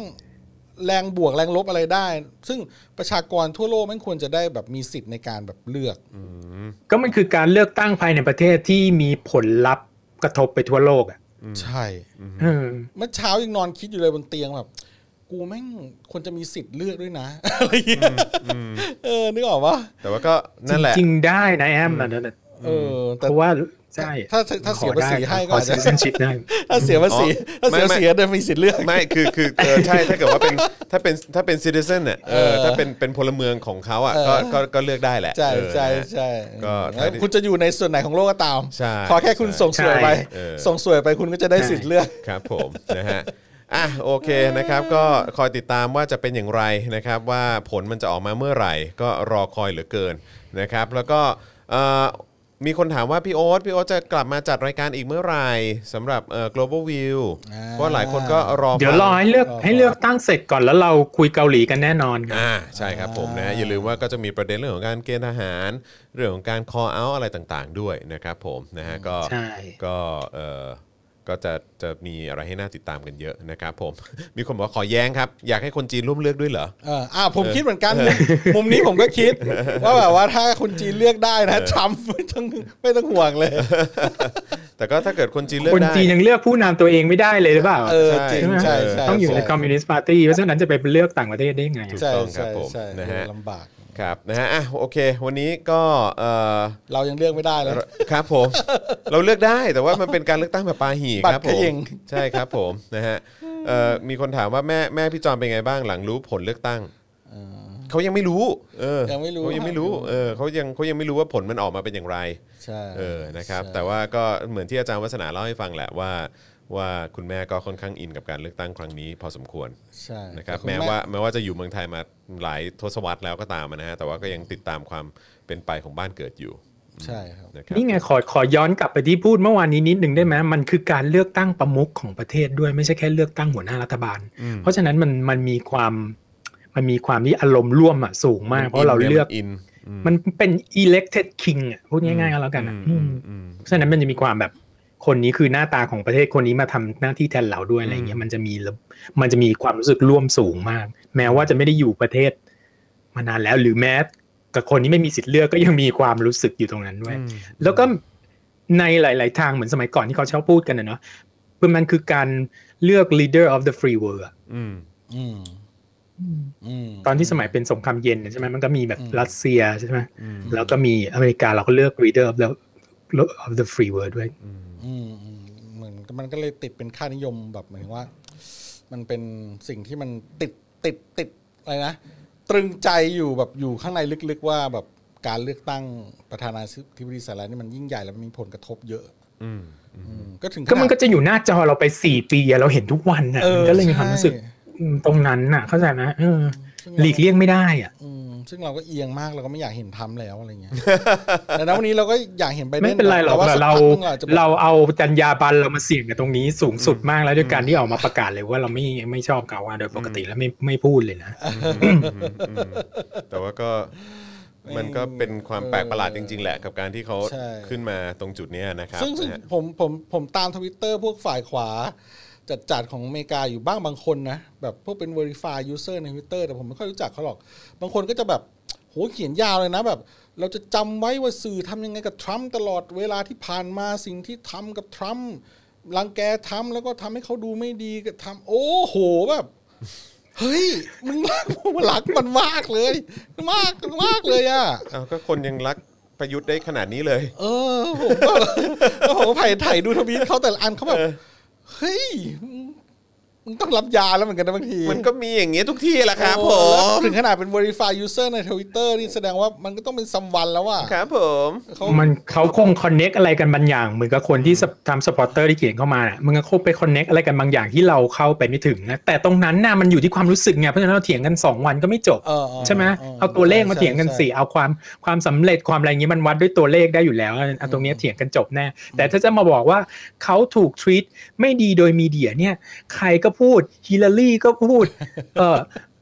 [SPEAKER 3] แรงบวกแรงลบอะไรได้ ซึ่งประชากรทั่วโลกมันควรจะได้แบบมีสิทธิ์ในการแบบเลือก
[SPEAKER 5] ก็มันคือการเลือกตั้งภายในประเทศที่มีผลลัพธ์กระทบไปทั่วโลกอ่ะ
[SPEAKER 3] ใช่
[SPEAKER 5] เออ
[SPEAKER 3] เมื่อเช้ายังนอนคิดอยู่เลยบนเตียงแบบ กูแม่งควรจะมีสิทธิ์เลือก ด้วยนะ อะไรอย่างเงี้ยเออนึกออกปะ
[SPEAKER 2] แต่ว่าก็นั่นแหละ
[SPEAKER 5] จริงๆได้นะแอมอันนั้นน่ะ
[SPEAKER 3] เออ
[SPEAKER 5] เพ
[SPEAKER 3] แต่
[SPEAKER 5] ราะว่าใช่
[SPEAKER 3] ถ้าถ้าถ้าเสียภาษีให้ก็
[SPEAKER 5] ขอ
[SPEAKER 3] อาจ
[SPEAKER 5] เซ
[SPEAKER 3] จะ
[SPEAKER 5] นซิชิพได้
[SPEAKER 3] ถ้าเสียภาษี
[SPEAKER 2] อ๋อ
[SPEAKER 3] ถ้า
[SPEAKER 2] ไม่ไม่
[SPEAKER 3] เสียเสียได้มีสิทธิ์เลือก
[SPEAKER 2] ไม่คือคือเออใช่ถ้าเกิดว่าเป็นถ้าเป็นถ้าเป็นซิติเซนเนี่ยเออ
[SPEAKER 3] เออ
[SPEAKER 2] ถ้าเป็นเป็นพลเมืองของเขาอ่ะ
[SPEAKER 3] เออ
[SPEAKER 2] ก็ก็ก็เลือกได้แหละ
[SPEAKER 3] ใช่
[SPEAKER 2] เออ
[SPEAKER 3] ใช่
[SPEAKER 2] นะ
[SPEAKER 3] ใช่
[SPEAKER 2] ก็
[SPEAKER 3] แล้วคุณจะอยู่ในส่วนไหนของโลกก็ตาม
[SPEAKER 2] ใช่
[SPEAKER 3] ขอแค่คุณส่งสวยไป
[SPEAKER 2] เออ
[SPEAKER 3] ส่งสวยไปคุณก็จะได้สิทธิ์เลือก
[SPEAKER 2] ครับผมนะฮะอ่ะโอเคนะครับก็คอยติดตามว่าจะเป็นอย่างไรนะครับว่าผลมันจะออกมาเมื่อไหร่ ก็รอคอยเหลือเกินนะครับ แล้วก็เอ่อมีคนถามว่าพี่โอ๊ตพี่โอ๊ตจะกลับมาจัดรายการอีกเมื่อไหร่สำหรับเอ่อ global view
[SPEAKER 3] อ่า
[SPEAKER 2] เพราะหลายคนก็รอ
[SPEAKER 5] เดี๋ยวรอให้เลือกให้เลือกตั้งเสร็จก่อนแล้วเราคุยเกาหลีกันแน่นอนครับ
[SPEAKER 2] อ่าใช่ครับผมนะฮะอย่าลืมว่าก็จะมีประเด็นเรื่องของการเกณฑ์ทหาร เรื่องของการ call out อะไรต่างๆ ด้วยนะครับผมนะฮะก็
[SPEAKER 5] ใช่
[SPEAKER 2] ก็เออก็จะจะมีอะไรให้น่าติดตามกันเยอะนะครับผม มีคนบอกว่าขอแย้งครับ อยากให้คนจีนร่วมเลือกด้วยเหรอ
[SPEAKER 3] เอออ่าผมคิดเหมือนกันมุมมุมนี้ผมก็คิด ว่าแบบว่าถ้าคุณจีนเลือกได้นะทรัมป์ไม่ต้องไม่ต้องห่วงเลย
[SPEAKER 2] แต่ก็ถ้าเกิดคนจีนเลือก
[SPEAKER 5] คน
[SPEAKER 2] ได้
[SPEAKER 5] จีนยังเลือกผู้นำตัวเองไม่ได้เลยหรือเปล่า
[SPEAKER 3] เออจริง
[SPEAKER 5] ไหม
[SPEAKER 3] ใช่ใช่
[SPEAKER 5] ต้องอยู่ในคอมมิวนิสต์ปาร์ตี้เพราะฉะนั้นจะไปเลือกต่างประเทศได้ยังไง
[SPEAKER 2] ถูก
[SPEAKER 3] ใช่
[SPEAKER 2] ต้องครั
[SPEAKER 3] ใช่
[SPEAKER 2] บผม
[SPEAKER 3] ใช่
[SPEAKER 2] นะฮะ
[SPEAKER 3] ลำบาก
[SPEAKER 2] ครับนะฮะอ่ะโอเค วันนี้ก็เออ
[SPEAKER 3] เรายังเลือกไม่ได้เลย
[SPEAKER 2] ครับผม เราเลือกได้แต่ว่ามันเป็นการเลือกตั้งแบบปาหีครับผ
[SPEAKER 3] บัตรเข
[SPEAKER 2] ม
[SPEAKER 3] ย่ง
[SPEAKER 2] ใช่ครับผมนะฮะเอ่อมีคนถามว่าแม่แม่พี่จอมเป็นไงบ้างหลังรู้ผลเลือกตั้งเขายังไม่รู้ เออ
[SPEAKER 3] ยังไม่รู้
[SPEAKER 2] เขายังไม่รู้เออเขายังเขายังไม่รู้ว่าผลมันออกมาเป็นอย่างไร
[SPEAKER 3] ใช่
[SPEAKER 2] เออ นะครับ
[SPEAKER 3] ใช่
[SPEAKER 2] แต่ว่าก็เหมือนที่อาจารย์วัฒนาเล่าให้ฟังแหละว่า ว่าคุณแม่ก็ค่อนข้างอินกับการเลือกตั้งครั้งนี้พอสมควร
[SPEAKER 3] ใช่
[SPEAKER 2] นะครับ
[SPEAKER 3] ต่ณ
[SPEAKER 2] แม้ว่าแม้ว่าจะอยู่เมืองไทยมาหลายทศวรรษแล้วก็ตามนะฮะแต่ว่าก็ยังติดตามความเป็นไปของบ้านเกิดอยู่
[SPEAKER 3] ใช่ครับ
[SPEAKER 2] นะครับ
[SPEAKER 5] นี่ไงขอขอย้อนกลับไปที่พูดเมื่อวานนี้นิดหนึ่งได้ไหมมันคือการเลือกตั้งประมุขของประเทศด้วยไม่ใช่แค่เลือกตั้งหัวหน้ารัฐบาล เพราะฉะนั้นมันมันมีความมันมีความที่อารมณ์ร่วมอ่ะสูงมาก เพราะเราเลือก
[SPEAKER 2] อิน
[SPEAKER 5] มันเป็น elected king อ่ะพูดง่ายๆก็แล้วกันอะอืม
[SPEAKER 2] อืม
[SPEAKER 5] เพราะฉะนั้นมันจะมีความแบบคนนี้คือหน้าตาของประเทศคนนี้มาทำหน้าที่แทนเราด้วยอะไรเงี้ยมันจะมีระมันจะมีความรู้สึกร่วมสูงมาก แม้ว่าจะไม่ได้อยู่ประเทศ มานานแล้วหรือแม้กับคนที่ไม่มีสิทธิ์เลือกก็ยังมีความรู้สึกอยู่ตรงนั้นด้วยแล้วก็ในหลาย ๆ ทางเหมือนสมัยก่อนที่เขาชอบพูดกันนะเนาะมันคือการเลือก leader of the free world อะ
[SPEAKER 2] อืม
[SPEAKER 3] อืมอืม
[SPEAKER 5] ตอนที่สมัยเป็นสงครามเย็นเนี่ยใช่ไหมมันก็มีแบบรัสเซียใช่ไหมแล้วก็มีอเมริกาเราก็เลือก leader of the of the free world ด้วย
[SPEAKER 3] อืมอืมเหมือนมันก็เลยติดเป็นค่านิยมแบบเหมือนว่า มันเป็นสิ่งที่มันติดติดติดอะไรนะ ตรึงใจอยู่แบบอยู่ข้างในลึกๆว่าแบบการเลือกตั้งประธานาธิบดีสหรัฐนี่มันยิ่งใหญ่แล้วมันมีผลกระทบเยอะอืมก็ถึง
[SPEAKER 5] ก็มัน
[SPEAKER 3] ขาด
[SPEAKER 5] ก็จะอยู่หน้าจอเราไปสี่ปีอะเราเห็นทุกวันน่ะ
[SPEAKER 3] เออ
[SPEAKER 5] มันก็เลยมีความ
[SPEAKER 3] ใช่
[SPEAKER 5] รู้สึกอืมตรงนั้นน่ะ เข้าใจไหมเออหลีกเลี่ยงไม่ได้อ่ะ
[SPEAKER 3] อืมซึ่งเราก็เอียงมากเราก็ไม่อยากเห็นทำแล้วอะไร เงี้ย แต่ณวันนี้เราก็อยากเห็นไบเดน
[SPEAKER 5] ไม่เป็นไรหรอก
[SPEAKER 3] แต่ว่สั
[SPEAKER 5] เรา
[SPEAKER 3] พัหนึ่งอจจะแบบ
[SPEAKER 5] เราเอาจรรยาบรรณเรามาเสี่ยงกับตรงนี้สูงสุดมากแล้วด้วยการที่ออกมาประกาศเลยว่าเราไม่ไม่ชอบเขาอะโดยปกติแล้วไม่ไม่พูดเลยนะ
[SPEAKER 2] แต่ว่าก็มันก็เป็นความแปลกประหลาดจริง ๆ แหละ กับการที่เขาขึ้นมาตรงจุดเนี้ยนะครับ
[SPEAKER 3] ซึ่งซึ่ง
[SPEAKER 2] นะฮะ
[SPEAKER 3] ผมผมผมตามทวิตเตอร์พวกฝ่ายขวา จัดจัดของอเมริกาอยู่บ้างบางคนนะ แบบพวกเป็น Verify User ในทวิตเตอร์แต่ผมไม่ค่อยรู้จักเขาหรอก บางคนก็จะแบบโหเขียนยาวเลยนะแบบ เราจะจำไว้ว่าสื่อทำยังไงกับทรัมป์ตลอดเวลาที่ผ่านมาสิ่งที่ทำกับทรัมป์รังแกทรัมป์แล้วก็ทำให้เขาดูไม่ดีกับทรัมป์โอ้โหแบบ เฮ้ย มึงรักผมรักมันมากเลย มากมากเลยอ่ะ
[SPEAKER 2] อ้าวก็คนยังรักประยุทธ์ได้ขนาดนี้เลย
[SPEAKER 3] เออผมก็ แล้วผมก็ไถ่ไถ่ดูทวีตเขาแต่ละอันเขาแบบเฮ้ยมึงมึงต้องรับยาแล้วเหมือนกันนะบางที
[SPEAKER 2] มันก็มีอย่างเงี้ยทุกที่แหละครับผ
[SPEAKER 3] โอ้แล้ว
[SPEAKER 2] ม
[SPEAKER 3] ถึงขนาดเป็น verify user ในทวิตเตอร์นี่แสดงว่ามันก็ต้องเป็นซัมวันแล้วอ่ะ
[SPEAKER 2] ครับผม
[SPEAKER 3] เขา
[SPEAKER 5] มันเขาคงคอนเน็กอะไรกันบางอย่างเหมือนกับคนที่ทำสปอร์เตอร์ที่เขียนเข้ามาน่ะมันก็คงไปคอนเน็กอะไรกันบางอย่างที่เราเข้าไปไม่ถึงนะแต่ตรงนั้นน่ะมันอยู่ที่ความรู้สึกไงเพราะฉะนั้นเราเถียงกันสองวันก็ไม่จบ
[SPEAKER 3] เออเออ
[SPEAKER 5] ใช่ไหม
[SPEAKER 3] ออ
[SPEAKER 5] เอาตัวเลขมา
[SPEAKER 3] ใช่
[SPEAKER 5] เถียงกันสิ
[SPEAKER 3] ใช่
[SPEAKER 5] เอาความความสำเร็จความอะไรอย่างนี้มันวัดด้วยตัวเลขได้อยู่แล้วเอาตรงเนี้ยเถียงกันจบแน่ แต่ถ้าจะมาบอกว่าเขาถูกทรีตไม่ดีโดยมีเดียเนี่ย ใครก็ พูดฮิลลารีก็พูด เออ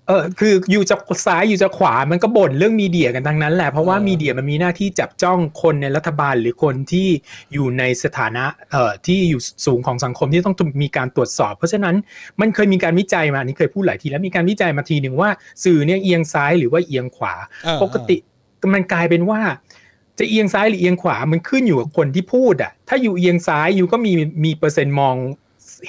[SPEAKER 5] เออคืออยู่จะซ้ายอยู่จะขวามันก็บ่นเรื่องมีเดียกันทั้งนั้นแหละเพราะว่ามีเดียมันมีหน้าที่จับจ้องคนในรัฐบาลหรือคนที่อยู่ในสถานะเอ่อที่อยู่สูงของสังคมที่ต้องมีการตรวจสอบ เพราะฉะนั้นมันเคยมีการวิจัยมาอันนี่เคยพูดหลายทีแล้วมีการวิจัยมาทีหนึ่งว่าสื่อเนี่ยเอียงซ้ายหรือว่าเอียงขวา
[SPEAKER 3] เออ
[SPEAKER 5] ปกติมันกลายเป็นว่า จะเอียงซ้ายหรือเอียงขวามันขึ้นอยู่กับคนที่พูดอ่ะ ถ้าอยู่เอียงซ้ายอยู่ก็มีมีเปอร์เซ็นต์มอง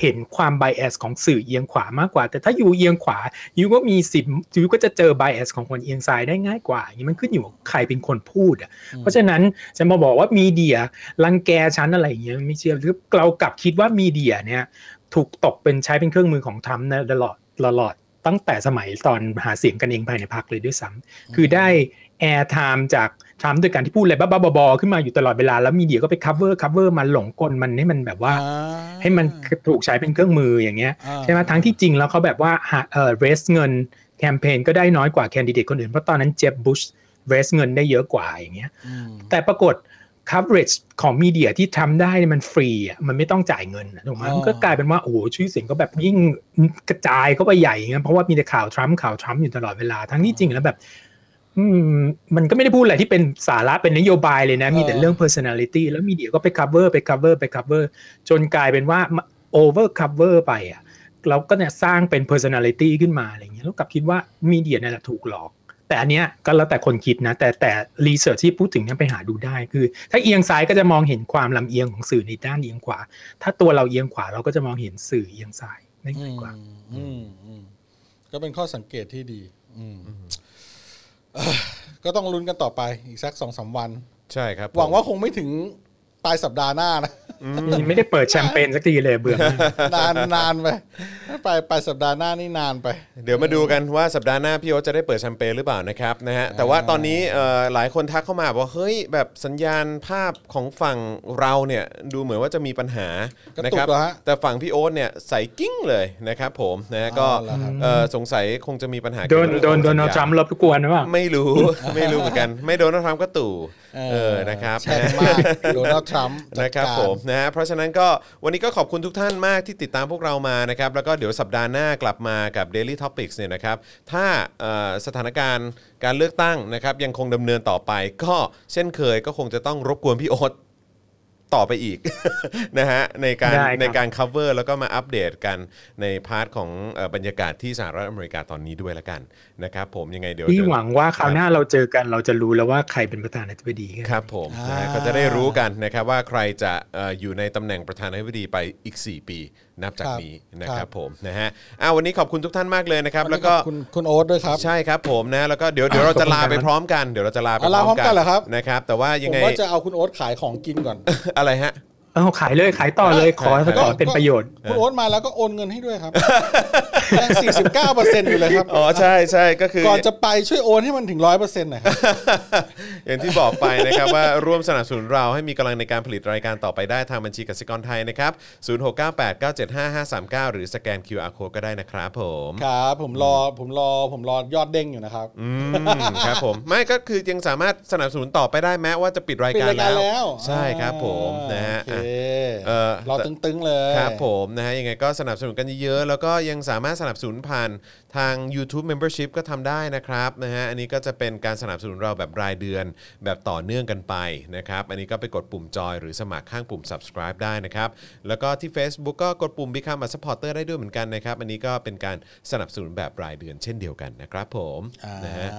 [SPEAKER 5] เห็นความ b i แอสของสื่อเอียงขวามากกว่า แต่ถ้าอยู่เอียงขวายูก็มีสิทธิ์ยูก็จะเจอ b i แอสของคนเอียงซ้ายได้ง่ายกว่าอย่างนี้มันขึ้นอยู่กับใครเป็นคนพูดอ่ะ เพราะฉะนั้นจะมาบอกว่ามีเดียรังแกฉันอะไรอย่างเงี้ยไม่เชื่อหรือเรากลับคิดว่ามีเดียเนี่ย ถูกตกเป็นใช้เป็นเครื่องมือของทรัมป์นะตลอดตลอดตั้งแต่สมัยตอนหาเสียงกันเองภายในพรรคเลยด้วยซ้ำคือได้แอร์ไทม์จากทรัมป์ด้วยการที่พูดอะไรบ้าๆบอๆขึ้นมาอยู่ตลอดเวลาแล้วมีเดียก็ไป cover cover มันหลงกลมันให้มันแบบว่า ให้มันถูกใช้เป็นเครื่องมืออย่างเงี้ย ใช่ไหมทั้งที่จริงแล้วเขาแบบว่าหาเอ่อ raise เงินแคมเปญก็ได้น้อยกว่าแคนดิเดตคนอื่น เพราะตอนนั้นเจฟบุช raise เงินได้เยอะกว่าอย่างเงี้ย แต่ปรากฏ coverage ของมีเดียที่ทำได้เนี่ยมันฟรีอ่ะมันไม่ต้องจ่ายเงินนะถูกไหม
[SPEAKER 3] อ๋อ
[SPEAKER 5] มันก็กลายเป็นว่าโอ้โหชื่อเสียงก็แบบยิ่งกระจายเข้าไปใหญ่อย่างเงี้ยเพราะว่ามีแต่ข่าวทรัมป์ข่าวทรัมป์อยู่ตลอดเวลา ทั้งที่จริงแล้วแบบ อืมมันก็ไม่ได้พูดอะไรที่เป็นสาระเป็นนโยบายเลยนะ มีแต่เรื่อง personality แล้วมีเดียก็ไป cover ไป cover ไป cover จนกลายเป็นว่า over cover ไปอ่ะเราก็เนี่ยสร้างเป็น personality ขึ้นมาอะไรอย่างเงี้ยแล้วกลับคิดว่ามีเดียเนี่ยแหละถูกหลอก แต่อันเนี้ยก็แล้วแต่คนคิดนะ แต่แต่รีเสิร์ชที่พูดถึงเนี่ยไปหาดูได้คือ ถ้าเอียงซ้ายก็จะมองเห็นความลำเอียงของสื่อในด้านเอียงขวา ถ้าตัวเราเอียงขวาเราก็จะมองเห็นสื่อเอียงซ้ายไม่ง่ายกว่า
[SPEAKER 3] อืมอืมก็เป็นข้อสังเกตที่ดี อืมเอ่อก็ต้องลุ้นกันต่อไปอีกสักสองสามวัน
[SPEAKER 2] ใช่ครับผม
[SPEAKER 3] หวังว่าคงไม่ถึงปลายสัปดาห์หน้านะ
[SPEAKER 5] ไม่ได้เปิดแชมเปญสักทีเลยเบื่อมาก
[SPEAKER 3] นานนานไปปลายปลายสัปดาห์หน้านี่นานไป
[SPEAKER 2] เดี๋ยวมาดูกันว่าสัปดาห์หน้าพี่โอ๊ตจะได้เปิดแชมเปญหรือเปล่านะครับนะฮะแต่ว่าตอนนี้เอ่อหลายคนทักเข้ามาบอกว่าเฮ้ยแบบสัญญาณภาพของฝั่งเราเนี่ยดูเหมือนว่าจะมีปัญหาก
[SPEAKER 3] ระ
[SPEAKER 2] นะ
[SPEAKER 3] ตุ
[SPEAKER 2] ค
[SPEAKER 3] ก
[SPEAKER 2] รั
[SPEAKER 3] เหรอฮะ
[SPEAKER 2] แต่ฝั่งพี่โอ๊ตเนี่ยใส่กิ้งเลยนะครับผมนะฮะก็
[SPEAKER 3] อ๋อเหรอครับ
[SPEAKER 2] เอ่อสงสัยคงจะมีปัญหา
[SPEAKER 5] โดน
[SPEAKER 2] เกี่ยวกับ
[SPEAKER 5] โดน
[SPEAKER 2] เรื่องของ
[SPEAKER 5] โดนัล
[SPEAKER 2] สั
[SPEAKER 5] ด์
[SPEAKER 2] ญญาณ
[SPEAKER 5] ทรัมป์รบกวนหรือเปล่า
[SPEAKER 2] ไม่รู้ ไม่รู้เหมือนกัน ไม่โดนัลด์ทรัมป์ก็ตู่เออนะครับ
[SPEAKER 3] แช่งมากโดนัลด์ทรัมป์จัด
[SPEAKER 2] นะครับ
[SPEAKER 3] กา
[SPEAKER 2] ผมนะฮะเพราะฉะนั้นก็วันนี้ก็ขอบคุณทุกท่านมากที่ติดตามพวกเรามานะครับ แล้วก็เดี๋ยวสัปดาห์หน้ากลับมากับ Daily Topics เนี่ยนะครับ ถ้าเอ่อสถานการณ์การเลือกตั้งนะครับ ยังคงดำเนินต่อไป ก็เช่นเคยก็คงจะต้องรบกวนพี่โอ๊ตต่อไปอีก นะฮะในการ
[SPEAKER 5] ได้ครับ
[SPEAKER 2] ในการ cover แล้วก็มาอัปเดตกันในพาร์ทของเอ่อบรรยากาศที่สหรัฐอเมริกาตอนนี้ด้วยละกันนะครับผมยังไงเดี๋ยว
[SPEAKER 5] ที่
[SPEAKER 2] เดี๋ย
[SPEAKER 5] หวังว่าคราวหน้าเราเจอกันเราจะรู้แล้วว่าใครเป็นประธานาธิบดี
[SPEAKER 2] ครับผม
[SPEAKER 3] อ่าน
[SPEAKER 2] ะก็จะได้รู้กันนะครับว่าใครจะเอ่ออยู่ในตำแหน่งประธานาธิบดีไปอีก 4 ปี นับจากนี้นะครับผมนะฮะอ่าวันนี้ขอบคุณทุกท่านมากเลยนะครับ แล้วก็
[SPEAKER 3] คุณคุณโอ๊ตด้วยครับ
[SPEAKER 2] ใช่ครับผมนะแล้วก็เดี๋ยวเดี๋ยวเราจะลาไปพร้อมกันเดี๋ยวเราจะลาไป
[SPEAKER 3] เอาลาพร้อมกันเหรอครับ
[SPEAKER 2] นะครับแต่ว่ายั
[SPEAKER 3] ผ
[SPEAKER 2] ง
[SPEAKER 3] ม
[SPEAKER 2] ไง
[SPEAKER 3] ว่าจะเอาคุณโอ๊ตขายของกินก่อน
[SPEAKER 2] อะไรฮะ
[SPEAKER 5] เอาขายเลยขายต่อเลยขอขอเป็นประโยชน์
[SPEAKER 3] คุณโอ๊ตมาแล้วก็โอนเงินให้ด้วยครับยัง49เปอร์เซ็นต์อยู่เลยครับ
[SPEAKER 2] อ๋อใช่ใช่ก็คือ
[SPEAKER 3] ก่อนจะไปช่วยโอนให้มันถึงร้อยเปอร์เซ็นต์หน่อยครับ
[SPEAKER 2] อย่างที่บอกไปนะครับ ว่าร่วมสนับสนุนเราให้มีกำลังในการผลิตรายการต่อไปได้ทางบัญชีกสิกรไทยนะครับ 0698975539 หรือสแกน QR code ก็ได้นะครับผม
[SPEAKER 3] ครับผมรอผมรอผมรอยอดเด้งอยู่นะครับ
[SPEAKER 2] อืมครับ ผม ไม่ก็คือยังสามารถสนับสนุนต่อไปได้แม้ว่าจะปิดราย
[SPEAKER 3] ปิด
[SPEAKER 2] การ
[SPEAKER 3] รายการ
[SPEAKER 2] แล้ว
[SPEAKER 3] แล้ว
[SPEAKER 2] ใช่ครับผม
[SPEAKER 3] อ่า
[SPEAKER 2] นะฮะ
[SPEAKER 3] โอเค
[SPEAKER 2] เออ
[SPEAKER 3] รอตึงๆเลย
[SPEAKER 2] ครับผมนะฮะยังไงก็สนับสนุนกันเยอะๆ แล้วก็ยังสามารถสนับสนุนผ่านทาง YouTube Membership ก็ทำได้นะครับนะฮะอันนี้ก็จะเป็นการสนับสนุนเราแบบรายเดือนแบบต่อเนื่องกันไปนะครับ อันนี้ก็ไปกดปุ่มจอยหรือสมัครข้างปุ่ม subscribe ได้นะครับ แล้วก็ที่ Facebook ก็กดปุ่ม Become a supporter ได้ด้วยเหมือนกันนะครับ อันนี้ก็เป็นการสนับสนุนแบบรายเดือนเช่นเดียวกันนะครับผม
[SPEAKER 3] อ่า
[SPEAKER 2] นะฮะ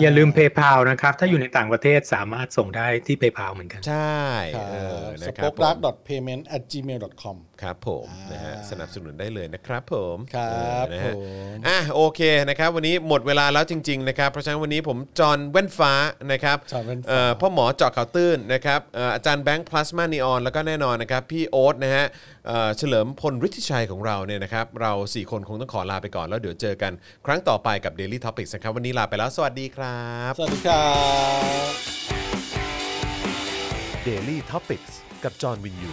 [SPEAKER 5] อย่าลืมเพย์พานะครับ ถ้าอยู่ในต่างประเทศสามารถส่งได้ที่เพย์พาเหมือนกัน
[SPEAKER 2] ใช่
[SPEAKER 3] ครับ
[SPEAKER 2] เออนะครั
[SPEAKER 3] s
[SPEAKER 2] บ
[SPEAKER 3] p o k
[SPEAKER 2] ผม
[SPEAKER 3] e p a y m e n t gmail com
[SPEAKER 2] ครับผมนะฮะสนับสนุนได้เลยนะครับผม
[SPEAKER 3] ครับ
[SPEAKER 2] เออนะฮะ
[SPEAKER 3] ผม
[SPEAKER 2] อ่ะโอเคนะครับวันนี้หมดเวลาแล้วจริงๆนะครับเพราะฉะนั้นวันนี้ผมจอห์นแว่นฟ้านะครับ
[SPEAKER 3] จอห์นแว่นฟ้า
[SPEAKER 2] เอ่อพ่อหมอเจาะข่าวตื้นนะครับเอ่ออาจารย์แบงค์พลาสมานีออนแล้วก็แน่นอนนะครับพี่โอ๊ตนะฮะเอ่อเฉลิมพลฤทธิชัยของเราเนี่ยนะครับเรา 4 คนคงต้องขอลาไปก่อนแล้วเดี๋ยวเจอกันครั้งต่อไปกับ Daily Topics นะครับวันนี้ลาไปแล้วสวัสดีครับ
[SPEAKER 3] สวัสดีครับ
[SPEAKER 1] Daily t o p i c กกับจอห์นวินยู